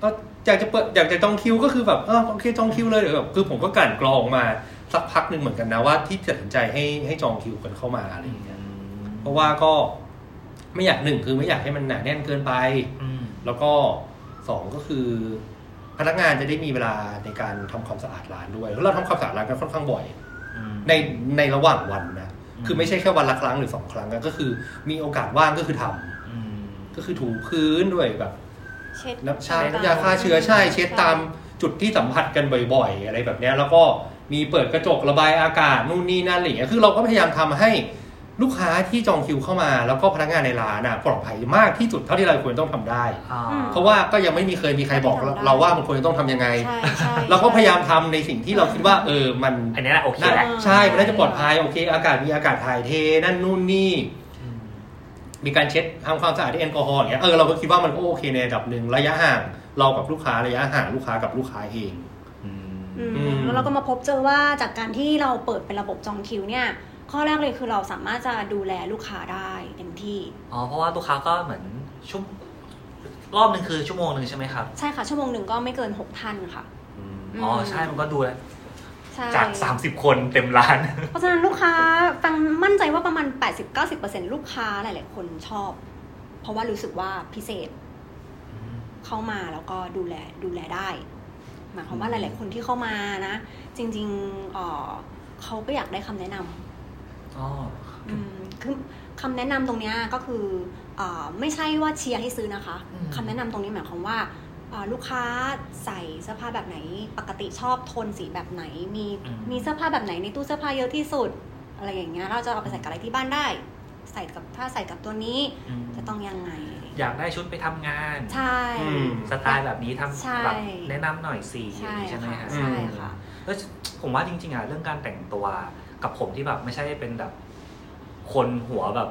[SPEAKER 3] เอาอยากจะเปิดอยากจะจองคิวก็คือแบบเออโอเคจองคิวเลยเดี๋ยวแบบคือผมก็กลั่นกรองมาสักพักหนึ่งเหมือนกันนะว่าที่ตัดสินใจให้ให้จองคิวกันเข้ามาอะไรอย่างเงี้ยเพราะว่าก็ไม่อยากหนึ่งคือไม่อยากให้มันหนาแน่นเกินไป
[SPEAKER 4] อืม
[SPEAKER 3] แล้วก็สองก็คือ พนักงานจะได้มีเวลาในการทำความสะอาดร้านด้วยแล้วเราทำความสะอาดร้านกันค่อนข้างบ่อย
[SPEAKER 4] อืม
[SPEAKER 3] ในในระหว่างวันนะ
[SPEAKER 4] อืม
[SPEAKER 3] คือไม่ใช่แค่วันละครั้งหรือสองครั้งนะก็คือ มีโอกาสว่างก็คือทำ
[SPEAKER 4] อืม
[SPEAKER 3] ก็คือถูพื้นด้วยแบบ
[SPEAKER 2] เช็ด
[SPEAKER 3] น้ำชาน้ำยาฆ่าเชื้อใช่ เช็ดตามจุดที่สัมผัสกันบ่อย ๆ อะไรแบบเนี้ยแล้วก็มีเปิดกระจกระบายอากาศนู่นนี่นั่นอะไรอย่างเงี้ยคือเราก็พยายามทำให้ลูกค้าที่จองคิวเข้ามา แล้วก็พนักงานในร้านน่ะปลอดภัยมากที่สุดเท่าที่เราควรต้องทำได้
[SPEAKER 4] อ่า
[SPEAKER 3] เพราะว่าก็ยังไม่มีเคยมีใครบอกเราเราว่ามันควรจะต้องทำยังไง
[SPEAKER 2] ใช่ใช่
[SPEAKER 3] เราก็พยายามทำในสิ่งที่เราคิดว่า เออมัน
[SPEAKER 4] อันนี้แหละโอเค
[SPEAKER 3] น่า
[SPEAKER 4] แหละ
[SPEAKER 3] ใช่มันน่าจะปลอดภัยโอเค อากาศมีอากาศถ่ายเทนั่นนู่นนี่
[SPEAKER 4] อืม
[SPEAKER 3] มีการเช็ดทำความสะอาดด้วยแอลกอฮอล์อย่างเงี้ยเออเราก็คิดว่ามันก็โอเคในระดับหนึ่งระยะห่างเรากับลูกค้าระยะห่างลูกค้ากับลูกค้าเอง
[SPEAKER 4] อืม
[SPEAKER 2] อืม
[SPEAKER 3] อืม
[SPEAKER 2] แล้วเราก็มาพบเจอว่าจากการที่เราเปิดเป็นระบบจองคิวเนี่ย ข้อแรกเลยคือเราสามารถจะดูแลลูกค้าได้เต็มที่
[SPEAKER 4] อ๋อเพราะว่าลูกค้าก็เหมือนชั่วรอบหนึ่งคือชั่วโมงหนึ่งใช่ไหมครับ
[SPEAKER 2] ใช่ค่ะชั่วโมงหนึ่งก็ไม่เกิน 6 ท่านค่ะ
[SPEAKER 4] อ๋ออ
[SPEAKER 2] ม
[SPEAKER 4] ใช่มันก็ดูแล้ว
[SPEAKER 2] ใช่
[SPEAKER 4] จาก 30 คนเต็มร้าน
[SPEAKER 2] เพราะฉะนั้นลูกค้าฟังมั่นใจว่าประมาณ 80-90%ลูกค้าหลาย ๆ คนชอบ เพราะว่ารู้สึกว่าพิเศษเข้ามาแล้วก็ดูแลดูแลได้หมายความว่าหลาย ๆ คนที่เข้ามานะ จริงๆเอ่อเขาก็อยากได้คำแนะนำ
[SPEAKER 4] อ๋อ
[SPEAKER 2] อืมคือคำแนะนำตรงเนี้ยก็คืออาไม่ใช่ว่าเชียร์ให้ซื้อนะคะ
[SPEAKER 4] อืม
[SPEAKER 2] คำแนะนำตรงนี้หมายความว่าอ่าลูกค้าใส่เสื้อผ้าแบบไหน ปกติชอบโทนสีแบบไหน มีมีเสื้อผ้าแบบไหนในตู้เสื้อผ้าเยอะที่สุด อะไรอย่างเงี้ยเราจะเอาไปใส่กับอะไรที่บ้านได้ ใส่กับถ้าใส่กับตัวนี้
[SPEAKER 4] อืม
[SPEAKER 2] จะต้องยังไง
[SPEAKER 4] อยากได้ชุดไปทำงาน
[SPEAKER 2] ใช่
[SPEAKER 3] อืม
[SPEAKER 4] สไตล์แบบนี้ท
[SPEAKER 2] ใช่
[SPEAKER 4] ำแบบแนะนำหน่อยสิอ
[SPEAKER 2] ใช่
[SPEAKER 4] ย่างนี้ใช่ไหม
[SPEAKER 2] ค่ะ
[SPEAKER 4] ฮะ
[SPEAKER 2] ใช่ค่ะ
[SPEAKER 4] แล้วผมว่าจริงๆอ่ะเรื่องการแต่งตัวกับผมที่แบบไม่ใช่เป็นแบบ คนหัวแบบ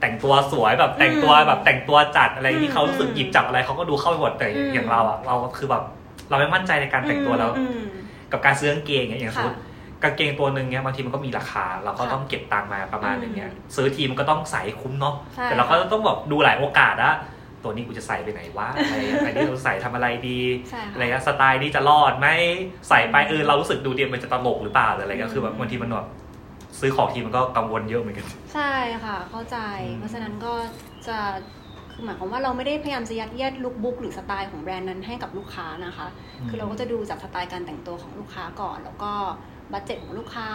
[SPEAKER 4] แต่งตัวสวยแบบแต่งตัว
[SPEAKER 2] อืม
[SPEAKER 4] แบบแต่งตัวจัดอะไร
[SPEAKER 2] อืม
[SPEAKER 4] ที่เขารู้สึกหยิบจับอะไรเขาก็ดูเข้าไปหมดแต่
[SPEAKER 2] อืม
[SPEAKER 4] อย่างเราอ่ะเราคือแบบ เราไม่มั่นใจในการแต่งตัวแล้ว
[SPEAKER 2] อืม
[SPEAKER 4] กับการซื้อกางเกงเนี่ยอย่างส
[SPEAKER 2] ค่ะ
[SPEAKER 4] มมติกางเกงตัวหนึ่งเนี่ยบางทีมันก็มีราคา เราก็
[SPEAKER 2] ค่ะ
[SPEAKER 4] ต้องเก็บตังค์มาประมาณหนึงเนี่ย
[SPEAKER 2] อืม
[SPEAKER 4] ซื้อทีมันก็ต้องใส่คุ้มเนาะ
[SPEAKER 2] ใช่
[SPEAKER 4] แต่เราก็ต้องแบบดูหลายโอกาสอะตัวนี้กูจะใส่ไปไหนวะอะไร อะไรนี่เราใส่ทำอะไรดี
[SPEAKER 2] ใช่ค่ะ
[SPEAKER 4] อะไรนะสไตล์นี้จะรอดไหมใส่ไปเออเรารู้สึกดูเดียมันจะตลกหรือเปล่าหรืออะไร
[SPEAKER 2] อื
[SPEAKER 4] ก็
[SPEAKER 2] ม
[SPEAKER 4] คือแบบบางทีมันแบบซื้อของทีมันก็กังวลเยอะเหมือนกัน
[SPEAKER 2] ใช่ค่ะ เข้าใจ
[SPEAKER 4] อืม
[SPEAKER 2] เพราะฉะนั้นก็จะคือหมายความว่าเราไม่ได้พยายามจะยัดเยียดลุคบุ๊กหรือสไตล์ของแบรนด์นั้นให้กับลูกค้านะคะ คือเราก็จะดูจากสไตล์การแต่งตัวของลูกค้าก่อน แล้วก็บัตเจ็ตของลูกค้า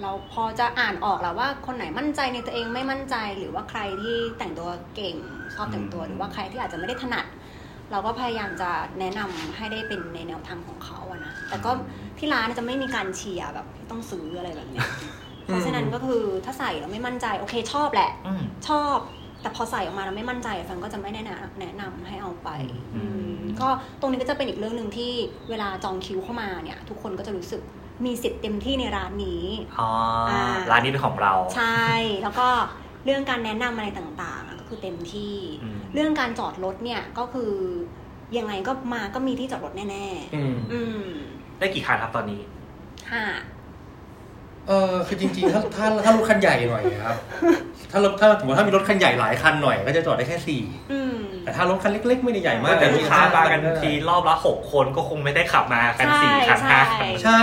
[SPEAKER 2] เราพอจะอ่านออกแล้วว่าคนไหนมั่นใจในตัวเองไม่มั่นใจ หรือว่าใครที่แต่งตัวเก่งชอบแต่งตัว
[SPEAKER 4] อืม
[SPEAKER 2] หรือว่าใครที่อาจจะไม่ได้ถนัด เราก็พยายามจะแนะนำให้ได้เป็นในแนวทางของเขาอะนะแต่ก็ที่ร้านจะไม่มีการเชียร์แบบต้องซื้ออะไรแบบเนี้ยเพราะฉะนั้นก็คือถ้าใส่แล้วไม่มั่นใจโอเคชอบแหละ
[SPEAKER 4] อืม
[SPEAKER 2] ชอบแต่พอใส่ออกมาแล้วไม่มั่นใจแฟนก็จะไม่ได้แนะแนะนำให้เอาไป
[SPEAKER 4] อืม
[SPEAKER 2] อืมก็ตรงนี้ก็จะเป็นอีกเรื่องหนึ่งที่เวลาจองคิวเข้ามาเนี่ย ทุกคนก็จะรู้สึกมีสิทธิ์เต็มที่ในร้านนี้
[SPEAKER 4] อ๋ออา ร้านนี้เป็นของเรา
[SPEAKER 2] ใช่ แล้วก็เรื่องการแนะนำอะไรต่างๆอ่ะก็คือเต็มที่
[SPEAKER 4] อืม
[SPEAKER 2] เรื่องการจอดรถเนี่ยก็คือยังไงก็มาก็มีที่จอดรถแน่
[SPEAKER 3] อืม
[SPEAKER 2] ๆ อืม
[SPEAKER 4] ได้กี่คันครับตอนนี้
[SPEAKER 2] ห้า
[SPEAKER 3] เออคือจริงๆ ถ้าถ้าถ้ารถคันใหญ่หน่อยครับ ถ้ารถถ้าสมมติถ้ามีรถคันใหญ่หลายคันหน่อยก็จะจอดได้แค่สี่
[SPEAKER 2] อืม
[SPEAKER 3] แต่ถ้ารถคันเล็ก ๆ ไม่ได้ใหญ่มาก
[SPEAKER 4] แต่ลูกค้ามากัน
[SPEAKER 3] ก็ได้
[SPEAKER 4] ทีรอบละหกคนก็คงไม่ได้ขับมากันสี่คัน
[SPEAKER 2] ใช่
[SPEAKER 4] ห้า
[SPEAKER 2] ใช่
[SPEAKER 4] คัน
[SPEAKER 3] ใช่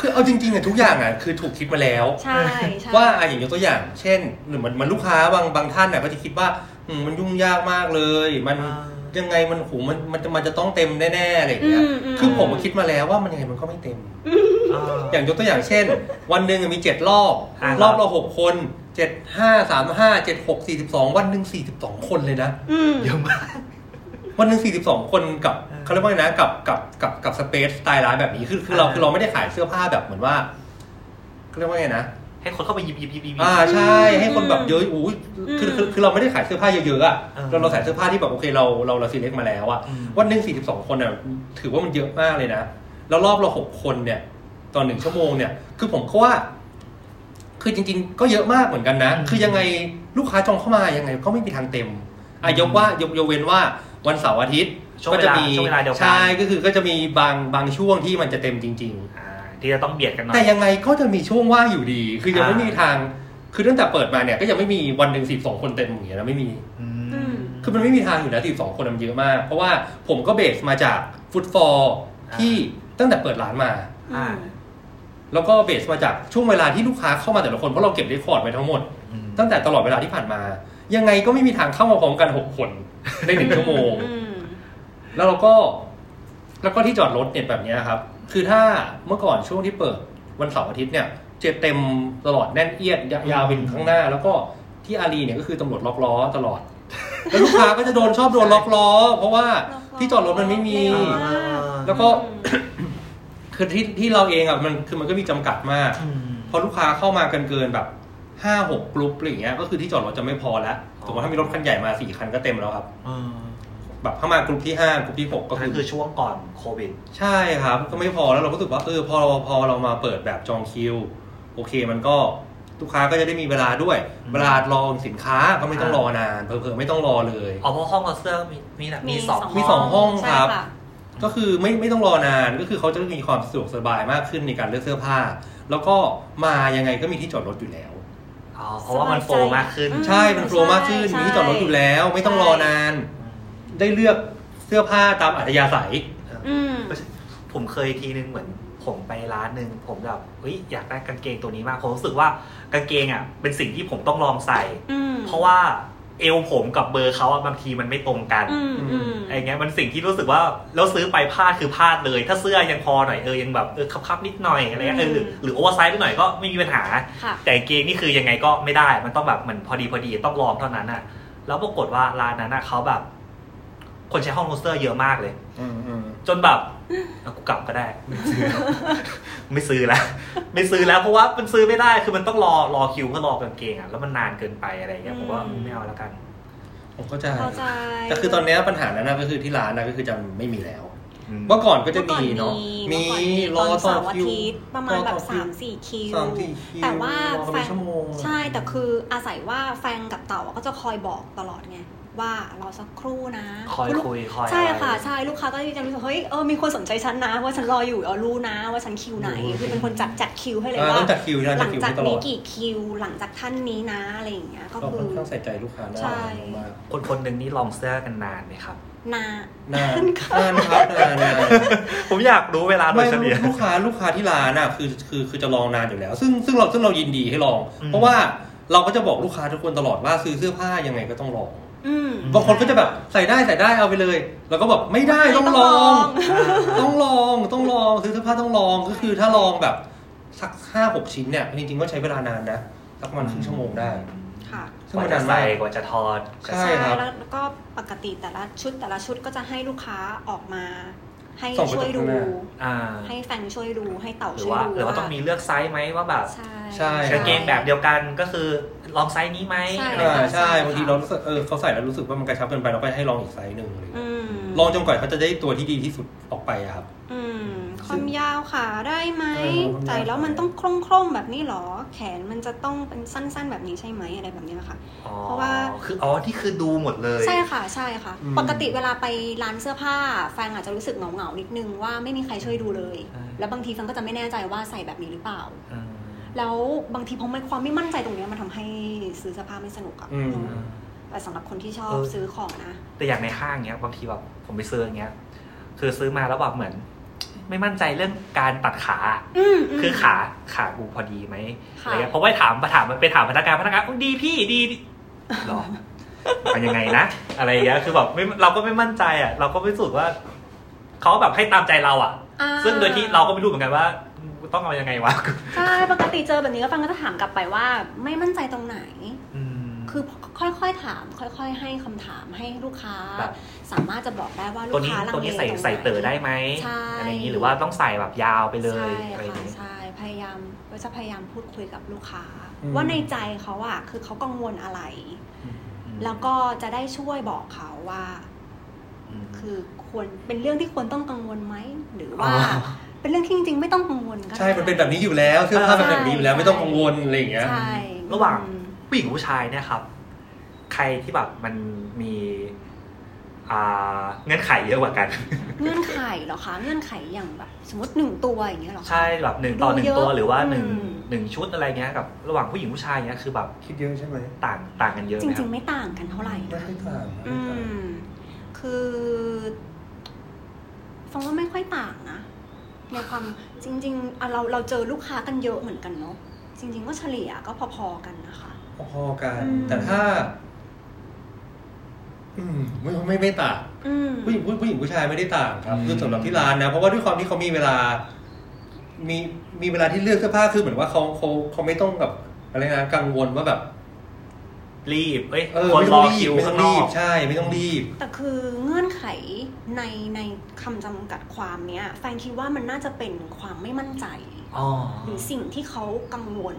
[SPEAKER 3] คือเอาจริงๆอ่ะทุกอย่างอ่ะคือถูกคิดมาแล้ว
[SPEAKER 2] ใช่ใช่
[SPEAKER 3] ว่าอะอย่างยกตัวอย่าง เช่นหรือมันมันลูกค้าบางบางท่านน่ะก็จะคิดว่าอืมมันยุ่งยากมากเลย มัน
[SPEAKER 4] อ่า
[SPEAKER 3] ยังไงมันหูมันมันจะมันจะต้องเต็มแน่ๆอะไรอย่าง
[SPEAKER 2] อื
[SPEAKER 3] เงี้ย
[SPEAKER 2] มอืม
[SPEAKER 3] คือผมก็คิดมาแล้วว่ามันยังไงมันก็ไม่เต็ม
[SPEAKER 4] เออ
[SPEAKER 3] อย่างยกตัวอย่างเช่น วันหนึ่งมีเจ็ดรอบ
[SPEAKER 4] อ่าร ร
[SPEAKER 3] อบละหกคนเจ็ดห้าสามห้าเจ็ดหกสี่สิบสองวันหนึ่งสี่สิบสองคนเลยนะ
[SPEAKER 2] อืม
[SPEAKER 4] เยอะมาก
[SPEAKER 3] วันหนึ่งสี่สิบสองคนกับ
[SPEAKER 4] เออ
[SPEAKER 3] เขาเรียกว่าไงนะกับกับกับกับสเปซสไตล์ร้านแบบนี้คือคือเรา
[SPEAKER 4] อ่า
[SPEAKER 3] คือเราไม่ได้ขายเสื้อผ้าแบบเหมือนว่าเขาเรียกว่าไงนะ
[SPEAKER 4] ให้คนเข้าไปหยิบหยิบหยิบหยิบ
[SPEAKER 3] อ่าใช่ให้คนแบบเยอะอู้ยคือคือ
[SPEAKER 2] อืม
[SPEAKER 3] คือเราไม่ได้ขายเสื้อผ้าเยอะๆอ่ะ
[SPEAKER 4] เออ
[SPEAKER 3] เราเราใส่เสื้อผ้าที่แบบโอเคเราเราเราซีเล็กมาแล้วอ่ะ
[SPEAKER 4] อืม
[SPEAKER 3] วันหนึ่งสี่สิบสองคนอ่ะถือว่ามันเยอะมากเลยนะแล้วรอบเราหกคนเนี่ยตอนหนึ่งชั่วโมงเนี่ย คือผมก็ว่า คือจริง ๆ ก็เยอะมากเหมือนกันนะ
[SPEAKER 4] อืม
[SPEAKER 3] คือยังไงลูกค้าจองเข้ามายังไงก็ไม่มีทางเต็มอ่ะยกว่ายกยกเว้นว่าวันเสาร์อาทิตย์
[SPEAKER 4] ช่วง
[SPEAKER 3] ก็
[SPEAKER 4] เว
[SPEAKER 3] จะ
[SPEAKER 4] ลา
[SPEAKER 3] มี
[SPEAKER 4] ช่วงเวลาเดียวกั
[SPEAKER 3] ใช่ก็คือก็จะมีบางบางช่วงที่มันจะเต็มจริง
[SPEAKER 4] อ่าที่จะต้องเบียดกันห
[SPEAKER 3] ๆ
[SPEAKER 4] น่
[SPEAKER 3] แต่
[SPEAKER 4] อย
[SPEAKER 3] ยังไงก็จะมีช่วงว่างอยู่ดี คือยังไม่
[SPEAKER 4] อ่ามี
[SPEAKER 3] มีทาง คือตั้งแต่เปิดมาเนี่ยก็ยังไม่มีวันหนึ่งสิบสองคนเต็มอย่างเงี้ยนะไม่มี
[SPEAKER 4] อื
[SPEAKER 2] อื
[SPEAKER 4] ม
[SPEAKER 2] ม
[SPEAKER 3] คือมันไม่มีทางอยู่นะสิบสองคนมันเยอะมาก เพราะว่าผมก็เบสมาจากฟุตฟอล
[SPEAKER 4] อ่า
[SPEAKER 3] ที่ตั้งแต่เปิดร้านมา
[SPEAKER 2] อืม
[SPEAKER 3] แล้วก็เบสมาจากช่วงเวลาที่ลูกค้าเข้ามาแต่ละคนเพราะเราเก็บเรคคอร์ดไว้ทั้งหมด
[SPEAKER 4] อืม
[SPEAKER 3] ตั้งแต่ตลอดเวลาที่ผ่านมา ยังไงก็ไม่มีทางเข้ามาพร้อมกันหกคนในหนึ่งชั่วโมง
[SPEAKER 2] อืม
[SPEAKER 3] แล้วเราก็แล้วก็ที่จอดรถเนี่ยแบบเนี้ยครับ คือถ้าเมื่อก่อนช่วงที่เปิดวันเสาร์อาทิตย์เนี่ยเจ็ดเต็มตลอดแน่นเอียดยายาวไปถึงข้างหน้า แล้วก็ที่อารีเนี่ยก็คือตำรวจล็อกล้อตลอด แล้วลูกค้าก็จะโดนชอบโดนล็อกล้อ เพราะว่า
[SPEAKER 2] ล็อกล้อ
[SPEAKER 3] ที่จอดรถมันไม่มี
[SPEAKER 2] เร็ว
[SPEAKER 4] อ่า
[SPEAKER 3] แล้วก็ คือที่ที่เราเองอ่ะมันคือมันก็มีจำกัดมาก
[SPEAKER 4] อืม
[SPEAKER 3] พอลูกค้าเข้ามากันเกินแบบห้าหกกลุ่มอะไรอย่างเงี้ยก็คือที่จอดรถจะไม่พอแล้ว
[SPEAKER 4] อ๋อ
[SPEAKER 3] สมมติถ้ามีรถคันใหญ่มาสี่คันก็เต็มแล้วครับ
[SPEAKER 4] อืม
[SPEAKER 3] แบบเข้ามากลุ่มที่ห้ากลุ่มที่หก
[SPEAKER 4] ก็
[SPEAKER 3] ก็คือ
[SPEAKER 4] คือช่วงก่อนโควิด
[SPEAKER 3] ใช่ครับ ก็ไม่พอแล้วเราก็รู้สึกว่าเออพอเราพอเรามาเปิดแบบจองคิว โอเคมันก็ ลูกค้าก็จะได้มีเวลาด้วย
[SPEAKER 4] อืม
[SPEAKER 3] เวลารอสินค้าก็ไม่ต้องรอนานเผลอๆไม่ต้องรอเลย
[SPEAKER 4] อ๋อเพราะห้องเราเสื้อมีมีแบบมีสอง
[SPEAKER 3] มีสองห้อง
[SPEAKER 2] ใช่
[SPEAKER 3] ครับ
[SPEAKER 2] ะ
[SPEAKER 3] ก็คือไม่ไม่ต้องรอนานก็คือเขาจะมีความสะดวกสบายมากขึ้นในการเลือกเสื้อผ้า แล้วก็มายังไงก็มีที่จอดรถอยู่แล้ว
[SPEAKER 4] อ๋อเพราะว่ามันโฟมากขึ้น
[SPEAKER 3] ใช่มันโฟล์มากขึ้น
[SPEAKER 2] ใช่
[SPEAKER 3] มีที่จอดรถอยู่แล้ว ไม่ต้องรอนาน ได้เลือกเสื้อผ้าตามอัธยาศัย
[SPEAKER 2] อืม
[SPEAKER 4] ผมเคยทีนึงเหมือนผมไปร้านหนึ่งผมแบบเฮ้ยอยากได้กางเกงตัวนี้มากผมรู้สึกว่ากางเกงอ่ะเป็นสิ่งที่ผมต้องลองใส่
[SPEAKER 2] อืม
[SPEAKER 4] เพราะว่าเอวผมกับเบอร์เขาอะบางทีมันไม่ตรงกัน
[SPEAKER 2] อืมอืม
[SPEAKER 4] ไอ้เงี้ยมันสิ่งที่รู้สึกว่าแล้วซื้อไปพลาดคือพลาดเลย ถ้าเสื้อยังพอหน่อยเออยังแบบเออคับๆนิดหน่อยอะไรเงี้ยเออหรือ
[SPEAKER 2] อืม
[SPEAKER 4] หรือโอเวอร์ไซส์ไปหน่อยก็ไม่มีปัญหา
[SPEAKER 2] ค่ะ
[SPEAKER 4] แต่เกงนี่คือยังไงก็ไม่ได้ มันต้องแบบเหมือนพอดีพอดีต้องลองเท่านั้นอ่ะ แล้วปรากฏว่าร้านนั้นอ่ะเขาแบบ คนใช้ห้องโรสเตอร์เยอะมากเลย จน แบบเอากูกลับก็ได้ ไม่ซื้อแล้ว ไม่ซื้อแล้วเพราะว่ามันซื้อไม่ได้คือมันต้องรอรอคิวเพื่อรอกางเกงอ่ะแล้วมันนานเกินไปอะไรเงี้ยผมว่า
[SPEAKER 2] อืม
[SPEAKER 4] ไม่เอาแล้วกัน
[SPEAKER 3] ผมเข้าใจ
[SPEAKER 2] เข้าใจ
[SPEAKER 3] แต่คือตอนเนี้ยปัญหานั้นนะก็คือที่ร้านนะก็คือจะไม่มีแล้ว
[SPEAKER 4] อืม
[SPEAKER 3] เมื่อก่อนก็จะ
[SPEAKER 2] เมื่อก่อ
[SPEAKER 3] มีเนาะ มี
[SPEAKER 2] เมื่ก่
[SPEAKER 3] รอน ต่
[SPEAKER 2] เสา
[SPEAKER 3] อ
[SPEAKER 2] ร์อา
[SPEAKER 3] คิว
[SPEAKER 2] ทิตย์ประมาณแบบสามสี่คิว
[SPEAKER 3] สามสี่คิว
[SPEAKER 2] แต่ว่าร
[SPEAKER 3] อกั
[SPEAKER 2] แฟ
[SPEAKER 3] นเป็น
[SPEAKER 2] น
[SPEAKER 3] ชั่วโมง
[SPEAKER 2] ใช่แต่คืออาศัยว่าแฟนกับเต่าก็จะคอยบอกตลอดไงว่าเราสักครู่นะ
[SPEAKER 4] คอย
[SPEAKER 2] ลูก
[SPEAKER 4] คุยคอยอไร
[SPEAKER 2] ใช่ค่ะใช่ลูกค้าก็จะรู้สึกเฮ้ยเออมีคนสนใจฉันนะว่าฉันรออยู่เออรู้นะ ว่าฉันคิวไหนคือเป็นคนจัดจัดคิวให้เลย
[SPEAKER 3] อ่า
[SPEAKER 2] ว่า
[SPEAKER 3] ต้องจัดคิวนะ
[SPEAKER 2] ห
[SPEAKER 3] จั
[SPEAKER 2] ลั
[SPEAKER 3] ด
[SPEAKER 2] ง
[SPEAKER 3] คิว
[SPEAKER 2] จาก
[SPEAKER 3] ให้ตลอ
[SPEAKER 2] นี้
[SPEAKER 3] ด
[SPEAKER 2] กี่คิวหลังจากท่านนี้นะอะไรอย่างเงี้ยก็
[SPEAKER 3] เรา
[SPEAKER 2] คื
[SPEAKER 3] ค่
[SPEAKER 2] อ
[SPEAKER 3] อนข้างใส่ใจลูกค้าได้
[SPEAKER 2] ใช่
[SPEAKER 3] มาก
[SPEAKER 4] คนคนหนึ่งนี่ลองเสื้อกันนานไหมครับ
[SPEAKER 2] นา
[SPEAKER 3] นานนานครับนานนาน
[SPEAKER 4] ผมอยากรู้เวลาโด
[SPEAKER 3] ไม่
[SPEAKER 4] ยเฉลี่ย
[SPEAKER 3] ลูกค้าลูกค้าที่ร้านน่ะคือคือคือจะลองนานอยู่แล้ว ซึ่งซึ่งเราซึ่งเรายินดีให้ลอง
[SPEAKER 4] อืม
[SPEAKER 3] เพราะว่าเราก็จะบอกลูกค้าทุกคนตลอดว่าซื้อเสื้อผ้ายังไงก็ต้องลอง
[SPEAKER 2] อืม
[SPEAKER 3] บางคนก็จะแบบใส่ได้ใส่ได้เอาไปเลย แล้วก็แบบไม่ได้ต้องลอง ต้องลองต้องลองซื้อเสื้อผ้าต้องลองก็คือถ้าลองแบบสักห้าหกชิ้นเนี่ยจริงๆก็ใช้เวลานานนะสักประมาณครึ่งชั่วโมงได้
[SPEAKER 2] ค่ะ
[SPEAKER 3] ซึ่
[SPEAKER 4] ก
[SPEAKER 3] ง
[SPEAKER 4] ว่า
[SPEAKER 3] มัน
[SPEAKER 4] จะ
[SPEAKER 3] นาน
[SPEAKER 4] ใส่
[SPEAKER 3] มาก
[SPEAKER 4] กว่าจะทอด
[SPEAKER 3] ใช่ครับ
[SPEAKER 2] แล้วก็ปกติแต่ละชุดแต่ละชุดก็จะให้ลูกค้าออกมา ให้
[SPEAKER 3] ส่งไป
[SPEAKER 2] ช่วยดู
[SPEAKER 3] ตรงข้างหน้า
[SPEAKER 4] อ่า
[SPEAKER 2] ให้แฟนช่วยดูให้เต่า
[SPEAKER 4] หรือ
[SPEAKER 2] ช่วย
[SPEAKER 4] ว่า
[SPEAKER 2] ดู
[SPEAKER 4] หรือว่าต้องมีเลือกไซส์ไหมว่าแบบ
[SPEAKER 2] ใช่
[SPEAKER 3] ใช่
[SPEAKER 4] กางเกงแบบเดียวกันก็คือลองไซส์นี้ไหม
[SPEAKER 2] ใช่
[SPEAKER 4] อะไร
[SPEAKER 3] อ่า
[SPEAKER 4] เงี้ย
[SPEAKER 3] ใช่บางทีเรารู้สึกเออเขาใส่แล้วรู้สึกว่ามันกระชับเกินไปเราก็ให้ลองอีกไซส์หนึ่งอะไรอย่าง
[SPEAKER 2] อื
[SPEAKER 3] เงี้ย
[SPEAKER 2] ม
[SPEAKER 3] ลองจนกว่าเขาจะได้ตัวที่ดีที่สุดออกไปอะครับ
[SPEAKER 2] อืมความยาวขาได้ไหม
[SPEAKER 3] เออความยาว
[SPEAKER 2] ใส่แล้วมันต้องโคร่งๆแบบนี้เหรอ แขนมันจะต้องเป็นสั้นๆ แบบนี้ใช่ไหมอะไรแบบเนี้ยค่ะ
[SPEAKER 4] อ๋อ
[SPEAKER 2] เพราะว่า
[SPEAKER 4] คืออ๋อที่คือดูหมดเลย
[SPEAKER 2] ใช่ค่ะใช่ค่ะ
[SPEAKER 3] อืม
[SPEAKER 2] ปกติเวลาไปร้านเสื้อผ้าแฟนอาจจะรู้สึกเหงาเหงาๆนิดนึงว่าไม่มีใครช่วยดูเลย
[SPEAKER 4] ใช่
[SPEAKER 2] แล้วบางทีแฟนก็จะไม่แน่ใจว่าใส่แบบนี้หรือเปล่า
[SPEAKER 4] อืม
[SPEAKER 2] แล้วบางทีเพราะมันความไม่มั่นใจตรงเนี้ยมันทำให้ซื้อเสื้อผ้าไม่สนุกอะ
[SPEAKER 3] อืม
[SPEAKER 2] แต่สำหรับคนที่ชอบ
[SPEAKER 4] เออ
[SPEAKER 2] ซื้อของนะ
[SPEAKER 4] แต่อย่างในห้างเนี้ยบางทีแบบผมไปซื้ออย่างเงี้ย คือซื้อมาแล้วแบบเหมือน ไม่มั่นใจเรื่องการตัดขา
[SPEAKER 2] อืมม
[SPEAKER 4] คือขาขากูพอดีไหม
[SPEAKER 2] ค่ะ
[SPEAKER 4] อะไรเงี้ยเพราะว่าถามมาถามมันไปถามพนักงานพนักงานอุ๊ยดีพี่ดีดีหร อมันยังไงนะอะไรอย่างเงี้ยคือแบบไม่เราก็ไม่มั่นใจอ่ะ เราก็ไม่รู้สึกว่าเขาแบบให้ตามใจเราอ่ะ
[SPEAKER 2] อ่า
[SPEAKER 4] ซึ่งโดยที่เราก็ไม่รู้เหมือนกันว่ากูต้องเอายังไงวะ
[SPEAKER 2] ใช่ปกติเจอแบบนี้ก็ฟังก็จะถามกลับไปว่า ไม่มั่นใจตรงไหน
[SPEAKER 4] อืม
[SPEAKER 2] คือค่อยๆถาม ค่อยๆ ให้คำถามให้ลูกค้า
[SPEAKER 4] แบบ
[SPEAKER 2] สามารถจะบอกได้ว่าลู
[SPEAKER 4] ตัว
[SPEAKER 2] ก
[SPEAKER 4] นี้
[SPEAKER 2] ค้าลังเล
[SPEAKER 4] ตัวนี้ใส่
[SPEAKER 2] รงหน
[SPEAKER 4] ใส่เต๋อได้ไหม
[SPEAKER 2] ใช่
[SPEAKER 4] อะไรอย่างนี้หรือว่าต้องใส่แบบยาวไปเลย
[SPEAKER 2] ใช่
[SPEAKER 4] อะไรอย่าง
[SPEAKER 2] ค่ะ
[SPEAKER 4] เงี้ย
[SPEAKER 2] ใช่พยายามก็จะพยายามพูดคุยกับลูกค้า
[SPEAKER 3] อืม
[SPEAKER 2] ว่าในใจเขาอะคือเขากังวลอะไร แล้วก็จะได้ช่วยบอกเขาว่า คือควรเป็นเรื่องที่ควรต้องกังวลไหมหรือว่า
[SPEAKER 4] อ๋อ
[SPEAKER 2] เป็นเรื่องที่จริงๆ ไม่ต้องกังวลก็ได้
[SPEAKER 3] ใช่มันเป็นแบบนี้อยู่แล้วเสื้อผ้าเป็นแบบนี้อยู่แล้วไม่ต้องกังวลอะไรอย่างเงี้ย
[SPEAKER 2] ใช่
[SPEAKER 4] ระหว่าง
[SPEAKER 2] อืม
[SPEAKER 4] ผู้หญิงกับผู้ชายเนี่ยครับ ใครที่แบบมันมีอ่าเงื่อนไขเยอะกว่ากัน
[SPEAKER 2] เงื่อนไขเหรอคะเงื่อนไขอย่างแบบ สมมติหนึ่งตัวอย่างเงี้ยเหรอคะ
[SPEAKER 4] ใช่แบบหนึ่งต่อหนึ่ง
[SPEAKER 2] เยอะ
[SPEAKER 4] ตัวหรือว่าห
[SPEAKER 2] อืม
[SPEAKER 4] นึ่งหนึ่งชุดอะไรเงี้ยกับ ระหว่างผู้หญิงผู้ชายเนี้ยคือแบบ
[SPEAKER 3] คิดเยอะใช่ไหม
[SPEAKER 4] ต่างต่างกันเยอะ
[SPEAKER 2] จ
[SPEAKER 4] ไหมค
[SPEAKER 2] ริ
[SPEAKER 4] รับ
[SPEAKER 2] ง ๆ ไม่ต่างกันเท่าไหร่
[SPEAKER 3] ไม่
[SPEAKER 2] นะ
[SPEAKER 3] ค่อยต่างนะ
[SPEAKER 2] อืม คือฟังว่าไม่ค่อยต่างนะในความจริงๆอ่ะเราเราเจอลูกค้ากันเยอะเหมือนกันเนาะจริง ๆ ก็เฉลี่ยก็พอๆกันนะคะ
[SPEAKER 3] พอๆกัน
[SPEAKER 2] อืม
[SPEAKER 3] แต่ถ้า อืมไม่ไม่ไม่ต่าง
[SPEAKER 2] อืม
[SPEAKER 3] ผู้หญิงผู้ผู้หญิงผู้ชายไม่ได้ต่างครับ
[SPEAKER 4] อืม
[SPEAKER 3] คือสำหรับที่ร้านนะ เพราะว่าด้วยความที่เขามีเวลา มีมีเวลาที่เลือกเสื้อผ้าคือเหมือนว่าเขาเขาเขาไม่ต้องแบบอะไรนะกังวลว่าแบบ
[SPEAKER 4] รีบเอ้ย
[SPEAKER 3] เออ
[SPEAKER 4] คน
[SPEAKER 3] ไม่
[SPEAKER 4] ร
[SPEAKER 3] ต้อ
[SPEAKER 4] อง
[SPEAKER 3] รี
[SPEAKER 4] คิ
[SPEAKER 3] บ
[SPEAKER 4] ว
[SPEAKER 3] ไม่ต้
[SPEAKER 4] ข้า
[SPEAKER 3] อง
[SPEAKER 4] งน
[SPEAKER 3] รี
[SPEAKER 4] อบ ก
[SPEAKER 3] ใช่ไม่ต้องรีบ
[SPEAKER 2] แต่คือเงื่อนไขในในคำจำกัดความเนี้ยแฟนคิดว่ามันน่าจะเป็นความไม่มั่นใจ
[SPEAKER 4] อ๋อ
[SPEAKER 2] หรือสิ่งที่เขากังวล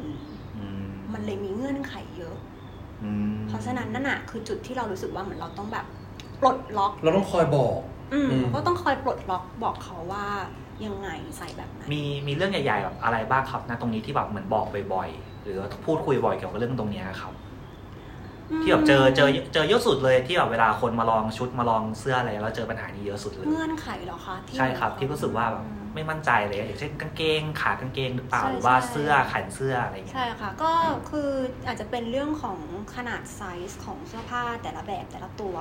[SPEAKER 4] อื
[SPEAKER 2] มันเลยมีเงื่อนไขเยอะ
[SPEAKER 4] อืม
[SPEAKER 2] เพราะฉะนั้นนั่นน่ะคือจุดที่เรารู้สึกว่าเหมือนเราต้องแบบปลดล็อก
[SPEAKER 3] เราต้องคอยบอก
[SPEAKER 2] อืม
[SPEAKER 3] อืม
[SPEAKER 2] เราก็ต้องคอยปลดล็อกบอกเขาว่ายังไงใส่แบบไหน
[SPEAKER 4] มีมีเรื่องใหญ่ๆแบบอะไรบ้างครับนะตรงนี้ที่แบบเหมือนบอกบ่อยๆ หรือว่าพูดคุยบ่อยเกี่ยวกับเรื่องตรงเนี้ยครับ ที่แบบเจอเจอเจอเยอะสุดเลยที่แบบเวลาคนมาลองชุดมาลองเสื้ออะไรแล้วเจอปัญหานี้เยอะสุดเลย
[SPEAKER 2] เงื่อนไขเหรอคะที่
[SPEAKER 4] ใช่ครับที่รู้สึกว่าแบบไม่มั่นใจเลยอย่างเช่นกางเกงขากางเกงหรือเปล่า
[SPEAKER 2] ใช่
[SPEAKER 4] หรือว่า
[SPEAKER 2] ใช่
[SPEAKER 4] เสื้อแขนเสื้ออะไรอย่างเงี้ย
[SPEAKER 2] ใช่ค่ะก็คืออาจจะเป็นเรื่องของขนาดไซส์ของเสื้อผ้าแต่ละแบบแต่ละตัว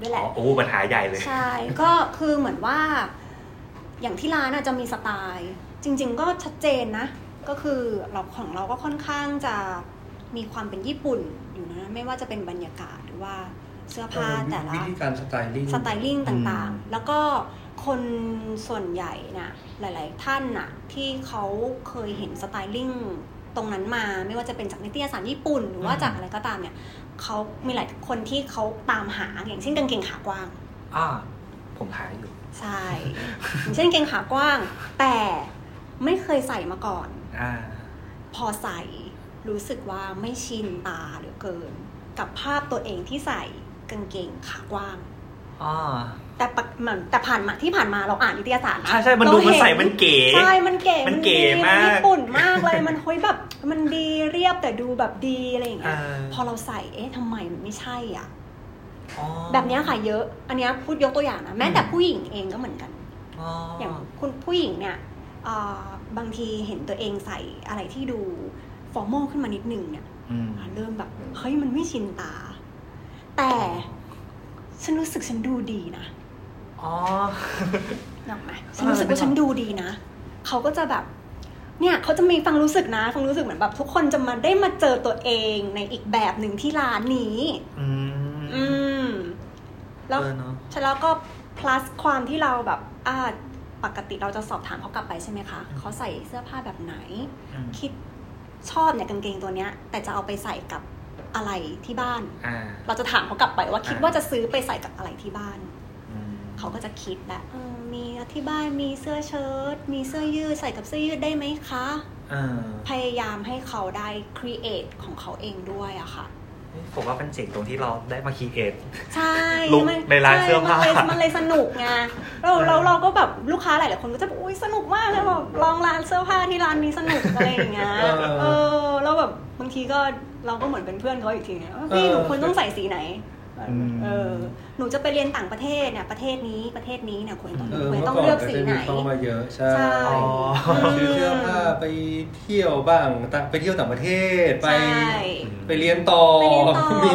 [SPEAKER 2] ด้วยแห
[SPEAKER 4] อ๋
[SPEAKER 2] ละ
[SPEAKER 4] อโอ้ปัญหาใหญ่เลย
[SPEAKER 2] ใช่ ก็คือเหมือนว่า อย่างที่ร้านอาจจะมีสไตล์ จริง ๆ ก็ชัดเจนนะ ก็คือเราของเราก็ค่อนข้างจะมีความเป็นญี่ปุ่นอยู่นะ ไม่ว่าจะเป็นบรรยากาศหรือว่าเสื้อผ้าแต่ละ
[SPEAKER 3] วิธีการสไตลิ่ง
[SPEAKER 2] สไตลิ่งต่าง
[SPEAKER 3] อืม
[SPEAKER 2] ๆ แล้วก็คนส่วนใหญ่นะหลายๆท่านน่ะที่เขาเคยเห็นสไตลิ่งตรงนั้นมา ไม่ว่าจะเป็นจากนิตยสารญี่ปุ่น หรือว่าจากอะไรก็ตามเนี่ยเขามีหลายคนที่เขาตามหาอย่างเช่นกางเกงขากว้าง
[SPEAKER 4] อ่า ผมหายอยู่
[SPEAKER 2] ใช่ อย่างเช่นเกงขากว้าง แต่ไม่เคยใส่มาก่อน
[SPEAKER 4] อ่า
[SPEAKER 2] พอใส่รู้สึกว่าไม่ชินตาเหลือเกิน กับภาพตัวเองที่ใส่กางเกงขากว้าง
[SPEAKER 4] อ่า
[SPEAKER 2] แต่ปะเหมือนแต่ผ่านมาที่ผ่านมาเราอ่านนิตยสาร
[SPEAKER 4] ใช่ใช่มันดู
[SPEAKER 2] เรา
[SPEAKER 4] มัน
[SPEAKER 2] เห็
[SPEAKER 4] ใส่มันเก๋
[SPEAKER 2] ใช่มันเก๋
[SPEAKER 4] มันเก๋
[SPEAKER 2] ดี
[SPEAKER 4] มาก
[SPEAKER 2] ญี่ปุ่นมากเลย มันเฮ้ยแบบมันดีเรียบแต่ดูแบบดีอะไรอย่าง
[SPEAKER 4] เอ
[SPEAKER 2] เงี้ย
[SPEAKER 4] อ
[SPEAKER 2] พอเราใส่เอ๊ะทำไมมันไม่ใช่อ่ะ
[SPEAKER 4] อ๋อ
[SPEAKER 2] แบบเนี้ยค่ะเยอะ อันเนี้ยพูดยกตัวอย่างนะแม้แต่ผู้หญิงเองก็เหมือนกัน
[SPEAKER 4] อ๋ออ
[SPEAKER 2] อย่างคุณผู้หญิงเนี่ยเอ่อบางทีเห็นตัวเองใส่อะไรที่ดูฟอร์มอลขึ้นมานิดนึงเนี่ย
[SPEAKER 4] อืม
[SPEAKER 2] เริ่มแบบเฮ้ยมันไม่ชินตา แต่ฉันรู้สึกฉันดูดีนะ
[SPEAKER 4] อ๋อ
[SPEAKER 2] นึกออกไหม
[SPEAKER 4] เออ
[SPEAKER 2] ฉันรู้สึก
[SPEAKER 4] นึกอ
[SPEAKER 2] ว่า
[SPEAKER 4] อก
[SPEAKER 2] ฉันดูดีนะ เขาก็จะแบบ เนี่ยเขาจะมีฟังรู้สึกนะ ฟังรู้สึกเหมือนแบบ ทุกคนจะมาได้มาเจอตัวเองในอีกแบบหนึ่งที่ร้านนี้
[SPEAKER 4] อืม
[SPEAKER 2] อืม แล้ว
[SPEAKER 4] เออเนาะ
[SPEAKER 2] แล้วก็ plus ความที่เราแบบอ่าปกติเราจะสอบถามเขากลับไปใช่ไหมคะ เขาใส่เสื้อผ้าแบบไหน
[SPEAKER 4] อืม
[SPEAKER 2] คิดชอบเนี่ยกางเกงตัวเนี้ย แต่จะเอาไปใส่กับอะไรที่บ้าน
[SPEAKER 4] อ่า
[SPEAKER 2] เราจะถามเขากลับไปว่าคิด
[SPEAKER 4] อ่า
[SPEAKER 2] ว่าจะซื้อไปใส่กับอะไรที่บ้าน
[SPEAKER 4] อืม
[SPEAKER 2] เขาก็จะคิดแบบเออมีที่บ้านมีเสื้อเชิ้ตมีเสื้อยืดใส่กับเสื้อยืดได้ไหมคะ
[SPEAKER 4] เออ
[SPEAKER 2] พยายามให้เขาได้ create ของเขาเองด้วยอะค่ะ
[SPEAKER 4] ผมว่าเป็นเจ๋งตรงที่เราได้มาคีเอท
[SPEAKER 2] ใช่
[SPEAKER 4] ลุคในร้าน
[SPEAKER 2] ช่
[SPEAKER 4] เสื้อผ้ามั
[SPEAKER 2] นเลยมันเลยสนุกไงเราเราเราก็แบบลูกค้าหลายๆคนก็จะแบบอุ้ยสนุกมากเลยแบบลองร้านเสื้อผ้าที่ร้านนี้สนุกอะไรอย่างเงี้ย
[SPEAKER 3] เออ
[SPEAKER 2] เออแล้วแบบบางทีก็เราก็เหมือนเป็นเพื่อนเขาอีกทีเนี่ยว่าเฮ้ยห
[SPEAKER 3] เออ
[SPEAKER 2] นูควรต้องใส่สีไหน
[SPEAKER 4] อืม
[SPEAKER 2] เออหนูจะไปเรียนต่างประเทศเนี่ยประเทศนี้ประเทศนี้เนี่ยควรต้อง
[SPEAKER 3] เออ
[SPEAKER 2] ควร
[SPEAKER 3] เมื่อ
[SPEAKER 2] ต้อง
[SPEAKER 3] ก่อ
[SPEAKER 2] เลื
[SPEAKER 3] น
[SPEAKER 2] อก
[SPEAKER 3] ก็
[SPEAKER 2] สี
[SPEAKER 3] จะ
[SPEAKER 2] ไหน
[SPEAKER 3] มีเข้ามาเยอะใช่
[SPEAKER 2] ใช่
[SPEAKER 4] อ๋อ
[SPEAKER 3] ซื้อเสื้อผ้าไปเที่ยวบ้างต่างไปเที่ยวต่างประเทศไป
[SPEAKER 2] ใช่
[SPEAKER 3] ไปเรียนต่อ
[SPEAKER 2] ไปเรียนต่อ
[SPEAKER 3] มี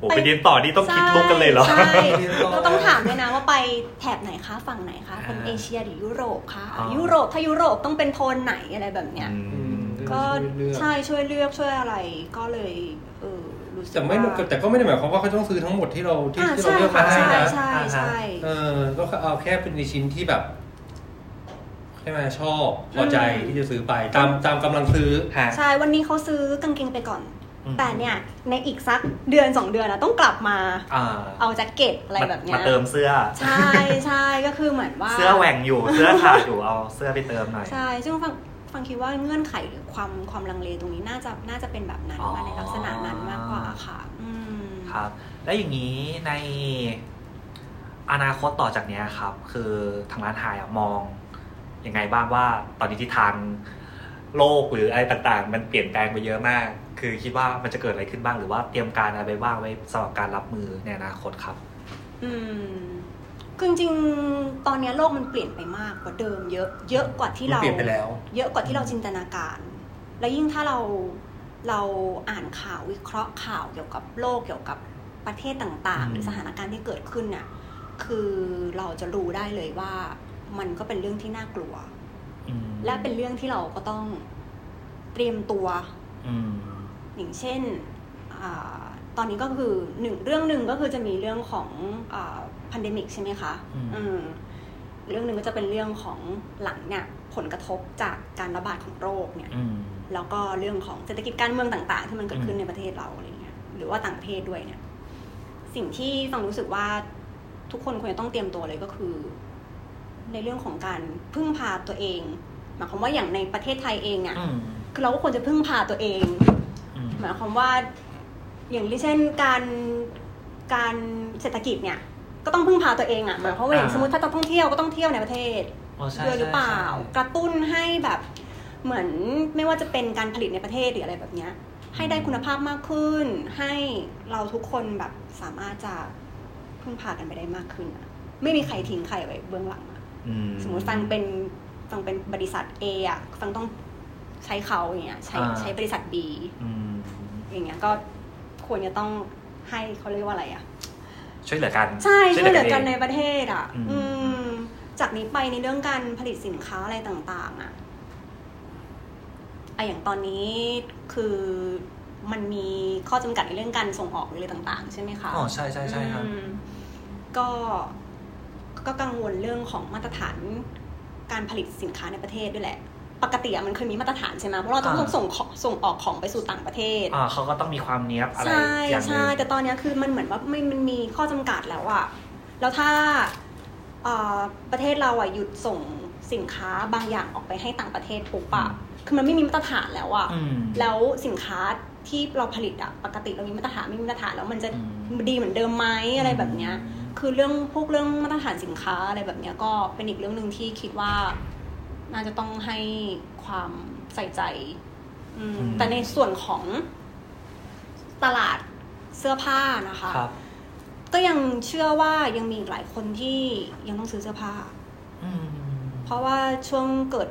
[SPEAKER 4] โอ้ไปเรียนต่อนี่ต้องคิดลุกกันเลยเหรอ
[SPEAKER 2] ใช่
[SPEAKER 3] เรียนต่อ
[SPEAKER 2] ก็ต้องถามด้วยนะว่าไปแถบไหนคะฝั่งไหนคะเป็น
[SPEAKER 4] อ่า
[SPEAKER 2] เอเชียหรือยุโรปคะ
[SPEAKER 4] อ่ายุ
[SPEAKER 2] ยุโรปถ้ายุโรปต้องเป็นโทนไหนอะไรแบบเนี้ย
[SPEAKER 4] อืม
[SPEAKER 2] ก็
[SPEAKER 3] เลือก
[SPEAKER 2] ใช่ช่วยเลือกช่วยอะไรก็เลยเออรู้สึก
[SPEAKER 3] แต่ไม่
[SPEAKER 2] ว่า
[SPEAKER 3] แต่ก็ไม่ได้หมายความว่าเขาต้องซื้อทั้งหมดที่เราที่
[SPEAKER 2] อ่า
[SPEAKER 3] ที่
[SPEAKER 2] ใช่
[SPEAKER 3] เราเลือก
[SPEAKER 2] ค่ะ
[SPEAKER 3] มาให้
[SPEAKER 2] ใช่
[SPEAKER 3] นะ
[SPEAKER 4] อ่าฮะ
[SPEAKER 2] ใช่ใช่
[SPEAKER 3] เออก็เอาแค่เป็นในชิ้นที่แบบใช่ไหมชอบพอใจที่จะซื้อไป ตามตามกำลังซื้อ
[SPEAKER 4] ฮะ
[SPEAKER 2] ใช่วันนี้เขาซื้อกางเกงไปก่อน
[SPEAKER 4] อืม
[SPEAKER 2] แต่เนี่ยในอีกสักเดือนสองเดือนนะต้องกลับมา
[SPEAKER 4] อ่า
[SPEAKER 2] เอาแจ็คเก็ตอะไรแบบเนี้
[SPEAKER 4] มาย เติมเสื้อ
[SPEAKER 2] ใช่ใช่ก็คือเหมือนว่า
[SPEAKER 4] เสื้อแหว่งอยู่ เสื้อขาดอยู่เอาเสื้อไปเติมหน่อย
[SPEAKER 2] ใช่ซึ่งฟังฟังคิดว่าเงื่อนไขหรือความความลังเลตรงนี้น่าจะน่าจะเป็นแบบนั้น
[SPEAKER 4] อ๋อ
[SPEAKER 2] มาในลักษณะนั้นมากกว่าค่ะ อืม
[SPEAKER 4] ครับ และอย่างนี้ในอนาคตต่อจากเนี้ยครับ คือทางร้านไฮอะมองยังไงบ้างว่าตอนนี้ทิศทางโลกหรืออะไรต่างๆ มันเปลี่ยนแปลงไปเยอะมาก คือคิดว่ามันจะเกิดอะไรขึ้นบ้างหรือว่าเตรียมการอะไรไปบ้างไว้สำหรับการรับมือในอนาคตครับ
[SPEAKER 2] อืมคือจริงๆ ตอนเนี้ยโลกมันเปลี่ยนไปมากกว่าเดิมเยอะ เยอะกว่าที่
[SPEAKER 3] มัน
[SPEAKER 2] เรา
[SPEAKER 3] เปลี่ยนไปแล้ว
[SPEAKER 2] เยอะกว่าที่เราจินตนาการ และยิ่งถ้าเราเราอ่านข่าววิเคราะห์ข่าวเกี่ยวกับโลกเกี่ยวกับประเทศต่าง
[SPEAKER 4] อื
[SPEAKER 2] ๆ
[SPEAKER 4] ม
[SPEAKER 2] หรือสถานการณ์ที่เกิดขึ้นน่ะ คือเราจะรู้ได้เลยว่ามันก็เป็นเรื่องที่น่ากลัว
[SPEAKER 4] อืม
[SPEAKER 2] และเป็นเรื่องที่เราก็ต้องเตรียมตัว
[SPEAKER 4] อืม
[SPEAKER 2] อย่างเช่นอาตอนนี้ก็คือหนึ่งเรื่องหนึ่งก็คือจะมีเรื่องของพันเดมิกใช่ไหมคะ
[SPEAKER 4] อืม
[SPEAKER 2] อืมเรื่องหนึ่งก็จะเป็นเรื่องของหลังเนี่ยผลกระทบจากการระบาดของโรคเนี่ย
[SPEAKER 4] อืม
[SPEAKER 2] แล้วก็เรื่องของเศรษฐกิจการเมืองต่างๆ ที่มันเกิดขึ้
[SPEAKER 4] อื
[SPEAKER 2] น
[SPEAKER 4] ม
[SPEAKER 2] ในประเทศเราอะไรเงี้ยหรือว่าต่างประเทศด้วยเนี่ย สิ่งที่ฟังรู้สึกว่าทุกคนควรจะต้องเตรียมตัวเลยก็คือ ในเรื่องของการพึ่งพาตัวเองหมายความว่าอย่างในประเทศไทยเองเนี่ย
[SPEAKER 4] อืม
[SPEAKER 2] คือเราก็ควรจะพึ่งพาตัวเอง
[SPEAKER 4] อืม
[SPEAKER 2] หมายความว่าอย่างเช่นการการเศรษฐกิจเนี่ย ก็ต้องพึ่งพาตัวเองอะ่ะหมายความว่าอย่างสมมติถ้าจะท่องเที่ยวก็ต้องเที่ยวในประเทศ
[SPEAKER 4] โใช่
[SPEAKER 2] ด้วยหรือเปล่า
[SPEAKER 4] ใช่ใช่
[SPEAKER 2] กระตุ้นให้แบบ เหมือนไม่ว่าจะเป็นการผลิตในประเทศหรืออะไรแบบเนี้ย ให้ได้คุณภาพมากขึ้น ให้เราทุกคนแบบสามารถจะพึ่งพากันไปได้มากขึ้นอะไม่มีใครทิ้งใครไว้เบื้องหลังอะ
[SPEAKER 4] อื
[SPEAKER 2] สมมติฟังเป็นฟังเป็นบริษัท A อ่ะฟังต้องใช้เขาอย่างเงี้ยใช้ใช้บริษัท B
[SPEAKER 4] อืม
[SPEAKER 2] อย่างเงี้ยก็ควรจะต้องให้เขาเรียกว่าอะไรอ่ะ
[SPEAKER 4] ช่วยเหลือกัน
[SPEAKER 2] ใช่ช่วยเหลือ
[SPEAKER 4] เง
[SPEAKER 2] กันในประเทศอ่ะ
[SPEAKER 4] อืม
[SPEAKER 2] อืม จากนี้ไปในเรื่องการผลิตสินค้าอะไรต่าง ๆ อ่ะอะอย่างตอนนี้คือมันมีข้อจำกัดในเรื่องการส่งออกหรืออะไรต่าง ๆ ใช่ไหมคะ
[SPEAKER 1] อ๋อใช่ใช่ใช่ครับ
[SPEAKER 2] อืมก็ก็กังวลเรื่องของมาตรฐานการผลิตสินค้าในประเทศด้วยแหละ ปกติอะมันเคยมีมาตรฐานใช่ไหมเพราะเราต้อง
[SPEAKER 1] อ่า
[SPEAKER 2] ส่งของส่งออกของไปสู่ต่างประเทศ
[SPEAKER 4] อ่าเขาก็ต้องมีความเนี้ยบอะไร
[SPEAKER 2] ใช่
[SPEAKER 4] อย่างหนึ
[SPEAKER 2] ใช่
[SPEAKER 4] ง
[SPEAKER 2] แต่ตอนเนี้ยคือมันเหมือนว่าไม่มันมีข้อจำกัดแล้วอะแล้วถ้าเอ่อประเทศเราอะหยุดส่งสินค้าบางอย่างออกไปให้ต่างประเทศปุ๊บอะ
[SPEAKER 4] อื
[SPEAKER 2] คือมันไม่มีมาตรฐานแล้วอะ
[SPEAKER 1] อืม
[SPEAKER 2] แล้วสินค้าที่เราผลิตอะปกติเรามีมาตรฐานไม่มีมาตรฐานแล้วมันจะ
[SPEAKER 1] อื
[SPEAKER 2] ดีเหมือนเดิมไหมอะไรแบบเนี้ย คือเรื่องพวกเรื่องมาตรฐานสินค้าอะไรแบบเนี้ยก็เป็นอีกเรื่องหนึ่งที่คิดว่า น่าจะต้องให้ความใส่ใจอืม
[SPEAKER 1] อืม
[SPEAKER 2] แต่ในส่วนของตลาดเสื้อผ้านะคะ
[SPEAKER 1] ครับ
[SPEAKER 2] ก็ยังเชื่อว่ายังมีอีกหลายคนที่ยังต้องซื้อเสื้อผ้า
[SPEAKER 1] อืม
[SPEAKER 2] เพราะว่าช่วงเกิด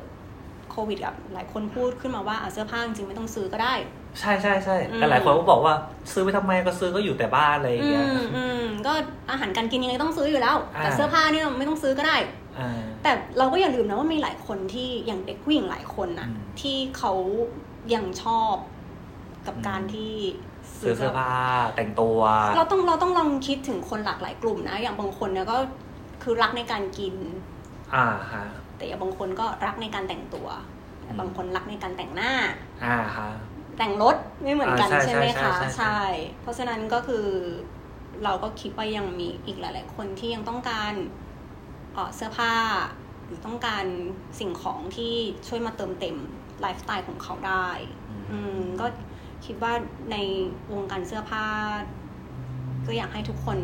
[SPEAKER 2] โควิดอะหลายคนพูดขึ้นมาว่าอ่ะเสื้อผ้าจริงๆไม่ต้องซื้อก็ได้
[SPEAKER 4] ใช่ใช่ใช่
[SPEAKER 2] อืม
[SPEAKER 4] แต่หลายคนก็บอกว่าซื้อไปทำไมก็ซื้อก็อยู่แต่บ้านอะไรอย่าง
[SPEAKER 2] อื
[SPEAKER 4] เงี้ย
[SPEAKER 2] มอืมก็อาหารการกินยังไงต้องซื้ออยู่แล้ว
[SPEAKER 4] อ่า
[SPEAKER 2] แต่เสื้อผ้าเนี่ยไม่ต้องซื้อก็ได้
[SPEAKER 4] อ่า
[SPEAKER 2] แต่เราก็อย่าลืมนะว่ามีหลายคนที่อย่างเด็กผู้หญิงหลายคนนะ
[SPEAKER 4] อืม
[SPEAKER 2] ที่เขายังชอบกับ
[SPEAKER 4] อืม
[SPEAKER 2] การที่
[SPEAKER 4] ซื้อเสื้อผ้าแต่งตัว
[SPEAKER 2] เราต้องเราต้องลองคิดถึงคนหลากหลายกลุ่มนะ อย่างบางคนเนี่ยก็คือรักในการกิน
[SPEAKER 4] อ่าฮะ
[SPEAKER 2] แต่อย่างบางคนก็รักในการแต่งตัว
[SPEAKER 4] อืม
[SPEAKER 2] บางคนรักในการแต่งหน้า
[SPEAKER 4] อ่าฮะ
[SPEAKER 2] แต่งรถไม่เหมือนกัน
[SPEAKER 4] อ่าใช่
[SPEAKER 2] ใช่ไหมคะ
[SPEAKER 4] ใช่ใช่ใช่
[SPEAKER 2] ใช่ เพราะฉะนั้นก็คือเราก็คิดว่ายังมีอีกหลาย ๆ คนที่ยังต้องการเอ่อเสื้อผ้า หรือต้องการสิ่งของที่ช่วยมาเติมเต็มไลฟ์สไตล์ของเขาได้ อืมก็คิดว่าในวงการเสื้อผ้า ก็อยากให้ทุกคน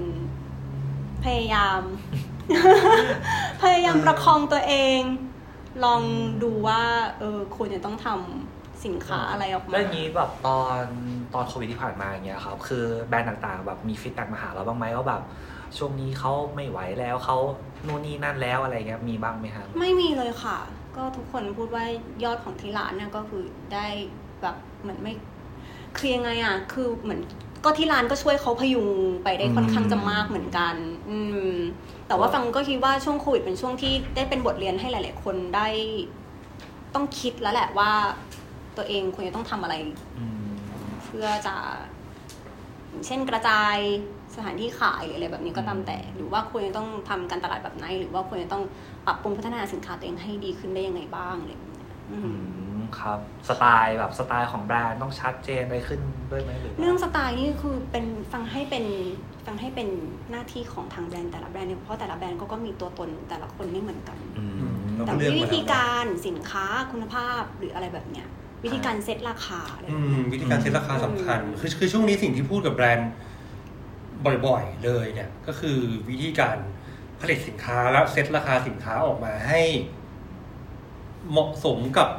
[SPEAKER 2] พยายาม พยายามประคองตัวเอง ลองดูว่า เออคุณจะต้องทำสินค้าอะไรออกมา
[SPEAKER 4] แล้วอย่างนี้แบบตอนตอนโควิดที่ผ่านมาอย่างเงี้ยครับคือแบรนด์ต่างๆ แบบมีฟีดแบ็กมาหาเราบ้างไหมว่าแบบช่วงนี้เขาไม่ไหวแล้วเขานู่นนี่นั่นแล้วอะไรเงี้ยมีบ้างไหมฮะ
[SPEAKER 2] ไม่มีเลยค่ะ ก็ทุกคนพูดว่ายอดของที่ร้านเนี่ยก็คือได้แบบเหมือนไม่คือยังไงอ่ะ คือเหมือนก็ที่ร้านก็ช่วยเขาพยุงไปได้ค่อนข้างจะมากเหมือนกัน อืม แต่ว่าฟังก็คิดว่าช่วงโควิดเป็นช่วงที่ได้เป็นบทเรียนให้หลาย ๆ คนได้ ต้องคิดแล้วแหละว่า ตัวเองควรจะต้องทำอะไร
[SPEAKER 4] อืม
[SPEAKER 2] เพื่อจะอย่างเช่นกระจายสถานที่ขายหรืออะไรแบบนี้ก็ตามแต่ หรือว่าควรจะต้องทำการตลาดแบบไหน หรือว่าควรจะต้องปรับปรุงพัฒนาสินค้าตัวเองให้ดีขึ้นได้ยังไงบ้างอะไรแบบเนี้ยอื
[SPEAKER 4] อื
[SPEAKER 2] ม
[SPEAKER 4] มครับสไตล์แบบสไตล์ของแบรนด์ต้องชัดเจนอะไรขึ้นด้วยไหมหรือว่า
[SPEAKER 2] เรื่องสไตล์นี่คือเป็นฟังให้เป็นฟังให้เป็นหน้าที่ของทางแบรนด์แต่ละแบรนด์เนี่ยเพราะแต่ละแบรนด์ก็ก็มีตัวตนแต่ละคนไม่เหมือนกัน
[SPEAKER 4] อืม
[SPEAKER 3] เรา
[SPEAKER 2] แต่
[SPEAKER 3] ก็เลือกมา
[SPEAKER 2] วิธีการสินค้าคุณภาพหรืออะไรแบบเนี้ยวิธีการเซ็ตราคาอะไร
[SPEAKER 3] อื
[SPEAKER 2] แบบ
[SPEAKER 3] ม
[SPEAKER 2] เนี้ย
[SPEAKER 3] วิธีการเซ็ตราคาสำคัญ คือคือช่วงนี้สิ่งที่พูดกับแบรนด์บ่อยๆเลยเนี่ย ก็คือวิธีการผลิตสินค้าแล้วเซ็ตราคาสินค้าออกมาให้ เหมาะสมกับ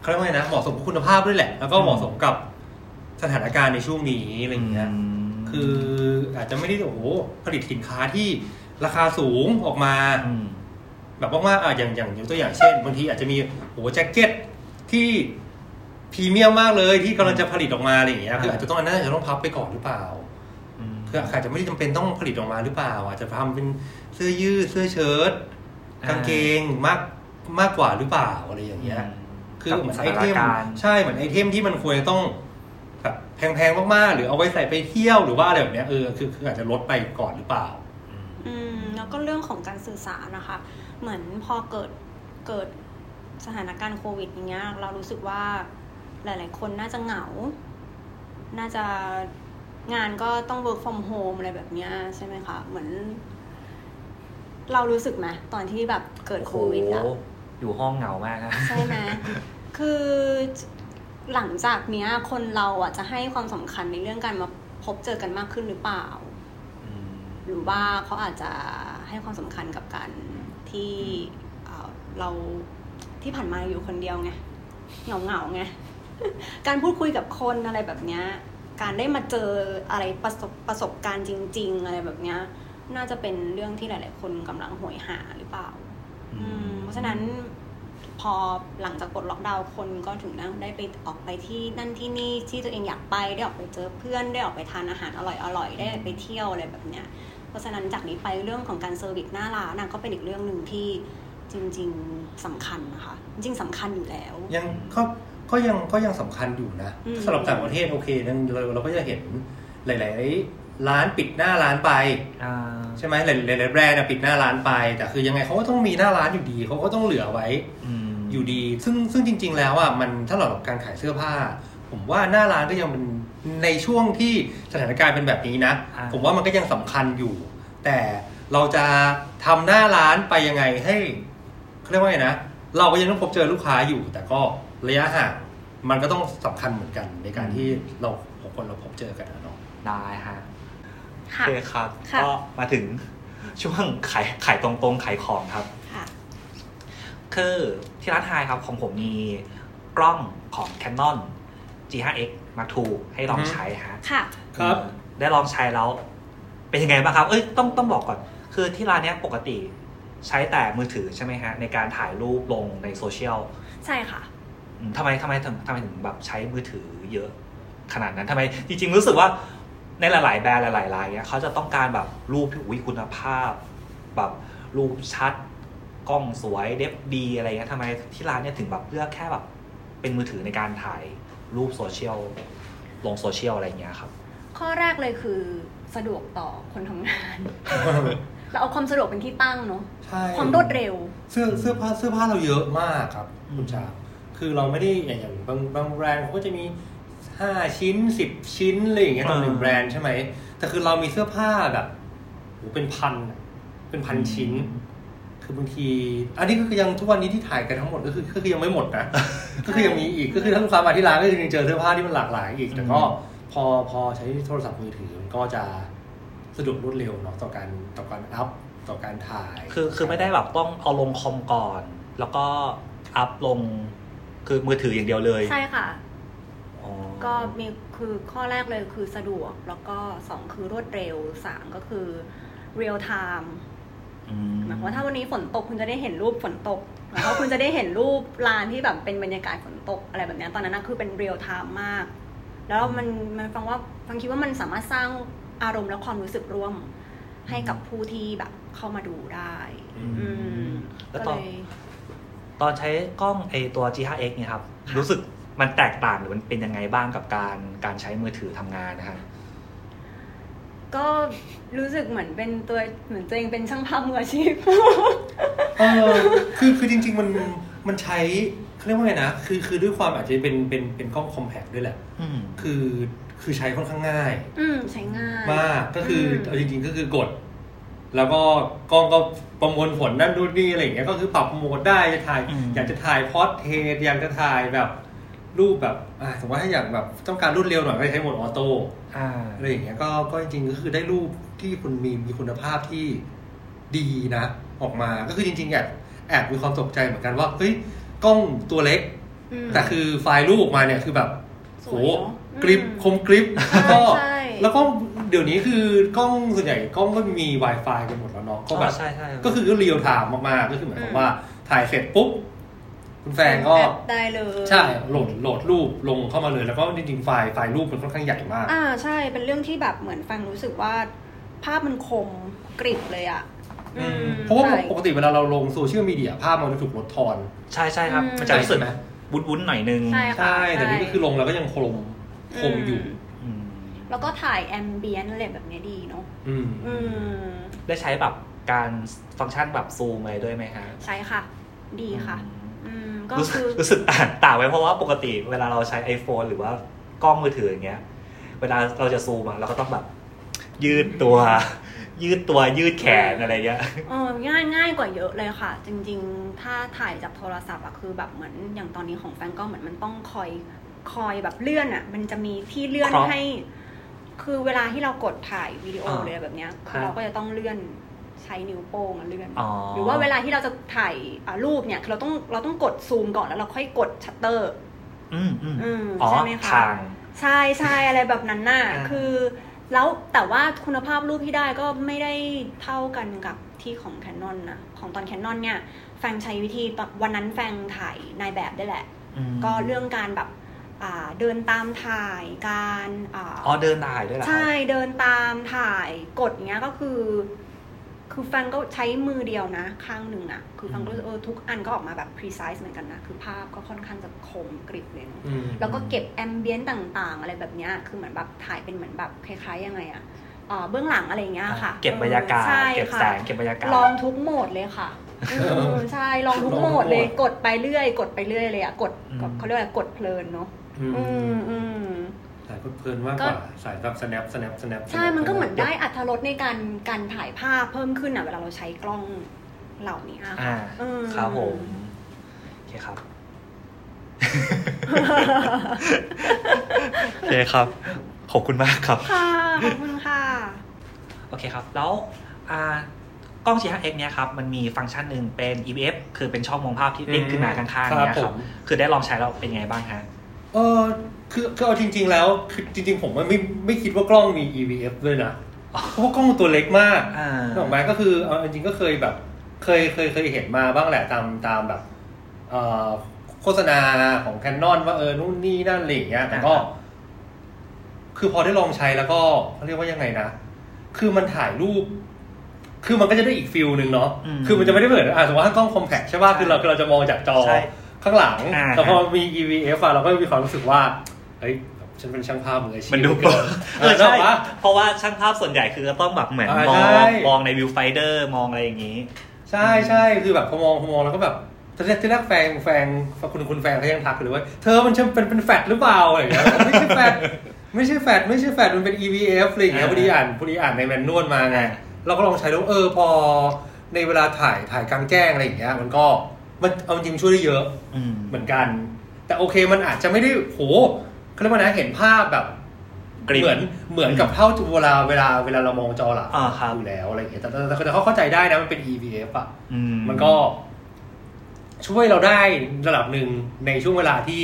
[SPEAKER 3] เขาเรียกว่าไงนะเหมาะสมกับคุณภาพด้วยแหละ แล้วก็เหมาะสมกับสถานการณ์ในช่วงนี้อะไรอย่างเงี้ย
[SPEAKER 4] ม
[SPEAKER 3] คืออาจจะไม่ได้โอ้โหผลิตสินค้าที่ราคาสูงออกมา แบบว่ากๆอ่ะอย่างอย่างยกตัวอย่างเช่น บางทีอาจจะมีโอ้โหแจ็คเก็ตที่พรีเมียมมากเลยที่กำลังจะผลิตออกมาอะไรอย่างเงี้ยคือ
[SPEAKER 4] อ่า
[SPEAKER 3] อาจจะต้องอันนั้นอาจจะต้องพับไปก่อนหรือเปล่าคืออาจจะไม่ได้จำเป็นต้องผลิตออกมาหรือเปล่า อาจจะทำเป็นเสื้อยืดเสื้อเชิ้ตกางเกงมากมากกว่าหรือเปล่าอะไรอย่างเงี้ย คือเหมือนไอเทมใช่เหมือนไอเทมที่มันควรจะต้องแบบแพงๆมากๆ หรือเอาไว้ใส่ไปเที่ยวหรือว่าอะไรแบบเนี้ยเออคือคืออาจจะลดไปก่อนหรือเปล่า
[SPEAKER 2] อืมแล้วก็เรื่องของการสื่อสารนะคะ เหมือนพอเกิดเกิดสถานการณ์โควิดอย่างเงี้ยเรารู้สึกว่าหลาย ๆ คนน่าจะเหงา น่าจะงานก็ต้อง work from home อะไรแบบเนี้ยใช่ไหมคะ เหมือน เรารู้สึกไหมตอนที่แบบเกิดโควิดอะ
[SPEAKER 4] โอ้โหอยู่ห้องเหงามากนะ
[SPEAKER 2] ใช่ไหม คือหลังจากเนี้ย คนเราอ่ะจะให้ความสำคัญในเรื่องการมาพบเจอกันมากขึ้นหรือเปล่า หรือว่าเขาอาจจะให้ความสำคัญกับการที่เอ่อเรา ที่ผ่านมาอยู่คนเดียวไงเหงาเหงาๆไง การพูดคุยกับคนอะไรแบบเนี้ยการได้มาเจออะไรประสบประสบการณ์จริง ๆ อะไรแบบเนี้ยน่าจะเป็นเรื่องที่หลาย ๆ คนกำลังโหยหาหรือเปล่า อืมเพราะฉะนั้นพอหลังจากปลดล็อกดาวน์คนก็ถึงนั่งได้ไปออกไปที่นั่นที่นี่ที่ตัวเองอยากไปได้ออกไปเจอเพื่อนได้ออกไปทานอาหารอร่อยๆได้ไปเที่ยวอะไรแบบเนี้ยเพราะฉะนั้นจากนี้ไปเรื่องของการเซอร์วิสหน้าร้านนะก็เป็นอีกเรื่องหนึ่งที่จริง ๆสำคัญนะคะ จริงๆสำคัญอยู่แล้ว
[SPEAKER 3] ยังก็ก็ยังก็ยังสำคัญอยู่นะ
[SPEAKER 2] อืม
[SPEAKER 3] สำหรับต่างประเทศโอเคนั่นเราเราก็จะเห็นหลาย ๆ ร้านปิดหน้าร้านไป
[SPEAKER 1] อ่า
[SPEAKER 3] ใช่ไหมหลายหลายๆแบรนด์อะปิดหน้าร้านไป แต่คือยังไงเขาก็ต้องมีหน้าร้านอยู่ดีเขาก็ต้องเหลือไว้
[SPEAKER 1] ม
[SPEAKER 3] อยู่ดี ซึ่งซึ่งจริง ๆ แล้วอ่ะมันถ้าเราการขายเสื้อผ้า ผมว่าหน้าร้านก็ยังเป็นในช่วงที่สถานการณ์เป็นแบบนี้นะ
[SPEAKER 1] อ่า
[SPEAKER 3] ผมว่ามันก็ยังสำคัญอยู่ แต่เราจะทำหน้าร้านไปยังไงให้เขาเรียกว่าไงนะ เราก็ยังต้องพบเจอลูกค้าอยู่ แต่ก็ระยะห่างมันก็ต้องสำคัญเหมือนกันในการที่เราของคนเราพบเจอกันนะเนาะ
[SPEAKER 4] ได้ฮะโอ
[SPEAKER 2] ค่ะ
[SPEAKER 4] เคครับ
[SPEAKER 2] ค่ะ
[SPEAKER 4] ก็มาถึงช่วงขายขายตรงๆขายของครับ
[SPEAKER 2] ค่ะ
[SPEAKER 4] คือที่ร้านไฮครับของผมมีกล้องของ Canon G5X Mark II ให้ลอง
[SPEAKER 3] อือฮึ
[SPEAKER 4] ใช้ฮะ
[SPEAKER 2] ค่ะ
[SPEAKER 3] ครับ
[SPEAKER 4] เออได้ลองใช้แล้ว เป็นยังไงบ้างครับ เอ้ยต้องต้องบอกก่อน คือที่ร้านเนี้ยปกติใช้แต่มือถือใช่ไหมฮะ ในการถ่ายรูปลงในโซเชียล
[SPEAKER 2] ใช่ค่ะ
[SPEAKER 4] อืมทำไมทำไมถึงทำไมถึงแบบใช้มือถือเยอะ ขนาดนั้นทำไม จริง ๆ รู้สึกว่าในหลาย ๆ แบรนด์หลายๆร้านเนี้ยเขาจะต้องการแบบรูปที่อุ้ยคุณภาพ แบบรูปชัด กล้องสวยเดฟดีอะไรเงี้ยทำไมที่ร้านเนี่ยถึงแบบเลือกแค่แบบเป็นมือถือในการถ่ายรูปโซเชียลลงโซเชียลอะไรเงี้ยครับ
[SPEAKER 2] ข้อแรกเลยคือสะดวกต่อคนทำงาน เราเอาความสะดวกเป็นที่ตั้งเนาะ
[SPEAKER 3] ใช่
[SPEAKER 2] ความรวดเร็ว
[SPEAKER 3] เสื้อเสื้อผ้าเสื้อผ้าเราเยอะมากครับ
[SPEAKER 4] อืม
[SPEAKER 3] คุณชาคือเราไม่ได้อย่างอย่างบางบางแบรนด์เขาก็จะมีห้าชิ้นสิบชิ้นอะไรอย่างเงี้ยต่อหนึ่งแบรนด์ใช่ไหมแต่คือเรามีเสื้อผ้าแบบโหเป็นพันอะเป็นพันชิ้น คือบางที อันนี้ก็คือยังทุกวันนี้ที่ถ่ายกันทั้งหมดก็คือก็คือยังไม่หมด นะ ก็คือยังมีอีกก็คือถ้าลูกค้ามาที่ร้านก็ยังเจอเสื้อผ้าที่มันหลากหลายอีก แต่ก็
[SPEAKER 4] อืม
[SPEAKER 3] พอพอใช้โทรศัพท์มือถือมันก็จะสะดวกรวดเร็วเนาะต่อการต่อการอัพต่อการถ่าย
[SPEAKER 4] คือคือไม่ได้แบบต้องเอาลงคอมก่อน แล้วก็อัพลงคือมือถืออย่างเดียวเลย
[SPEAKER 2] ใช่ค่ะ
[SPEAKER 4] อ๋อ
[SPEAKER 2] ก็มีคือข้อแรกเลยคือสะดวกแล้วก็ 2 คือรวดเร็ว 3 ก็คือ real time
[SPEAKER 4] อืม
[SPEAKER 2] หมายความว่าถ้าวันนี้ฝนตกคุณจะได้เห็นรูปฝนตกหมายความว่าคุณจะได้เห็นรูปลานที่แบบเป็นบรรยากาศฝนตกอะไรแบบเนี้ยตอนนั้นนะคือเป็น real time มาก แล้วมันมันฟังว่าฟังคิดว่ามันสามารถสร้างอารมณ์และความรู้สึกร่วม ให้กับผู้ที่แบบเข้ามาดูได้ อืม
[SPEAKER 4] แล้วต
[SPEAKER 2] ก็
[SPEAKER 4] อน
[SPEAKER 2] เลย
[SPEAKER 4] ตอนใช้กล้องไอตัว G5X เนี่ยครับ
[SPEAKER 2] ค่ะ
[SPEAKER 4] รู้สึกมันแตกต่างหรือมันเป็นยังไงบ้างกับการการใช้มือถือทำงานนะครับ
[SPEAKER 2] ก็รู้สึกเหมือนเป็นตัวเหมือนตัวเองเป็นช่างภาพมืออา ชีพ
[SPEAKER 3] เออคือคือจริง ๆ มันมันใช้เขาเรียกว่าไงนะ คือคือด้วยความอาจจะเป็นเป็นเป็นกล้องคอมแพคด้วยแหละ
[SPEAKER 4] อืม
[SPEAKER 3] คือคือใช้ค่อนข้างง่าย
[SPEAKER 2] อืมใช้ง่าย
[SPEAKER 3] มาก ก็คือ
[SPEAKER 2] อืม
[SPEAKER 3] เอาจริง ๆ ก็คือกด แล้วก็กล้องก็ประมวลผลนั่นนู่นนี่อะไรอย่างเงี้ย ก็คือปรับโหมดได้จะถ่าย
[SPEAKER 4] อืม
[SPEAKER 3] อยากจะถ่ายพอร์ตเทรตอยากจะถ่ายแบบรูปแบบอ่าสมมติว่าถ้าอยากแบบต้องการรวดเร็วหน่อยก็ใช้โหมดออโต้
[SPEAKER 4] อ่า
[SPEAKER 3] อะไรอย่างเงี้ยก็ก็จริงๆก็คือได้รูปที่คุณมีมีคุณภาพที่ดีนะ ออกมาก็คือจริงๆแอบแอบมีความตกใจเหมือนกันว่าเฮ้ยกล้องตัวเล็ก
[SPEAKER 2] ม
[SPEAKER 3] แต่คือไฟล์รูปออกมาเนี่ยคือแบบ
[SPEAKER 2] สวย
[SPEAKER 3] โห
[SPEAKER 2] เนอะ
[SPEAKER 3] กริป
[SPEAKER 2] อืม
[SPEAKER 3] คมกริปแล้วก็
[SPEAKER 2] ใช่
[SPEAKER 3] แล้วก็เดี๋ยวนี้คือกล้องส่วนใหญ่กล้องก็มี Wi-Fi กันหมดแล้วเนาะก็แบบ
[SPEAKER 4] อ๋อใช่ใช่
[SPEAKER 3] ก็คือก็เรียลไทม์มากๆก็คือหมายความว่าถ่ายเสร็จปุ๊บ คุณแฟนก็
[SPEAKER 2] แอปได้เลย
[SPEAKER 3] ใช่โหลดโหลดรูปลงเข้ามาเลย แล้วก็จริงๆไฟล์ไฟล์รูปมันค่อนข้างใหญ่มาก
[SPEAKER 2] อ่าใช่เป็นเรื่องที่แบบเหมือนฟังรู้สึกว่า ภาพมันคมกริบเลยอ่ะอืม
[SPEAKER 3] เพราะว่า
[SPEAKER 2] ใช่
[SPEAKER 3] ปกติเวลาเราลงโซเชียลมีเดียภาพมันจะถูกลดทอน
[SPEAKER 4] ใช่ใช่ครับ
[SPEAKER 2] อืม
[SPEAKER 4] มันจะรู้สึก
[SPEAKER 3] ใช่ไหม
[SPEAKER 4] วุ้นๆหน่อยนึง
[SPEAKER 2] ใช่ค่ะ
[SPEAKER 3] ใช่ แต่นี่ก็คือลงแล้วก็ยังคมคมอยู่
[SPEAKER 4] อืม
[SPEAKER 2] แล้วก็ถ่ายแอมเบียนอะไรแบบเนี้ยดีเนาะ
[SPEAKER 3] อืม
[SPEAKER 2] อืม
[SPEAKER 4] ได้ใช้แบบการฟังก์ชันแบบซูมอะไรด้วยไหมฮะ
[SPEAKER 2] ใช่ค่ะ ดีค่ะ
[SPEAKER 4] อืม
[SPEAKER 2] อืมก็
[SPEAKER 4] รู้สึ
[SPEAKER 2] คื
[SPEAKER 4] ก
[SPEAKER 2] อ
[SPEAKER 4] รู้สึกต่างต่างไว้เพราะว่าปกติเวลาเราใช้ iPhone หรือว่ากล้องมือถืออย่างเงี้ย เวลาเราจะซูมอะเราก็ต้องแบบ ยืดตัว ยืดตัวยืดแขนอะไรเงี้ย
[SPEAKER 2] เออง่ายง่ายกว่าเยอะเลยค่ะ จริงๆ ถ้าถ่ายจากโทรศัพท์อะคือแบบเหมือนอย่างตอนนี้ของแฟนก็เหมือนมันต้องคอยคอยแบบเลื่อนอะมันจะมีที่เลื่อน
[SPEAKER 4] ครับ
[SPEAKER 2] ให้ คือเวลาที่เรากดถ่ายวิดีโอ
[SPEAKER 4] อ่า
[SPEAKER 2] เลยแบบเนี้ย
[SPEAKER 4] ครั
[SPEAKER 2] คือบ เราก็จะต้องเลื่อน ใช้นิ้วโป้งอะเลื่อน
[SPEAKER 1] อ๋อ
[SPEAKER 2] หรือว่าเวลาที่เราจะถ่ายอ่ะรูปเนี่ยคือเราต้องเราต้องกดซูมก่อนแล้วเราค่อยกดชัตเตอร์
[SPEAKER 1] อืมอืม
[SPEAKER 2] อืม
[SPEAKER 4] อ๋อ
[SPEAKER 2] ใช่ไหมคะ
[SPEAKER 4] ทาง
[SPEAKER 2] ใช่ใช่อะไรแบบนั้นน่ะ
[SPEAKER 4] อ่า
[SPEAKER 2] คือ แล้วแต่ว่าคุณภาพรูปที่ได้ก็ไม่ได้เท่ากันกับที่ของแคนนอนนะของตอนแคนนอนเนี่ยแฟงใช้วิธีตอนวันนั้นแฟงถ่ายนายแบบได้แหละ
[SPEAKER 1] อืม
[SPEAKER 2] ก็เรื่องการแบบอ่าเดินตามถ่ายการอ่า
[SPEAKER 1] อ๋อเดินถ่ายด้วยเหรอครับ
[SPEAKER 2] ใช่เดินตามถ่ายกดอย่างเงี้ยก็คือ คือแฟนก็ใช้มือเดียวนะ ข้างหนึ่งอะคือแฟนก็รู้สึกเออทุกอันก็ออกมาแบบ precise เหมือนกันนะ คือภาพก็ค่อนข้างจะคมกริบเลยเนอะ
[SPEAKER 3] อืม
[SPEAKER 2] แล้วก็เก็บแอมเบียนต่างๆ อะไรแบบเนี้ยคือเหมือนแบบถ่ายเป็นเหมือนแบบคล้ายๆยังไงอะเอ่อเบื้องหลังอะไรอย่างเงี้ยค่ะ
[SPEAKER 4] เก็บบรรยากาศ
[SPEAKER 2] ใช่
[SPEAKER 4] เก็บ
[SPEAKER 2] ค่ะ
[SPEAKER 4] แสงเก็บบรรยากาศ
[SPEAKER 2] ลองทุกโหมดเลยค่ะเออใช่ลองทุกโหมดเลยกดไปเรื่อย กดไปเรื่อยเลยอะกด
[SPEAKER 4] อืม
[SPEAKER 2] เขาเรียกว่ากดเพลินเนาะ
[SPEAKER 3] อืม
[SPEAKER 2] อืมอืม
[SPEAKER 3] สายเพลินๆมากกว่าสายแบบ snap snap snap
[SPEAKER 2] ใช่ มันก็เหมือนได้อัธรสในการการถ่ายภาพเพิ่มขึ้นอ่ะ เวลาเราใช้กล้องเหล่านี้อะค่ะ
[SPEAKER 4] อ่า
[SPEAKER 2] อืม
[SPEAKER 4] ครับผมโอเคครับ โอเคครับ ขอบคุณมากครับ
[SPEAKER 2] ค่ะ ขอบคุณค่ะ
[SPEAKER 1] โอเคครับ แล้วอ่ากล้อง G5X เนี่ยครับมันมีฟังก์ชันหนึ่งเป็น EVF คือเป็นช่องมองภาพที่ติ้งขึ้นมาข้างๆเนี่ยค
[SPEAKER 3] ครั
[SPEAKER 1] รั
[SPEAKER 3] บบ ผม
[SPEAKER 1] คือได้ลองใช้แล้วเป็นยังไงบ้างฮะ
[SPEAKER 3] เออคือคือเอาจริง ๆ แล้วคือจริง ๆ ผมว่าไม่ไม่คิดว่ากล้องมี EVF ด้วยนะเพราะว่ากล้องมันตัวเล็กมาก
[SPEAKER 1] อ่า
[SPEAKER 3] ออกไหมาก็คือเอาจริงๆก็เคยแบบเคยเคยเคยเห็นมาบ้างแหละตามตามแบบเอ่อโฆษณาของแคนนอนว่าเออนู่นนี่นั่นอะไรอย่างเงี้ยแต่ก็
[SPEAKER 1] อ่า
[SPEAKER 3] คือพอได้ลองใช้แล้วก็เขาเรียกว่ายังไงนะ คือมันถ่ายรูป คือมันก็จะได้อีกฟิลหนึ่งเนาะ
[SPEAKER 1] อืม
[SPEAKER 3] คือมันจะไม่ได้เหมือนอ่ะสมมติว่ากล้องคอมแพคใช่ป่ะ
[SPEAKER 1] ใช่
[SPEAKER 3] คือเราคือเราจะมองจากจอ
[SPEAKER 1] ใช่
[SPEAKER 3] ข้างหลัง
[SPEAKER 1] อ่า
[SPEAKER 3] แต่พอ มี EVF อะเราก็มีความรู้สึกว่า เฮ้ย ฉันเป็นช่างภาพมืออาชีพ
[SPEAKER 4] มันดู
[SPEAKER 3] เกิ
[SPEAKER 4] เอ
[SPEAKER 3] เอ
[SPEAKER 4] อ
[SPEAKER 3] อ
[SPEAKER 4] ใช่
[SPEAKER 3] ใช่ปะ
[SPEAKER 4] เพราะว่าช่างภาพส่วนใหญ่คือจะต้องแบบเหมือน
[SPEAKER 3] อ่าม
[SPEAKER 4] อง
[SPEAKER 3] ใช่
[SPEAKER 4] มองในวิวไฟเดอร์มองอะไรอย่างนี้
[SPEAKER 3] ใช่ใช่คือแบบพอมองพอมองแล้วก็แบบตอนแรกที่แรกแฟนแฟนคุณคุณแฟนเขายังทักเลยว่า เธอมันเป็นเป็นแฟดหรือเปล่าอะไรอย่างเงี้ย ไม่ใช่แฟดไม่ใช่แฟดไม่ใช่แฟดมันเป็น EVF อะไรอย่างเงี้ย
[SPEAKER 4] อ่า
[SPEAKER 3] พอดีอ่านพอดีอ่านในแมนนวลมาไง
[SPEAKER 4] อ่า
[SPEAKER 3] เราก็ลองใช้แล้วเออพอในเวลาถ่ายถ่ายกลางแจ้งอะไรอย่างเงี้ยมันก็มันเอาจริงช่วยได้เยอะ
[SPEAKER 1] อืม
[SPEAKER 3] เหมือนกัน แต่โอเคมันอาจจะไม่ได้โหเขาเรียกว่านะเห็นภาพแบบ
[SPEAKER 4] กริบ
[SPEAKER 3] เหมือนเหมือนกับเท่าเวลาเวลาเวลาเรามองจอหลัง
[SPEAKER 4] อ่าครับ
[SPEAKER 3] อยู่แล้วอะไรอย่างเงี้ยแต่แต่แต่เขาเข้าใจได้นะมันเป็น EVF อ่ะ
[SPEAKER 4] อื
[SPEAKER 3] มันก็ ช่วยเราได้ระดับหนึ่งในช่วงเวลาที่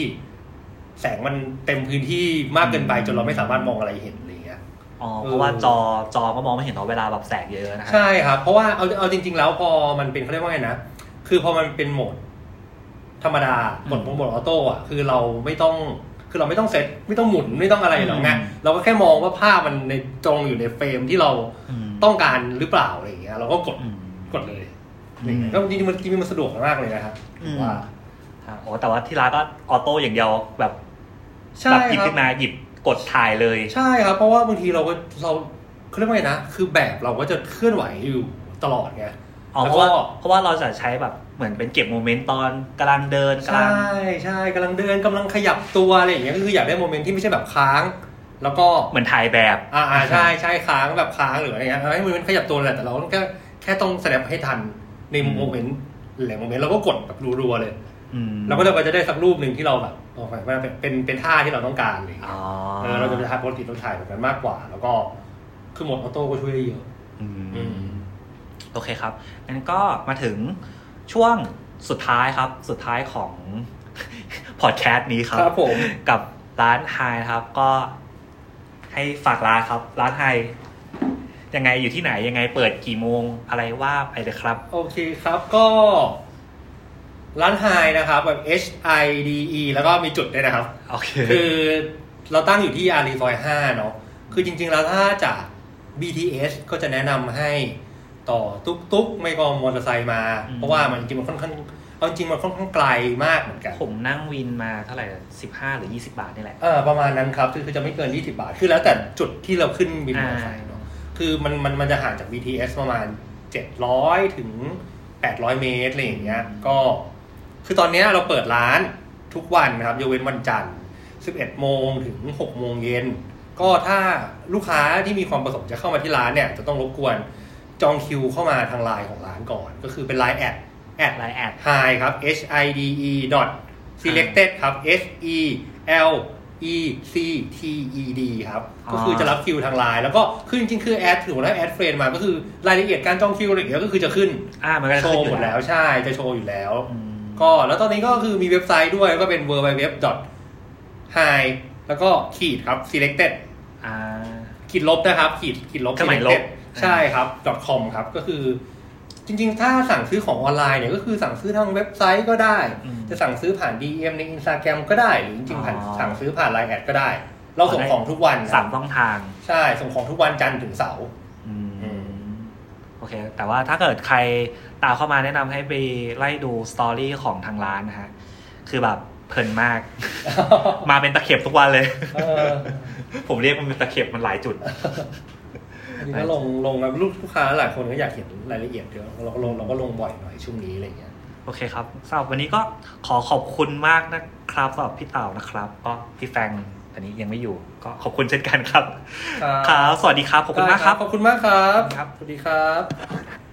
[SPEAKER 3] แสงมันเต็มพื้นที่มากเกินไปจนเราไม่สามารถมองอะไรเห็นอะไรอย่างเงี้ย
[SPEAKER 4] อ๋อเพราะว่าจอจอก็มองไม่เห็นเนาะเวลาแบบแสงเยอะนะฮะ
[SPEAKER 3] ใช่ครับ เพราะว่าเอาเอาจริง ๆ แล้วพอมันเป็นเขาเรียกว่าไงนะ คือพอมันเป็นโหมด ธรรมดาโหมด
[SPEAKER 4] อืม
[SPEAKER 3] โหมดออโต้อะคือเราไม่ต้อง คือเราไม่ต้องเซตไม่ต้องหมุนไม่ต้องอะไรหรอกไง
[SPEAKER 4] อืม
[SPEAKER 3] เราก็แค่มองว่าภาพมันในตรงอยู่ในเฟรมที่เรา
[SPEAKER 4] ม
[SPEAKER 3] ต้องการหรือเปล่าอะไรอย่างเงี้ยเราก็กด
[SPEAKER 4] อืม
[SPEAKER 3] กดเลย
[SPEAKER 4] อืม
[SPEAKER 3] อะไรอย่างเงี้ยก็จริงๆมันจริงๆมันสะดวกมากเลยนะครับ
[SPEAKER 4] อืม
[SPEAKER 3] ว่า
[SPEAKER 4] อ่ะโอ้แต่ว่าที่ร้านก็ออโต้อย่างเดียวแบบ
[SPEAKER 3] ใช่
[SPEAKER 4] แบบหยิบ
[SPEAKER 3] ครั
[SPEAKER 4] ขึ้
[SPEAKER 3] บ
[SPEAKER 4] นมาหยิบกดถ่ายเลย
[SPEAKER 3] ใช่ครับ เพราะว่าบางทีเราก็เราเขาเรียกว่าไงนะ คือแบบเราก็จะเคลื่อนไหวอยู่ตลอดไง
[SPEAKER 4] อ๋อ
[SPEAKER 3] แล้
[SPEAKER 4] เพ
[SPEAKER 3] ว
[SPEAKER 4] ราะ
[SPEAKER 3] ก็
[SPEAKER 4] ว่าเพราะว่าเราจะใช้แบบเหมือนเป็นเก็บโมเมนต์ตอนกำลังเดินกำลั
[SPEAKER 3] ใช่
[SPEAKER 4] ง
[SPEAKER 3] ใช่กำลังเดินกำลังขยับตัวอะไรอย่างเงี้ยก็คืออยากได้โมเมนต์ที่ไม่ใช่แบบค้าง แล้วก็
[SPEAKER 4] เหมือนถ่ายแบบ
[SPEAKER 3] อ่าอ่าใช่ใช่ค้างแบบค้างหรืออะไรเงี้ยให้โมเมนต์ขยับตัวแหละแต่เราต้องแค่แค่ต้องแสดงให้ทันใน
[SPEAKER 4] อืม
[SPEAKER 3] โมเมนต์หลายโมเมนต์เราก็กดแบบรัวๆเลย
[SPEAKER 4] อืม
[SPEAKER 3] เราก็จะได้สักรูปหนึ่งที่เราแบบออกมาเป็นเป็นเป็นท่าที่เราต้องการอะไรอย่างเลย
[SPEAKER 4] อ๋อ
[SPEAKER 3] เออเราจะไปถ่ายปกติเราถ่ายแบบนั้นมากกว่า แล้วก็คือโหมดออโต้ก็ช่วยได้เยอะ
[SPEAKER 4] อืม
[SPEAKER 3] อืม
[SPEAKER 4] โอเคครับงั้นก็มาถึงช่วงสุดท้ายครับ สุดท้ายของ พอดแคสต์นี้ครับ
[SPEAKER 3] ครับผม
[SPEAKER 4] กับร้านไฮนะครับ ก็ให้ฝากร้านครับ ร้านไฮยังไงอยู่ที่ไหนยังไงเปิดกี่โมงอะไรว่าไปเลยครับ
[SPEAKER 3] โอเคครับก็ร้านไฮนะครับแบบ H I D E แล้วก็มีจุดด้วย นะครับ
[SPEAKER 4] โอเค
[SPEAKER 3] คือเราตั้งอยู่ที่อารีซอย5เนาะ คือจริง ๆ แล้วถ้าจาก BTS ก็จะแนะนำให้ต่อตุ๊กตุ๊กๆไม่ก็มอเตอร์ไซค์มา
[SPEAKER 4] อืม
[SPEAKER 3] เพราะว่ามันจริงๆมันค่อนข้างเอาจริงๆมันค่อนข้างไกลมากเหมือนกัน
[SPEAKER 4] ผมนั่งวินมาเท่าไหร่สิบห้าหรือยี่สิบาทนี่แหละ
[SPEAKER 3] เออประมาณนั้นครับคือคือจะไม่เกิน 20 บาท คือแล้วแต่จุดที่เราขึ้นบินมอเตอร์ไซค์เนาะ คือมันมันมันจะห่างจาก BTS ประมาณ 700 ถึง 800 เมตรอะไรอย่างเงี้ย ก็ คือตอนเนี้ยเราเปิดร้านทุกวันนะครับยกเว้นวันจันทร์ 11 โมงถึง 6 โมงเย็น ก็ถ้าลูกค้าที่มีความประสงค์จะเข้ามาที่ร้านเนี่ย จะต้องรบกวนจองคิวเข้ามาทางไลน์ของร้านก่อน ก็คือเป็นไลน์แอดแอด
[SPEAKER 4] ไลน์แอด
[SPEAKER 3] hi ครับ h i d e dot selected ครับ s e l E C T E D ครับ ก็คือจะรับคิวทางไลน์แล้วก็คือจริงๆคือแอดถือว่าแอดเฟรนมาก็คือรายละเอียดการจองคิวอะไรอย่างเงี้ยก็คือจะขึ้น
[SPEAKER 4] อ่ามันก็จะ
[SPEAKER 3] โช
[SPEAKER 4] ขึ้นอ
[SPEAKER 3] ว์หม
[SPEAKER 4] ยู่
[SPEAKER 3] ด
[SPEAKER 4] แล้
[SPEAKER 3] แล้ว วใช่จะโชว์อยู่แล้ว
[SPEAKER 4] อืม
[SPEAKER 3] ก็แล้วตอนนี้ก็คือมีเว็บไซต์ด้วยก็เป็น w w w h i แล้วก็ขีดครับ selected
[SPEAKER 4] อ่า
[SPEAKER 3] ขีดลบนะครับ ขีดขีดลบ
[SPEAKER 4] เครื่องหมายลบ
[SPEAKER 3] selected ใช่ครับ .com ครับก็คือ จริงๆ ถ้าสั่งซื้อของออนไลน์เนี่ยก็คือสั่งซื้อทางเว็บไซต์ก็ได้
[SPEAKER 4] อืม
[SPEAKER 3] จะสั่งซื้อผ่าน DM ใน Instagram ก็ได้ หรือจริงๆผ่าน
[SPEAKER 4] อ๋อ
[SPEAKER 3] สั่งซื้อผ่านไลน์แอดก็ได้ เราส่งของทุกวันค
[SPEAKER 4] สา
[SPEAKER 3] รับ
[SPEAKER 4] มช่องทาง
[SPEAKER 3] ใช่ส่งของทุกวันจันทร์ถึงเสา ร์
[SPEAKER 4] อืม
[SPEAKER 3] อืม
[SPEAKER 4] โอเค แต่ว่าถ้าเกิดใครตามเข้ามาแนะนำให้ไปไล่ดูสตอรี่ของทางร้านนะฮะ คือแบบเพลินมาก มาเป็นตะเข็บทุกวันเลย
[SPEAKER 3] เออ
[SPEAKER 4] ผมเรียกมันเป็นตะเข็บมันหลายจุด
[SPEAKER 3] อันนี้ก็ลงลงกับลูกลูกค้าหลายคนก็อยากเห็นรายละเอียดเยอะเราก็ลงเราก็ลงบ่อยหน่อยช่วงนี้อะไรอย่างเงี้ย
[SPEAKER 4] โอเคครับสำหรับวันนี้ก็ขอขอบคุณมากนะครับสำหรับพี่เต่านะครับ ก็พี่แฟงอันนี้ยังไม่อยู่ ก็ขอบคุณเช่นกันครับ
[SPEAKER 3] ครับ
[SPEAKER 4] ครับสวัสดีครับ ขอบคุณมากครับ
[SPEAKER 3] ได้ขอบคุณมากครับ สวัสดีครับ